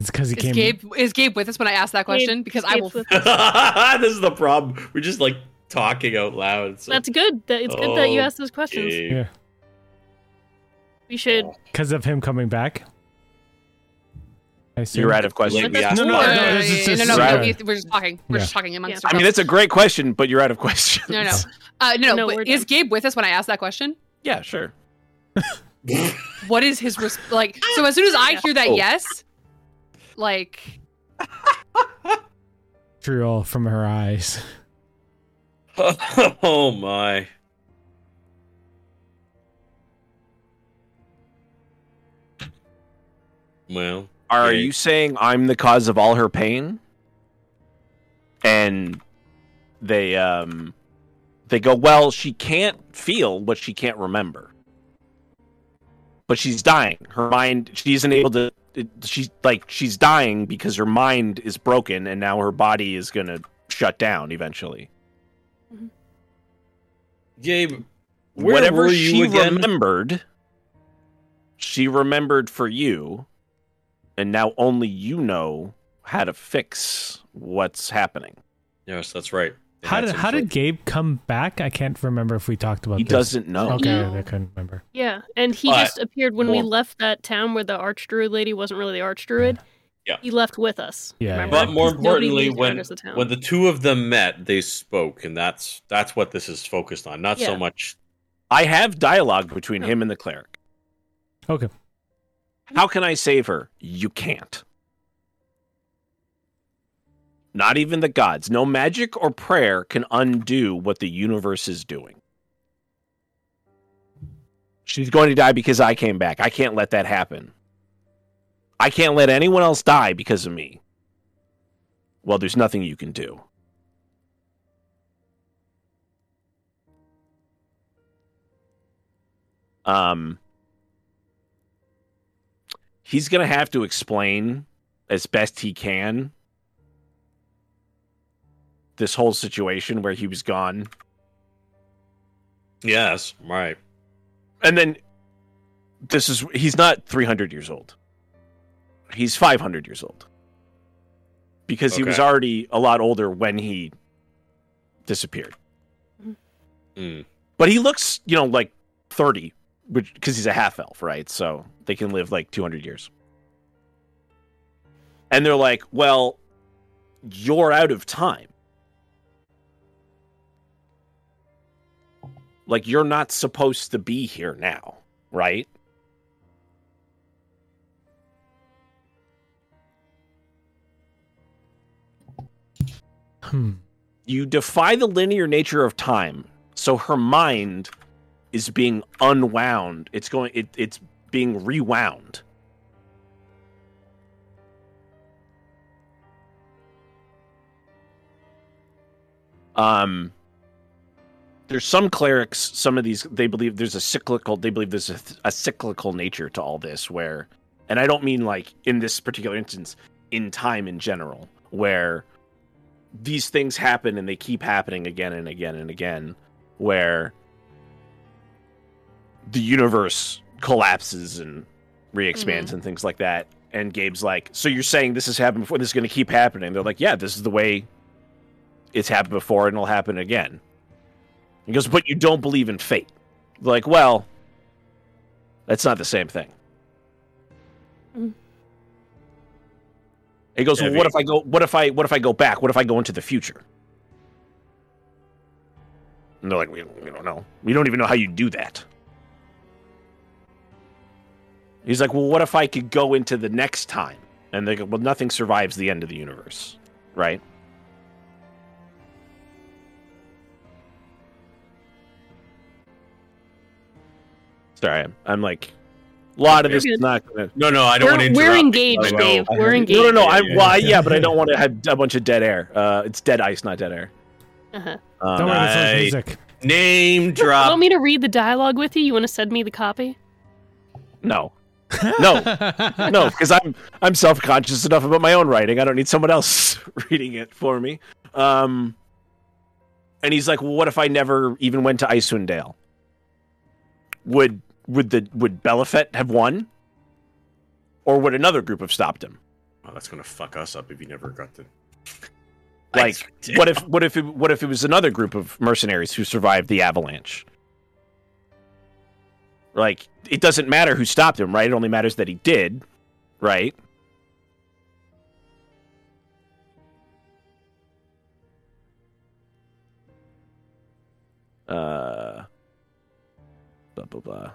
Speaker 2: It's because he
Speaker 1: Is
Speaker 2: came.
Speaker 1: Gabe is Gabe with us when I asked that question? because I will.
Speaker 4: Gabe's with-
Speaker 5: this is the problem. We're just like talking out loud. So.
Speaker 4: That's good. That it's good that you
Speaker 5: Oh,
Speaker 4: asked those questions.
Speaker 5: Gabe.
Speaker 2: Yeah,
Speaker 4: We should.
Speaker 2: because of him coming back. I assume.
Speaker 3: You're out of
Speaker 5: Like
Speaker 3: question.
Speaker 5: we asked
Speaker 2: Oh, No, no,
Speaker 1: No,
Speaker 5: Mark.
Speaker 1: no, no,
Speaker 2: this is
Speaker 1: no,
Speaker 2: just-
Speaker 1: no, no,
Speaker 3: Right.
Speaker 1: no, we- We're just talking. We're
Speaker 2: Yeah.
Speaker 1: just talking amongst
Speaker 4: Yeah.
Speaker 3: I mean,
Speaker 1: ourselves.
Speaker 3: that's a great question, but you're out of question.
Speaker 1: no, no, uh, no,
Speaker 4: No,
Speaker 1: no.
Speaker 4: we're
Speaker 1: But is
Speaker 4: done.
Speaker 1: Gabe with us when I asked that question?
Speaker 3: Yeah, sure.
Speaker 1: What is his resp- like? So as soon as I
Speaker 4: Yeah.
Speaker 1: hear that
Speaker 3: Oh.
Speaker 1: yes, like
Speaker 2: Drool from her eyes.
Speaker 5: oh my. Well,
Speaker 3: Are
Speaker 5: Yeah.
Speaker 3: you saying I'm the cause of all her pain? And they um they go, "Well, she can't feel what she can't remember." But she's dying. Her mind she isn't able to it- she's like she's dying because her mind is broken and now her body is going to shut down eventually.
Speaker 5: Gabe, where
Speaker 3: Whatever
Speaker 5: were
Speaker 3: she
Speaker 5: you again?
Speaker 3: remembered, she remembered for you, and now only you know how to fix what's happening.
Speaker 5: Yes, that's right. It
Speaker 2: How
Speaker 5: had
Speaker 2: did
Speaker 5: some
Speaker 2: how
Speaker 5: sort-
Speaker 2: did Gabe come back? I can't remember if we talked about
Speaker 3: He
Speaker 2: this.
Speaker 3: doesn't know.
Speaker 2: Okay,
Speaker 4: No.
Speaker 2: I couldn't remember.
Speaker 4: Yeah, and he
Speaker 5: But-
Speaker 4: just appeared when we
Speaker 5: Well-
Speaker 4: left that town where the archdruid lady wasn't really the archdruid.
Speaker 5: Yeah.
Speaker 4: He left with us.
Speaker 2: Yeah,
Speaker 4: remember?
Speaker 5: But more
Speaker 4: 'Cause nobody
Speaker 5: importantly,
Speaker 4: leaves
Speaker 5: when
Speaker 4: Riders of Town.
Speaker 5: when the two of them met, they spoke, and that's that's what this is focused on. Not so
Speaker 4: Yeah.
Speaker 5: much.
Speaker 3: I have dialogue between
Speaker 4: No.
Speaker 3: him and the cleric.
Speaker 2: Okay.
Speaker 3: How can I save her? You can't. Not even the gods. No magic or prayer can undo what the universe is doing. She's going to die because I came back. I can't let that happen. I can't let anyone else die because of me. Well, there's nothing you can do. um he's gonna have to explain as best he can this whole situation where he was gone
Speaker 5: Yes, right.
Speaker 3: and then this is he's not 300 years old he's 500 years old because he was
Speaker 5: Okay.
Speaker 3: already a lot older when he disappeared
Speaker 5: Mm.
Speaker 3: but he looks you know like 30 which because he's a half elf right so they can live like 200 years and they're like well you're out of time like you're not supposed to be here now right
Speaker 2: Hmm.
Speaker 3: you defy the linear nature of time so her mind is being unwound it's going it, it's being rewound um there's some clerics some of these they believe there's a cyclical they believe there's a, a cyclical nature to all this where and i don't mean like in this particular instance in time in general where these things happen and they keep happening again and again and again where the universe collapses and re-expands and things like that and gabe's like so you're saying this has happened before this is going to keep happening they're like yeah this is the way it's happened before and it'll happen again he goes but you don't believe in fate They're like well that's not the same thing
Speaker 4: Mm.
Speaker 3: he goes
Speaker 5: Yeah,
Speaker 3: well what
Speaker 5: the-
Speaker 3: if i go what if i what if i go back what if i go into the future and they're like, we, we don't know. We don't even know how you do that. He's like, well, what if I could go into the next time? And they go, well, nothing survives the end of the universe, right? Sorry, I'm, I'm like, a lot of this
Speaker 4: You're
Speaker 3: is
Speaker 4: good.
Speaker 3: not gonna.
Speaker 5: No, no, I don't want to
Speaker 4: we're,
Speaker 5: interrupt.
Speaker 4: we're engaged,
Speaker 5: No, no,
Speaker 4: Dave.
Speaker 5: I
Speaker 4: We're
Speaker 5: haven't-
Speaker 4: engaged.
Speaker 3: No, no, no.
Speaker 5: Yeah,
Speaker 3: I'm,
Speaker 5: yeah,
Speaker 3: well, I-
Speaker 2: yeah.
Speaker 3: yeah, but I don't want to have a bunch of dead air. Uh, it's dead ice, not dead air.
Speaker 4: Uh-huh.
Speaker 3: Um,
Speaker 2: Don't worry, this
Speaker 5: I-
Speaker 2: is music.
Speaker 5: Name
Speaker 4: want
Speaker 5: drop.
Speaker 4: me to read the dialogue with you? You want to send me the copy?
Speaker 3: no, no, no, because I'm I'm self conscious enough about my own writing. I don't need someone else reading it for me. Um, and he's like, well, "What if I never even went to Icewind Dale? Would would the would Belafet have won, or would another group have stopped him?
Speaker 5: Oh, that's gonna fuck us up if you never got to.
Speaker 3: Like,
Speaker 5: Icewind
Speaker 3: what if what if it, what if it was another group of mercenaries who survived the avalanche? Like, it doesn't matter who stopped him, right? It only matters that he did, right? Uh, blah blah blah.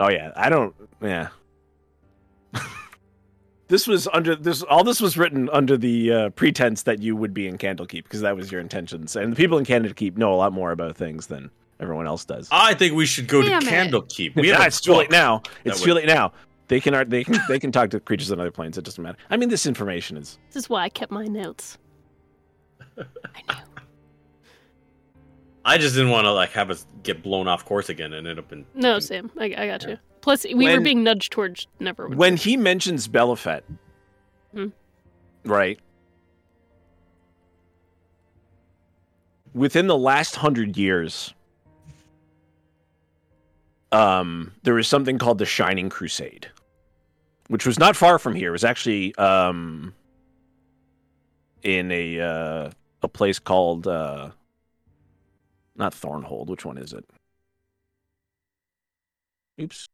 Speaker 3: Oh yeah, I don't. Yeah, this was under this. All this was written under the uh, pretense that you would be in Candlekeep because that was your intentions, and the people in Candlekeep know a lot more about things than everyone else does.
Speaker 5: I think we should go
Speaker 1: Damn
Speaker 5: to
Speaker 1: it.
Speaker 5: Candlekeep. We
Speaker 3: We
Speaker 5: have a
Speaker 3: it's too late
Speaker 5: book.
Speaker 3: now. It's
Speaker 5: that
Speaker 3: too
Speaker 5: would-
Speaker 3: late now. They can they can they can talk to creatures on other planes. It doesn't matter. I mean, this information is
Speaker 4: This is why I kept my notes. I knew.
Speaker 5: I just didn't want to like have us get blown off course again and end up in.
Speaker 4: No,
Speaker 5: in-
Speaker 4: Sam, I, I got you. Plus, we were
Speaker 3: When-
Speaker 4: being nudged towards never.
Speaker 3: when he mentions Belafet,
Speaker 4: Hmm.
Speaker 3: right? Within the last hundred years, um, there was something called the Shining Crusade, which was not far from here. It was actually um, in a uh, a place called uh, not Thornhold. Which one is it? Oops.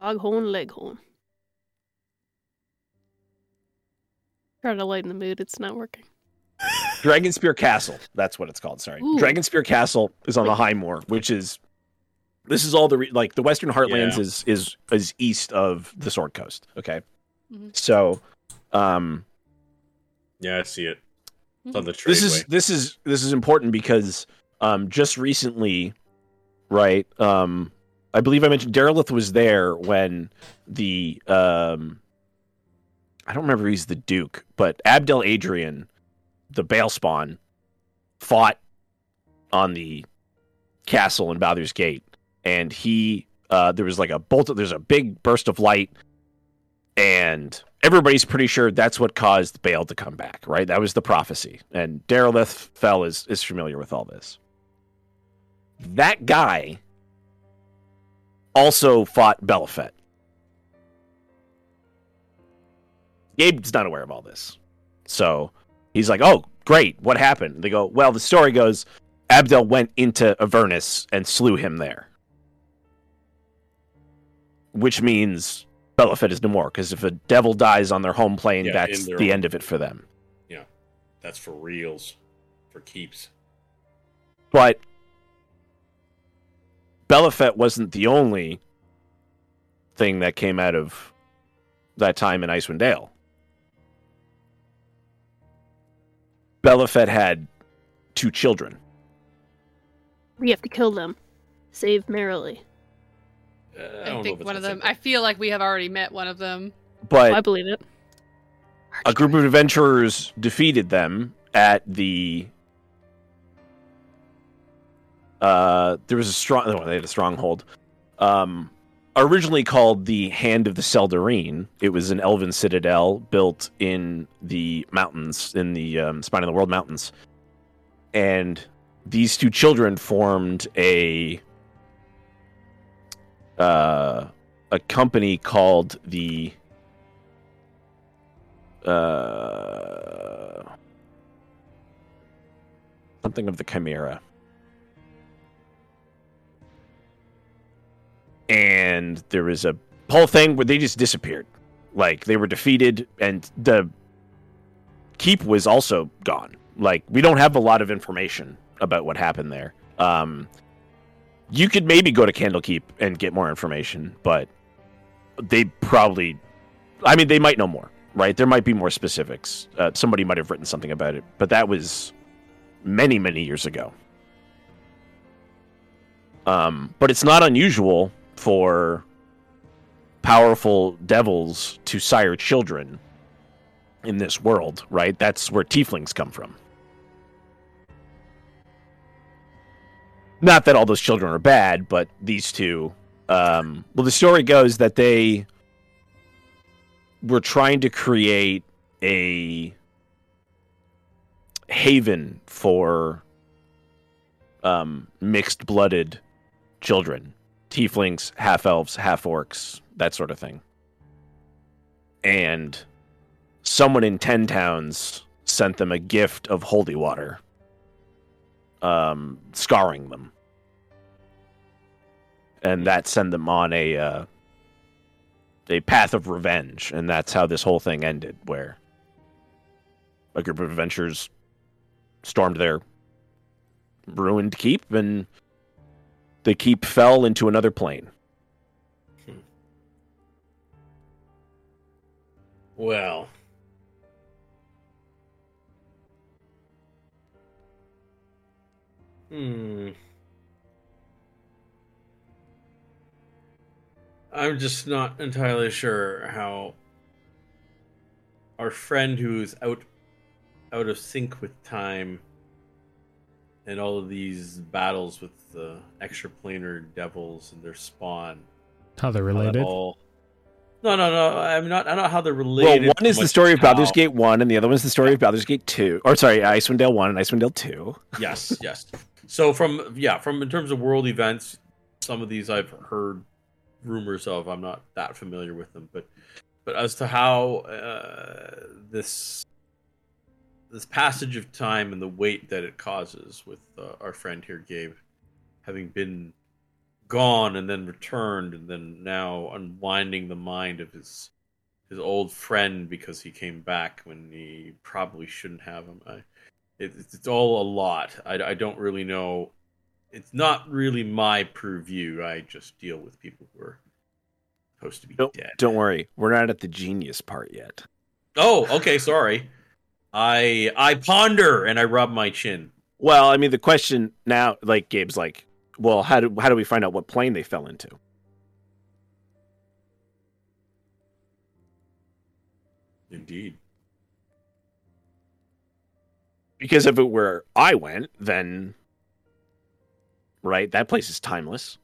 Speaker 4: Foghorn Leghorn. Trying to lighten the mood. It's not working.
Speaker 3: Dragonspear Castle. That's what it's called. Sorry,
Speaker 4: Ooh.
Speaker 3: Dragonspear Castle is on the High Moor, which is this is all the re- like the Western Heartlands
Speaker 5: Yeah.
Speaker 3: is is is east of the Sword Coast. Okay,
Speaker 6: Mhm.
Speaker 3: so um,
Speaker 5: Yeah, I see it. It's on
Speaker 1: Mm-hmm.
Speaker 5: the tradeway.
Speaker 3: this is this is this is important because um, just recently, right? Um, I believe I mentioned Derelith was there when the um, I don't remember if he's the Duke, but Abdel Adrian, the Bale spawn, fought on the castle in Bowther's Gate, and he uh, there was like a bolt. There's a big burst of light, and everybody's pretty sure that's what caused Bale to come back. Right, that was the prophecy, and Derelith Fell is is familiar with all this. That guy also fought Belafet. Gabe's not aware of all this, so he's like, "Oh, great, what happened?" They go, "Well, the story goes." Abdel went into Avernus and slew him there. Which means Belafet is no more, because if a devil dies on their home plane,
Speaker 5: Yeah,
Speaker 3: that's
Speaker 5: in their
Speaker 3: the
Speaker 5: own-
Speaker 3: end of it for them.
Speaker 5: That's for reals, for keeps.
Speaker 3: But Belafet wasn't the only thing that came out of that time in Icewind Dale. Belafet had two children.
Speaker 4: We have to kill them. Save merrily.
Speaker 5: Uh, I,
Speaker 1: I,
Speaker 5: don't know if
Speaker 1: think
Speaker 5: it's
Speaker 1: one
Speaker 5: the
Speaker 1: of them.
Speaker 5: same
Speaker 1: I feel like we have already met one of them.
Speaker 3: But
Speaker 4: I believe it.
Speaker 3: a group of adventurers defeated them at the uh there was a strong oh, they had a stronghold um originally called the hand of the Seldarine. it was an elven citadel built in the mountains in the um, spine of the world mountains and these two children formed a uh a company called the uh, something of the Chimera. And there was a whole thing where they just disappeared. Like they were defeated, and the keep was also gone. Like we don't have a lot of information about what happened there. Um, you could maybe go to Candlekeep and get more information, but they probably I mean, they might know more, right? There might be more specifics. Uh, somebody might have written something about it, but that was many, many years ago. Um, but it's not unusual for powerful devils to sire children in this world, right? That's where tieflings come from. Not that all those children are bad, but these two. Um, well, the story goes that they we're trying to create a haven for um, mixed blooded children tieflings, half elves, half orcs, that sort of thing. And someone in 10 towns sent them a gift of holy water, um, scarring them. And that sent them on a. Uh, a path of revenge, and that's how this whole thing ended, where a group of adventurers stormed their ruined keep, and the keep fell into another plane.
Speaker 5: Well, hmm. I'm just not entirely sure how our friend who's out out of sync with time and all of these battles with the extraplanar devils and their spawn
Speaker 2: How they're
Speaker 5: how that
Speaker 2: related.
Speaker 5: all- No, no, no. I'm not. I am not how they're
Speaker 3: Well,
Speaker 5: related.
Speaker 3: one is
Speaker 5: so
Speaker 3: the
Speaker 5: much
Speaker 3: story of
Speaker 5: how-
Speaker 3: Baldur's Gate 1, and the other one's the story of Baldur's Gate 2. Or, sorry, Icewind Dale 1 and Icewind Dale 2.
Speaker 5: Yes, yes. So from yeah, from in terms of world events, some of these I've heard rumors of. I'm not that familiar with them, but but as to how uh, this this passage of time and the weight that it causes with uh, our friend here, Gabe, having been gone and then returned and then now unwinding the mind of his his old friend because he came back when he probably shouldn't have him. I, it, it's it's all a lot. I, I don't really know. It's not really my purview. I just deal with people who are supposed to be
Speaker 3: Don't,
Speaker 5: dead.
Speaker 3: don't worry, we're not at the genius part yet.
Speaker 5: Oh, okay, sorry. I I ponder and I rub my chin.
Speaker 3: Well, I mean, the question now, like Gabe's, like, well, how do how do we find out what plane they fell into?
Speaker 5: Indeed.
Speaker 3: Because if it were I went, then right, that place is timeless.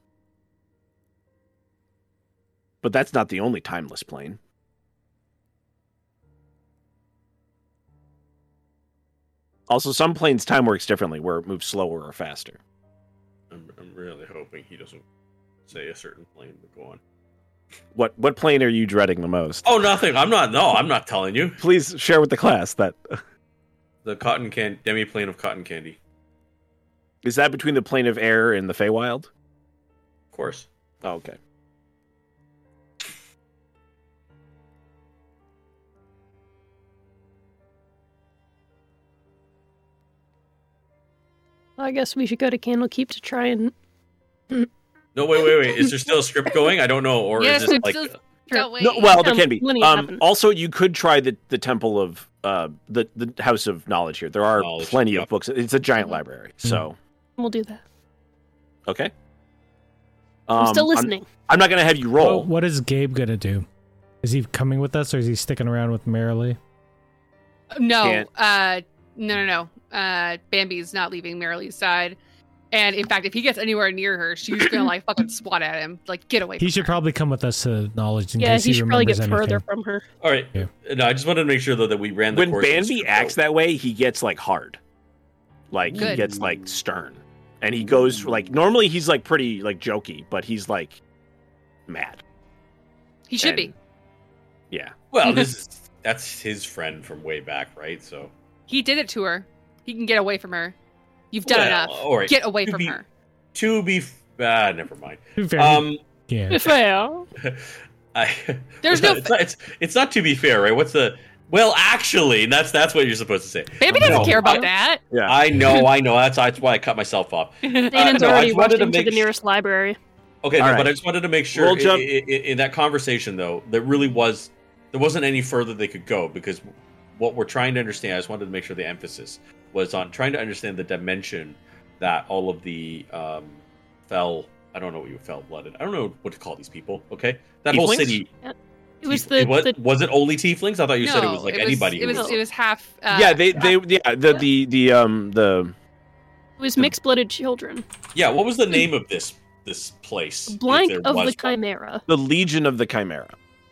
Speaker 3: But that's not the only timeless plane. Also, some planes time works differently, where it moves slower or faster.
Speaker 5: I'm, I'm really hoping he doesn't say a certain plane, but go on.
Speaker 3: What what plane are you dreading the most?
Speaker 5: Oh, nothing. I'm not. No, I'm not telling you.
Speaker 3: Please share with the class that uh,
Speaker 5: The cotton can demi plane of cotton candy.
Speaker 3: is that between the plane of air and the Feywild.
Speaker 5: Of course.
Speaker 3: Oh, okay.
Speaker 4: Well, I guess we should go to Candlekeep to try and.
Speaker 5: No, wait, wait, wait. Is there still a script going? I don't know. Or
Speaker 1: Yes,
Speaker 5: is it
Speaker 1: it's
Speaker 5: like
Speaker 1: just-
Speaker 4: Sure.
Speaker 1: Don't wait.
Speaker 3: No, well, there
Speaker 4: Um,
Speaker 3: can be.
Speaker 4: when it
Speaker 3: Um,
Speaker 4: happens.
Speaker 3: also, you could try the, the temple of uh, the the house of knowledge here. There are
Speaker 5: Knowledge,
Speaker 3: plenty
Speaker 5: yeah.
Speaker 3: of books. It's a giant library, so
Speaker 4: We'll do that.
Speaker 5: uh,
Speaker 3: okay.
Speaker 4: I'm
Speaker 3: Um,
Speaker 4: still listening.
Speaker 3: I'm, not going to have you
Speaker 2: Well,
Speaker 3: roll.
Speaker 2: what is Gabe gonna do? Is he coming with us, or is he sticking around with Marilee?
Speaker 1: No,
Speaker 3: Can't.
Speaker 1: uh, no, no, no. Uh, Bambi's not leaving Marilee's side, and in fact, if he gets anywhere near her, she's gonna like fucking swat at him. Like, get away!
Speaker 2: He
Speaker 1: from
Speaker 2: should
Speaker 1: her.
Speaker 2: probably come with us to knowledge in
Speaker 4: yeah,
Speaker 2: case
Speaker 4: he
Speaker 2: he
Speaker 4: should probably
Speaker 2: remembers
Speaker 4: get further
Speaker 2: anything.
Speaker 4: from her.
Speaker 5: All right.
Speaker 2: Yeah.
Speaker 5: No, I just wanted to make sure though that we ran the
Speaker 3: When
Speaker 5: course. of the
Speaker 3: Bandy
Speaker 5: script
Speaker 3: acts
Speaker 5: out.
Speaker 3: that way, he gets like hard, like he
Speaker 1: Good.
Speaker 3: gets like stern, and he goes for, like normally he's like pretty like jokey, but he's like mad.
Speaker 1: He should
Speaker 3: And-
Speaker 1: be.
Speaker 3: Yeah,
Speaker 1: Mm-hmm.
Speaker 5: Well, this is that's his friend from way back, right? So
Speaker 1: He did it to her. He can get away from her. You've done
Speaker 5: Well,
Speaker 1: enough.
Speaker 5: all Oh, right.
Speaker 1: Get away
Speaker 5: To
Speaker 1: from
Speaker 5: be-
Speaker 1: her.
Speaker 5: to be f- ah, never mind.
Speaker 2: Very-
Speaker 5: Um,
Speaker 2: yeah.
Speaker 4: Well,
Speaker 5: I,
Speaker 1: There's no-
Speaker 5: It's not, it's, it's not to be fair, right? What's the? Well, actually, that's that's what you're supposed to say.
Speaker 1: Bambi
Speaker 5: No,
Speaker 1: doesn't care about
Speaker 5: I-
Speaker 1: that.
Speaker 3: yeah.
Speaker 5: I know, I know. That's that's why I cut myself off.
Speaker 4: Danon's
Speaker 5: no, I
Speaker 4: already
Speaker 5: just wanted
Speaker 4: rushed
Speaker 5: to
Speaker 4: into
Speaker 5: make
Speaker 4: the
Speaker 5: su-
Speaker 4: nearest library.
Speaker 5: Okay,
Speaker 3: All
Speaker 5: no,
Speaker 3: right.
Speaker 5: but I just wanted to make sure
Speaker 3: We'll
Speaker 5: i
Speaker 3: jump-
Speaker 5: i- i- in that conversation though, there really was there wasn't any further they could go because what we're trying to understand, I just wanted to make sure the emphasis was on trying to understand the dimension that all of the um, fell. I don't know what you fell blooded. I don't know what to call these people. Okay, that whole
Speaker 3: Tieflings?
Speaker 5: city.
Speaker 4: It was
Speaker 5: Tief-
Speaker 4: the,
Speaker 5: was,
Speaker 4: the
Speaker 5: was it only tieflings? I thought you said it was like anybody.
Speaker 1: It
Speaker 5: who
Speaker 1: was,
Speaker 5: was-
Speaker 1: it was half. Uh,
Speaker 3: yeah, they, they, yeah, the, the, the, um, the,
Speaker 4: it was mixed blooded children.
Speaker 5: yeah. What was the name of this this place? if
Speaker 4: Blank
Speaker 5: there
Speaker 4: of
Speaker 5: was
Speaker 4: the
Speaker 5: one?
Speaker 4: Chimera.
Speaker 3: the Legion of the Chimera.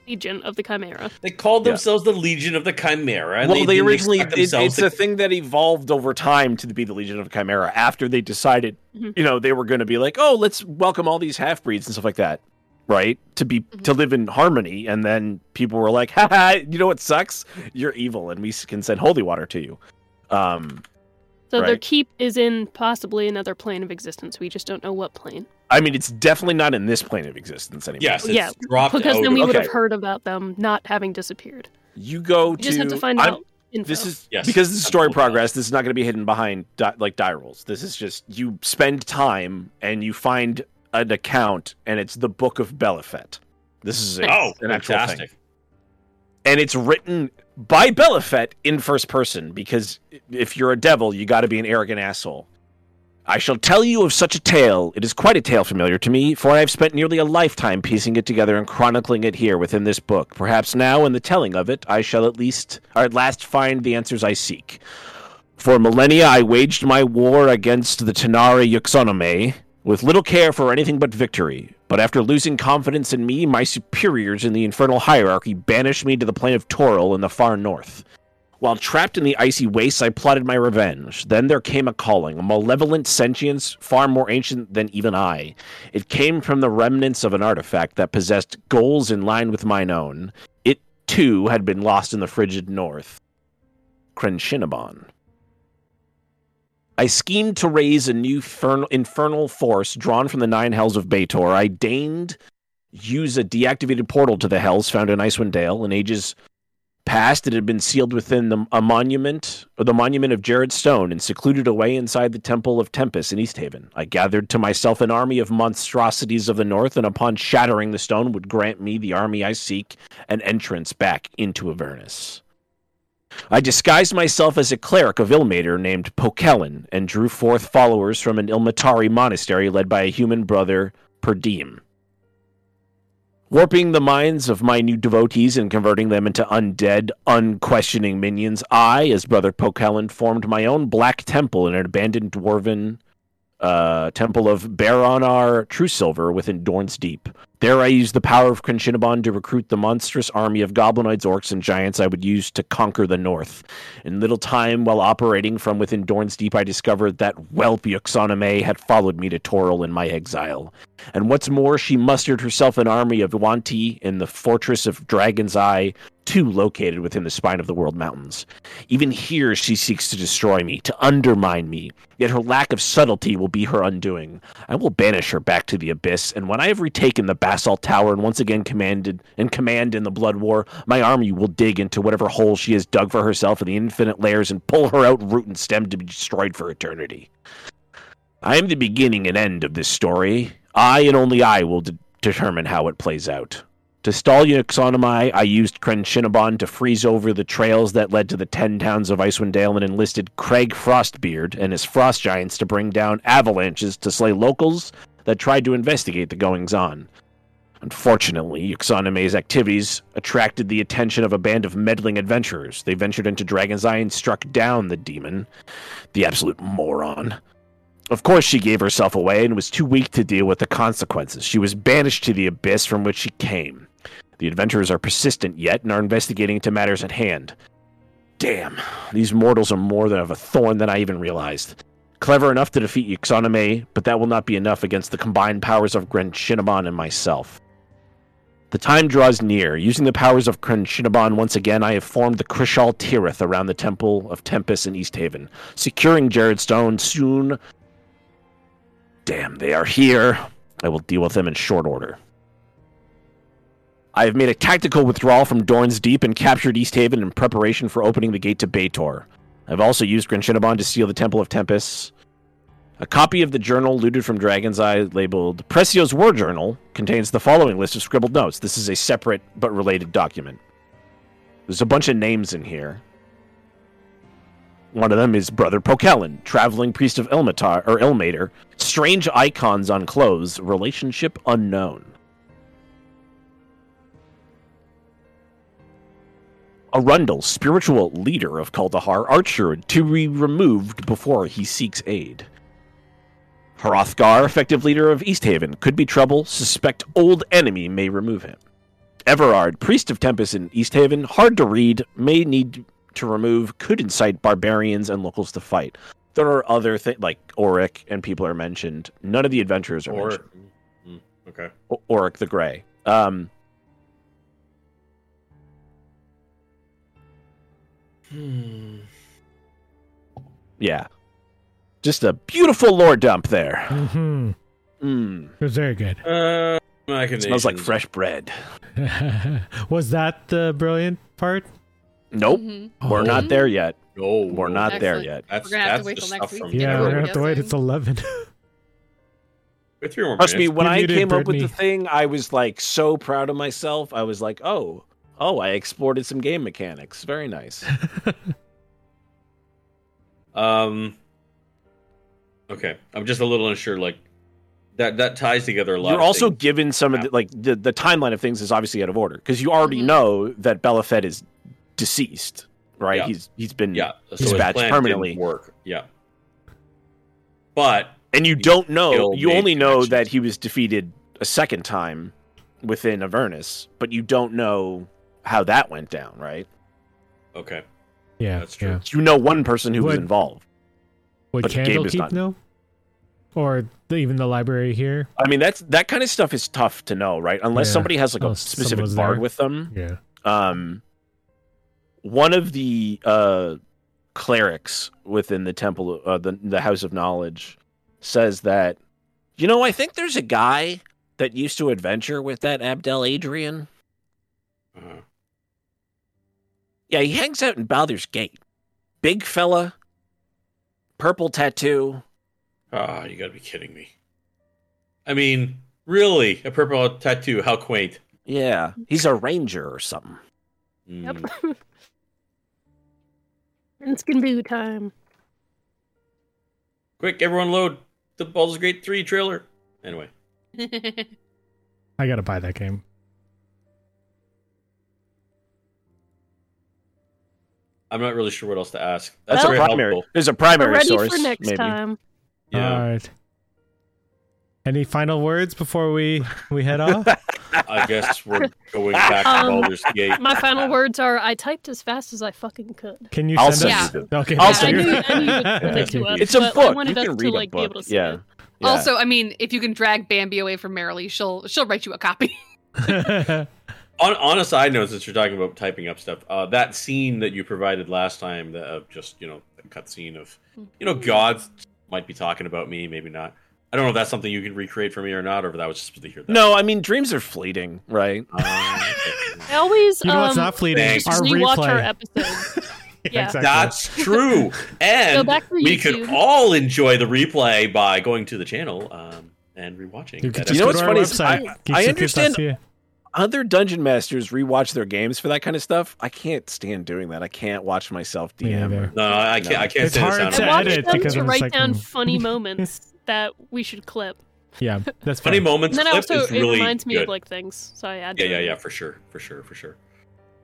Speaker 4: Legion of the Chimera.
Speaker 5: They called
Speaker 3: Yeah.
Speaker 5: themselves the Legion of the Chimera. and
Speaker 3: well, they,
Speaker 5: didn't
Speaker 3: originally
Speaker 5: expect
Speaker 3: it-
Speaker 5: themselves
Speaker 3: it's
Speaker 5: to
Speaker 3: a thing that evolved over time to be the Legion of Chimera. After they decided,
Speaker 4: Mhm.
Speaker 3: you know, they were going to be like, oh, let's welcome all these half breeds and stuff like that, right? To be
Speaker 4: Mm-hmm.
Speaker 3: to live in harmony, and then people were like, ha ha, you know what sucks? You're evil, and we can send holy water to you. Um,
Speaker 4: So their
Speaker 3: Right.
Speaker 4: keep is in possibly another plane of existence. We just don't know what plane.
Speaker 3: I mean, it's definitely not in this plane of existence anymore.
Speaker 5: Yes, it's
Speaker 4: Yeah,
Speaker 5: dropped
Speaker 4: Because
Speaker 5: out
Speaker 4: then
Speaker 5: of-
Speaker 4: we would
Speaker 3: Okay.
Speaker 4: have heard about them not having disappeared.
Speaker 3: you go
Speaker 4: We just have to find
Speaker 3: I'm-
Speaker 4: out info.
Speaker 3: This is
Speaker 5: Yes,
Speaker 3: because this is story
Speaker 5: absolutely.
Speaker 3: progress. This is not going to be hidden behind di- like die rolls. This is just you spend time and you find an account, and it's the Book of Belafet. This is a,
Speaker 5: Oh,
Speaker 3: an actual thing,
Speaker 5: fantastic!
Speaker 3: and it's written by Belafet in first person because if you're a devil, you got to be an arrogant asshole. I shall tell you of such a tale. It is quite a tale familiar to me, for I have spent nearly a lifetime piecing it together and chronicling it here within this book. Perhaps now, in the telling of it, I shall at least, or at last, find the answers I seek. For millennia, I waged my war against the Tenari Yuxonome with little care for anything but victory. But after losing confidence in me, my superiors in the infernal hierarchy banished me to the plain of Toril in the far north. While trapped in the icy wastes, I plotted my revenge. Then there came a calling, a malevolent sentience far more ancient than even I. It came from the remnants of an artifact that possessed goals in line with mine own. It, too, had been lost in the frigid north. Crenshinabon. I schemed to raise a new fern- infernal force drawn from the nine hells of Bator. I deigned use a deactivated portal to the hells found in Icewind Dale. In ages past, it had been sealed within the, a monument, or the monument of Jared Stone, and secluded away inside the Temple of Tempest in East Haven. I gathered to myself an army of monstrosities of the north, and upon shattering the stone, would grant me the army I seek an entrance back into Avernus. I disguised myself as a cleric of Ilmater named Pokellen and drew forth followers from an Ilmatari monastery led by a human brother, Perdim. Warping the minds of my new devotees and converting them into undead, unquestioning minions, I, as Brother Pokellen, formed my own black temple in an abandoned dwarven uh, temple of Baronar Truesilver within Dorn's Deep. There I used the power of Crinchinabon to recruit the monstrous army of goblinoids, orcs, and giants I would use to conquer the north. In little time, while operating from within Dorn's Deep, I discovered that whelp Yuxaname had followed me to Toril in my exile. And what's more, she mustered herself an army of Wanti in the fortress of Dragon's Eye, too located within the spine of the World Mountains. Even here, she seeks to destroy me, to undermine me. Yet her lack of subtlety will be her undoing. I will banish her back to the abyss, and when I have retaken the basalt tower and once again commanded and command in the blood war, my army will dig into whatever hole she has dug for herself in the infinite layers and pull her out root and stem to be destroyed for eternity. I am the beginning and end of this story. I and only I will de- determine how it plays out. To stall Euxonomai, I used Crenshinabon to freeze over the trails that led to the ten towns of Icewind Dale and enlisted Craig Frostbeard and his frost giants to bring down avalanches to slay locals that tried to investigate the goings on. Unfortunately, Yuxaname's activities attracted the attention of a band of meddling adventurers. They ventured into Dragon's Eye and struck down the demon, the absolute moron. Of course, she gave herself away and was too weak to deal with the consequences. She was banished to the abyss from which she came. The adventurers are persistent yet and are investigating into matters at hand. Damn, these mortals are more than of a thorn than I even realized. Clever enough to defeat Yuxaname, but that will not be enough against the combined powers of Grenchinnabon and myself. The time draws near. Using the powers of Crenshinabon once again, I have formed the Krishal Tirith around the Temple of Tempest in East Haven, securing Jared Stone soon. Damn, they are here. I will deal with them in short order. I have made a tactical withdrawal from Dorn's Deep and captured East Haven in preparation for opening the gate to Bator. I've also used Grinchinabon to steal the Temple of Tempest. A copy of the journal looted from Dragon's Eye, labeled Precio's War Journal, contains the following list of scribbled notes. This is a separate but related document. There's a bunch of names in here. One of them is Brother Pokellen, traveling priest of Ilmatar or Ilmater. Strange icons on clothes, relationship unknown. Arundel, spiritual leader of Kaldahar, archer to be removed before he seeks aid. Hrothgar, effective leader of East Haven, could be trouble. Suspect old enemy may remove him. Everard, priest of Tempest in East Haven, hard to read, may need to remove, could incite barbarians and locals to fight. There are other things like Oric and people are mentioned. None of the adventurers are
Speaker 5: Or
Speaker 3: mentioned.
Speaker 5: Mm, okay.
Speaker 3: O- Oric the Grey. Um, yeah, just a beautiful lore dump there.
Speaker 2: Mm-hmm.
Speaker 3: Mm,
Speaker 2: It was very good.
Speaker 5: Uh, my
Speaker 3: it smells like
Speaker 5: connections.
Speaker 3: fresh bread.
Speaker 2: was that the brilliant part?
Speaker 3: Nope,
Speaker 1: Mhm.
Speaker 3: we're not there yet.
Speaker 5: No,
Speaker 3: We're not there
Speaker 1: Excellent.
Speaker 3: yet.
Speaker 5: That's,
Speaker 1: We're gonna have to
Speaker 5: that's
Speaker 1: wait
Speaker 5: the
Speaker 1: till next
Speaker 5: stuff
Speaker 1: week.
Speaker 5: from
Speaker 2: Yeah, we're
Speaker 5: Europe.
Speaker 2: gonna have to wait. It's eleven.
Speaker 5: Wait three more
Speaker 3: Trust me,
Speaker 5: minutes.
Speaker 3: when
Speaker 2: You
Speaker 3: I
Speaker 2: muted
Speaker 3: came up with the
Speaker 2: Brittany.
Speaker 3: thing, I was like so proud of myself. I was like, oh, oh, I exported some game mechanics. Very nice.
Speaker 5: Um. Okay, I'm just a little unsure. Like that that ties together a lot.
Speaker 3: You're
Speaker 5: of
Speaker 3: also
Speaker 5: things.
Speaker 3: given some of the, like the, the timeline of things is obviously out of order because you already know that Belafed is deceased, right?
Speaker 5: Yeah.
Speaker 3: He's he's been
Speaker 5: yeah, so his
Speaker 3: dispatched
Speaker 5: plan
Speaker 3: permanently.
Speaker 5: didn't work. Yeah, but
Speaker 3: and you
Speaker 5: He's
Speaker 3: don't know.
Speaker 5: still
Speaker 3: You
Speaker 5: made
Speaker 3: only know
Speaker 5: connections.
Speaker 3: that he was defeated a second time within Avernus, but you don't know how that went down, right?
Speaker 5: okay,
Speaker 2: yeah,
Speaker 5: That's true.
Speaker 2: yeah.
Speaker 3: You know one person who was
Speaker 2: Would-
Speaker 3: involved.
Speaker 2: Would
Speaker 3: But the game is
Speaker 2: Candlekeep
Speaker 3: not-
Speaker 2: know? Or the, even the library here?
Speaker 3: I mean, that's that kind of stuff is tough to know, right? Unless
Speaker 2: Yeah.
Speaker 3: somebody has like a
Speaker 2: Unless
Speaker 3: specific
Speaker 2: someone's
Speaker 3: bard
Speaker 2: there.
Speaker 3: with them.
Speaker 2: Yeah.
Speaker 3: Um, one of Um, the uh, clerics within the temple, uh, the the House of Knowledge, says that, you know, I think there's a guy that used to adventure with that Abdel Adrian.
Speaker 5: Uh-huh.
Speaker 3: Yeah, he hangs out in Bowther's Gate. Big fella, purple tattoo.
Speaker 5: Ah, you gotta be kidding me. I mean, really, a purple tattoo? How quaint.
Speaker 3: Yeah, he's a ranger or something.
Speaker 5: Mm.
Speaker 4: Yep. it's gonna be time.
Speaker 5: Quick, everyone, load the Baldur's Gate three trailer. Anyway,
Speaker 1: mm-hmm.
Speaker 2: I gotta buy that game.
Speaker 5: I'm not really sure what else to ask.
Speaker 3: That's
Speaker 5: That's
Speaker 3: a
Speaker 5: very
Speaker 3: primary.
Speaker 5: helpful.
Speaker 3: There's a
Speaker 4: We're
Speaker 3: primary
Speaker 4: ready
Speaker 3: source.
Speaker 4: for next
Speaker 3: maybe.
Speaker 4: time.
Speaker 5: Yeah,
Speaker 2: All right. Any final words before we we head off?
Speaker 5: I guess we're going back to
Speaker 4: Um,
Speaker 5: Baldur's Gate.
Speaker 4: My final words are: I typed as fast as I fucking could.
Speaker 2: Can you
Speaker 3: I'll
Speaker 1: send
Speaker 2: send us?
Speaker 3: you
Speaker 2: Okay.
Speaker 3: I'll
Speaker 2: thank
Speaker 4: Yeah, I
Speaker 3: send
Speaker 2: you.
Speaker 4: knew, I knew you would send it to us.
Speaker 3: It's a
Speaker 4: but I
Speaker 3: book.
Speaker 4: wanted
Speaker 3: You
Speaker 4: us
Speaker 3: can
Speaker 4: to
Speaker 3: read a
Speaker 4: like be
Speaker 3: book.
Speaker 4: able to see
Speaker 3: Yeah.
Speaker 4: it.
Speaker 3: Yeah.
Speaker 1: Also, I mean, if you can drag Bambi away from Merrily, she'll she'll write you a copy.
Speaker 5: On, on a side note, since you're talking about typing up stuff, uh, that scene that you provided last time, the, of just you know, the cutscene of, you know, gods might be talking about me, maybe not. I don't know if that's something you can recreate for me or not, or if that was just supposed to hear that.
Speaker 3: No, I mean dreams are fleeting, right?
Speaker 5: Um, okay.
Speaker 4: I always
Speaker 2: You know what's
Speaker 4: um,
Speaker 2: not fleeting?
Speaker 5: thanks.
Speaker 2: Our
Speaker 4: just rewatch
Speaker 2: replay.
Speaker 4: our episodes. yeah.
Speaker 2: Exactly.
Speaker 5: That's true.
Speaker 4: Go
Speaker 5: And
Speaker 4: back to
Speaker 5: we could
Speaker 4: YouTube.
Speaker 5: all enjoy the replay by going to the channel um, and rewatching.
Speaker 2: You could
Speaker 5: That
Speaker 2: just
Speaker 3: know
Speaker 2: go
Speaker 5: episode.
Speaker 2: to
Speaker 3: what's
Speaker 2: our
Speaker 3: funny is
Speaker 2: website.
Speaker 3: I- I
Speaker 2: geeksykids.ca.
Speaker 3: understand- Other dungeon masters rewatch their games for that kind of stuff. I can't stand doing that. I can't watch myself
Speaker 2: Me
Speaker 3: DM.
Speaker 2: neither.
Speaker 3: or-
Speaker 5: no, no, I can't. I can't
Speaker 2: It's
Speaker 5: say the
Speaker 2: hard
Speaker 5: sound
Speaker 2: to
Speaker 4: I
Speaker 5: effect.
Speaker 4: wanted
Speaker 2: edit
Speaker 4: them
Speaker 2: because
Speaker 4: to
Speaker 2: I'm
Speaker 4: write
Speaker 2: just like,
Speaker 4: down
Speaker 2: hmm.
Speaker 4: funny moments that we should clip.
Speaker 2: Yeah, that's
Speaker 5: Funny
Speaker 2: fine.
Speaker 5: moments.
Speaker 4: And then I
Speaker 5: clip
Speaker 4: also
Speaker 5: is really
Speaker 4: it reminds me
Speaker 5: good.
Speaker 4: of like things, so I add.
Speaker 5: yeah,
Speaker 4: to
Speaker 5: yeah,
Speaker 4: it.
Speaker 5: yeah, for sure, for sure, for sure.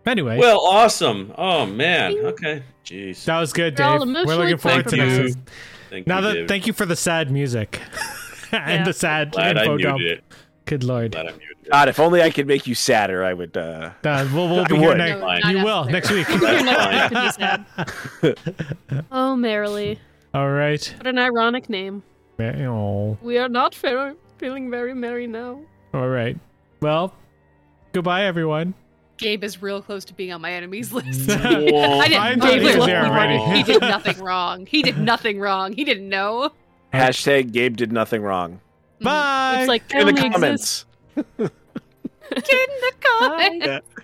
Speaker 2: Anyway,
Speaker 5: Well, awesome. Oh man. Okay. Jeez.
Speaker 2: that was good,
Speaker 4: We're all
Speaker 2: Dave. We're
Speaker 4: emotionally
Speaker 2: looking forward to
Speaker 5: compromised.
Speaker 2: this.
Speaker 5: Thank
Speaker 2: Now
Speaker 5: you,
Speaker 2: that
Speaker 5: Dave.
Speaker 2: thank you for the sad music and
Speaker 4: Yeah.
Speaker 2: the sad
Speaker 5: Glad I
Speaker 2: info
Speaker 5: muted
Speaker 2: dump.
Speaker 5: it.
Speaker 2: Good lord.
Speaker 5: Glad I muted it.
Speaker 3: God, if only I could make you sadder, I would. Uh...
Speaker 2: Uh, we'll, we'll
Speaker 3: I
Speaker 2: be here
Speaker 3: would.
Speaker 2: next.
Speaker 5: Fine.
Speaker 1: not
Speaker 2: You will
Speaker 1: necessary.
Speaker 2: next week.
Speaker 4: You're not
Speaker 5: That's
Speaker 4: gonna be sad. Oh, merrily,
Speaker 2: All right.
Speaker 4: what an ironic name.
Speaker 2: Oh,
Speaker 4: We are not fair- feeling very merry now.
Speaker 2: All right. Well, goodbye, everyone.
Speaker 1: Gabe is real close to being on my enemies list.
Speaker 5: Whoa.
Speaker 1: I
Speaker 2: I
Speaker 1: didn't.
Speaker 2: thought
Speaker 1: Gabe
Speaker 5: he was
Speaker 1: was
Speaker 5: there
Speaker 1: the
Speaker 5: already.
Speaker 1: one- He did nothing wrong. He did nothing wrong. He didn't know.
Speaker 3: Hashtag Gabe did nothing wrong.
Speaker 2: Bye.
Speaker 4: It's like
Speaker 3: In the
Speaker 4: only exists-
Speaker 3: comments.
Speaker 1: Didn't the guy.
Speaker 4: Bye.